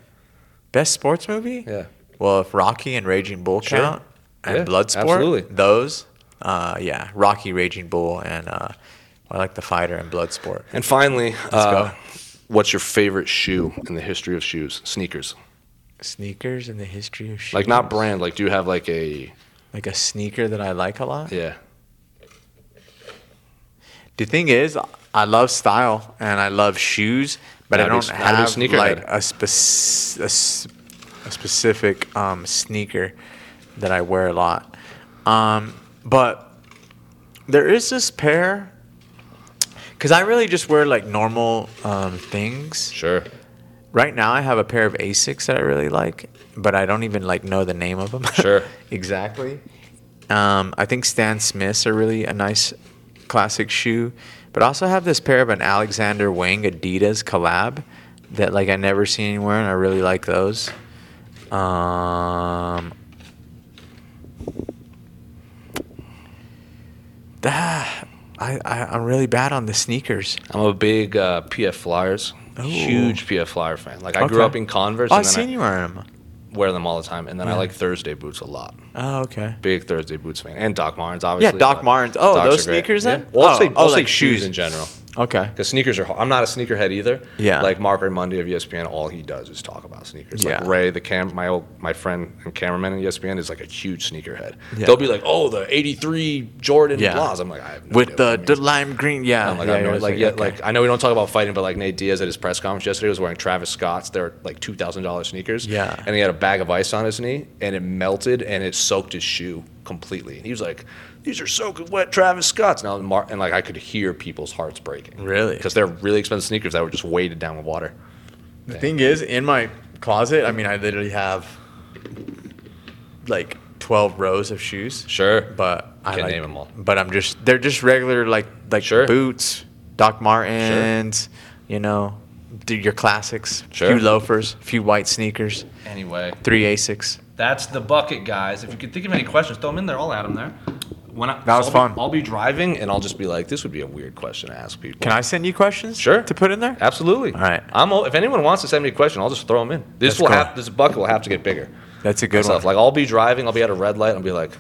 best sports movie.
Yeah.
Well, if Rocky and Raging Bull
Sure.
count and
Yeah,
Bloodsport,
absolutely.
those, uh, yeah, Rocky, Raging Bull, and uh, I like the fighter and Bloodsport.
And finally, uh,
go.
what's your favorite shoe in the history of shoes? Sneakers.
Sneakers in the history of shoes.
Like not brand. Like do you have like a
Like a sneaker that I like a lot.
yeah?
The thing is, I love style and I love shoes, but I
Gotta be-
don't
gotta be
have
sneakerhead.
like a, spec- a, s- a specific um, sneaker that I wear a lot. Um, but there is this pair because I really just wear like normal um, things.
Sure.
Right now, I have a pair of Asics that I really like, but I don't even like know the name of them.
Sure.
(laughs) exactly. Um, I think Stan Smiths are really a nice classic shoe, but I also have this pair of an Alexander Wang Adidas collab that like I never seen anywhere, and I really like those. Um, ah, I, I I'm really bad on the sneakers.
I'm a big uh, PF Flyers, huge PF Flyer fan. Like I grew
Okay.
up in Converse,
Oh,
and
I've
then
seen
I
you wearing them.
wear them all the time. And then I like Thursday boots a lot.
Oh, okay.
Big Thursday boots fan, and Doc Martens obviously.
Doc
but
Martens. Oh,
Docs
those
are great.
sneakers then?
Yeah. Well, I'll
Oh,
say,
oh,
I'll say
like
shoes
shoes.
in general.
Okay.
Because sneakers are. I'm not a sneakerhead either.
Yeah.
Like Mark Raimondi of E ESPN, all he does is talk about sneakers.
Yeah.
Like Ray, the cam, my old my friend and cameraman E at ESPN is like a huge sneakerhead.
Yeah.
They'll be like, oh, the '83 Jordan
Yeah.
blahs. I'm like, I have no
with
idea
the,
what that
the
means.
lime green. Yeah,
I'm like,
yeah,
I, have no,
yeah,
like,
it's
yeah,
okay.
like I know we don't talk about fighting, but like Nate Diaz at his press conference yesterday was wearing Travis Scott's, they're like two thousand dollars sneakers.
Yeah.
and he had a bag of ice on his knee, and it melted and it soaked his shoe completely. And he was like, "These are soaking wet, Travis Scott's." Now, Mar- and like I could hear people's hearts breaking.
Really?
because they're really expensive sneakers that were just weighted down with water.
the thing is, in my closet, I mean, I literally have like twelve rows of shoes.
Sure,
but I
Can't
like-
name 'em all.
But I'm just they're just regular like like
Sure.
boots, Doc Martens, you know, do your classics,
Sure.
few loafers, few white sneakers,
anyway,
three Asics.
That's the bucket, guys. If you could think of any questions, throw them in there. I'll add them there. When I,
That was
I'll
fun.
Be, I'll be driving, and I'll just be like, "This would be a weird question to ask people."
Can I send you questions?
Sure.
To put in there.
Absolutely. All
right.
I'm. o- If anyone wants to send me a question, I'll just throw them in. This
That's
will
cool.
have. This bucket will have to get bigger.
That's a good
Stuff
one.
like I'll be driving. I'll be at a red light. and I'll be like,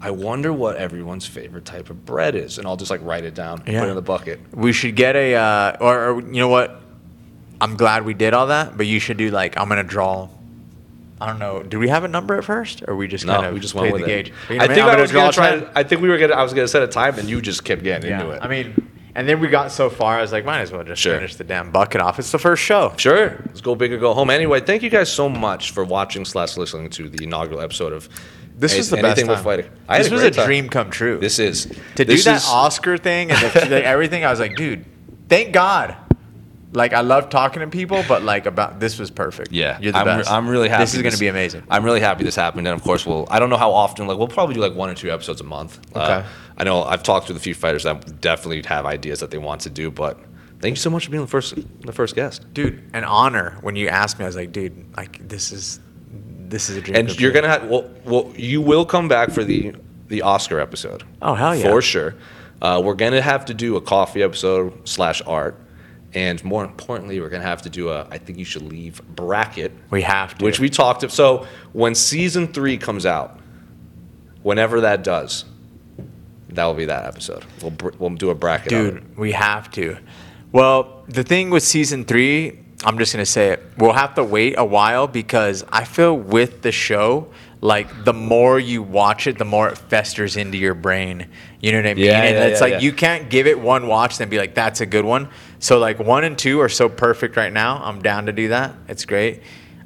I wonder what everyone's favorite type of bread is, and I'll just like write it down,
Yeah.
put it in the bucket.
We should get a, uh, or, or you know what? I'm glad we did all that, but you should do like I'm gonna draw. I don't know. Do we have a number at first, or we just
No,
kind of
we just went
played
with
the
it.
gauge? You know
I
what
think
mean? I'm
I was gonna
draw
try.
10.
I think we were gonna. I was gonna set a time, and you just kept getting
Yeah.
into it.
I mean, and then we got so far, I was like, might as well just
Sure.
finish the damn bucket off. It's the first show.
Sure. Let's go big or go home. Anyway, thank you guys so much for watching slash listening to the inaugural episode of
This
Any-
was the best
Anything
time.
With Fighting. I had
This was
great
a
time.
dream come true.
This is
to
this
do that
is-
Oscar thing and the, the- everything. I was like, dude, thank God. Like I love talking to people, but like about this was perfect.
Yeah,
you're the
I'm,
best.
I'm really happy.
This is gonna be amazing.
I'm really happy this happened, and of course, we'll. I don't know how often. Like, we'll probably do like one or two episodes a month. Uh,
Okay.
I know I've talked to a few fighters that definitely have ideas that they want to do, but thank you so much for being the first, the first guest.
dude an honor when you asked me i was like dude like this is this is a dream come
And you're
true.
gonna have. Well, well, you will come back for the the Oscar episode.
Oh, hell yeah.
For sure. Uh, we're gonna have to do a coffee episode slash art, And more importantly, we're gonna have to do a I think you should leave bracket,
We have to.
which we talked. of. So when season three comes out, whenever that does, that will be that episode. We'll br- we'll do a bracket. of it.
Dude, we have to. Well, the thing with season three, I'm just gonna say it. We'll have to wait a while because I feel with the show, like the more you watch it, the more it festers into your brain. You know what I mean?
Yeah,
and
yeah,
it's
yeah,
like
yeah.
you can't give it one watch and be like, that's a good one. So like one and two are so perfect right now. I'm down to do that. It's great.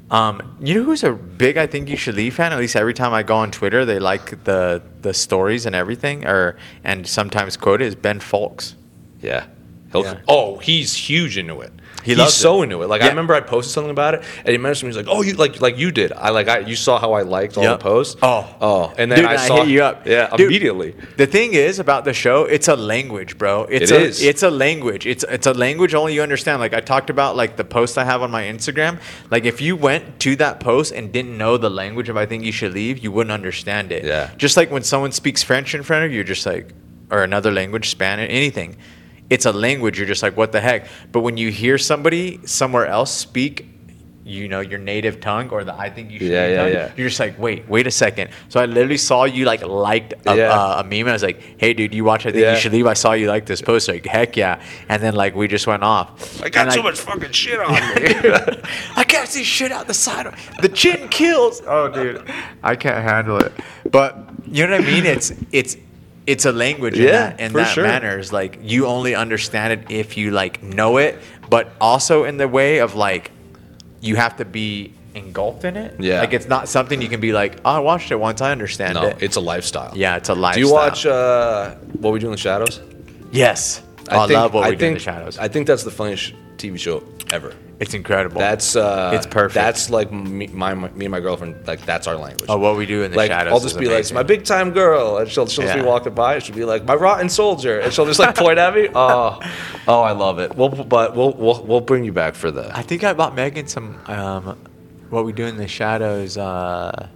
Um, you know who's a big I think you should leave fan? At least every time I go on Twitter, they like the the stories and everything, or and sometimes quote it is Ben Folks.
Yeah. He'll,
Yeah.
Oh, he's huge into it.
He
he's
loves
so
it.
into it. Like I
Yeah.
remember I posted something about it, and he mentioned me. He's like, "Oh, you like like you did. I like I you saw how I liked all
Yep.
the posts.
Oh.
oh, and then
Dude,
I, saw
hit you up.
Yeah,
Dude,
immediately.
The thing is about the show, it's a language, bro. It's
It
a,
is.
It's a language. It's it's a language only you understand. Like I talked about, like the post I have on my Instagram. Like if you went to that post and didn't know the language of I think you should leave, you wouldn't understand it.
Yeah.
Just like when someone speaks French in front of you, you're just like, or another language, Spanish, anything. It's a language. You're just like, what the heck? But when you hear somebody somewhere else speak. You know your native tongue, or the I think you should
Yeah,
leave
yeah,
tongue,
yeah.
you're just like, wait, wait a second. So I literally saw you like liked a,
Yeah.
uh, a meme, and I was like, hey, dude, you watch? I think
Yeah.
you should leave. I saw you like this post. Like, heck yeah! And then like we just went off.
I got
And,
too
like,
much fucking shit on me.
(laughs) I can't see shit out the side. of The chin kills. Oh, dude, I can't handle it. But you know what I (laughs) mean? It's it's it's a language in
Yeah,
that, in
for
that
sure.
manner. It's like you only understand it if you like know it, but also in the way of like you have to be engulfed in it.
Yeah.
like it's not something you can be like, oh, I watched it once. I understand
no,
it.
it's a lifestyle.
yeah, it's a lifestyle.
Do you watch uh, what we do in the shadows?
Yes. I, love what we do in the shadows.
I think that's the funniest TV show ever.
it's incredible.
That's uh,
It's perfect.
That's like me, my, me and my girlfriend. Like that's our language.
Oh, what we do in the
like
shadows.
I'll just
is
be like, "It's
amazing.
my big time girl," and she'll she'll just be
Yeah.
walking by, and she'll be like, "My rotten soldier," and she'll just like point at
(laughs)
me. Oh, oh, I love it. We'll, but we'll we'll we'll bring you back for the
I think I bought Megan some um, what we do in the shadows uh,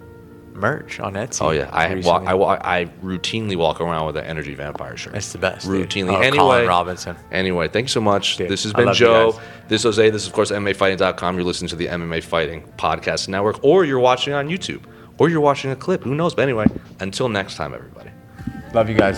merch on Etsy.
Oh yeah, I walk,
recently.
I walk, I routinely walk around with an energy vampire shirt.
That's the best, dude.
Routinely.
Oh, Colin
anyway,
Robinson.
Anyway, thanks so much.
Dude,
this has
I
been
love you
Joe.
guys.
This is Jose. This is of course MMAfighting.com. You're listening to the MMA Fighting Podcast Network, or you're watching on YouTube, or you're watching a clip. Who knows? But anyway, until next time, everybody.
love you guys.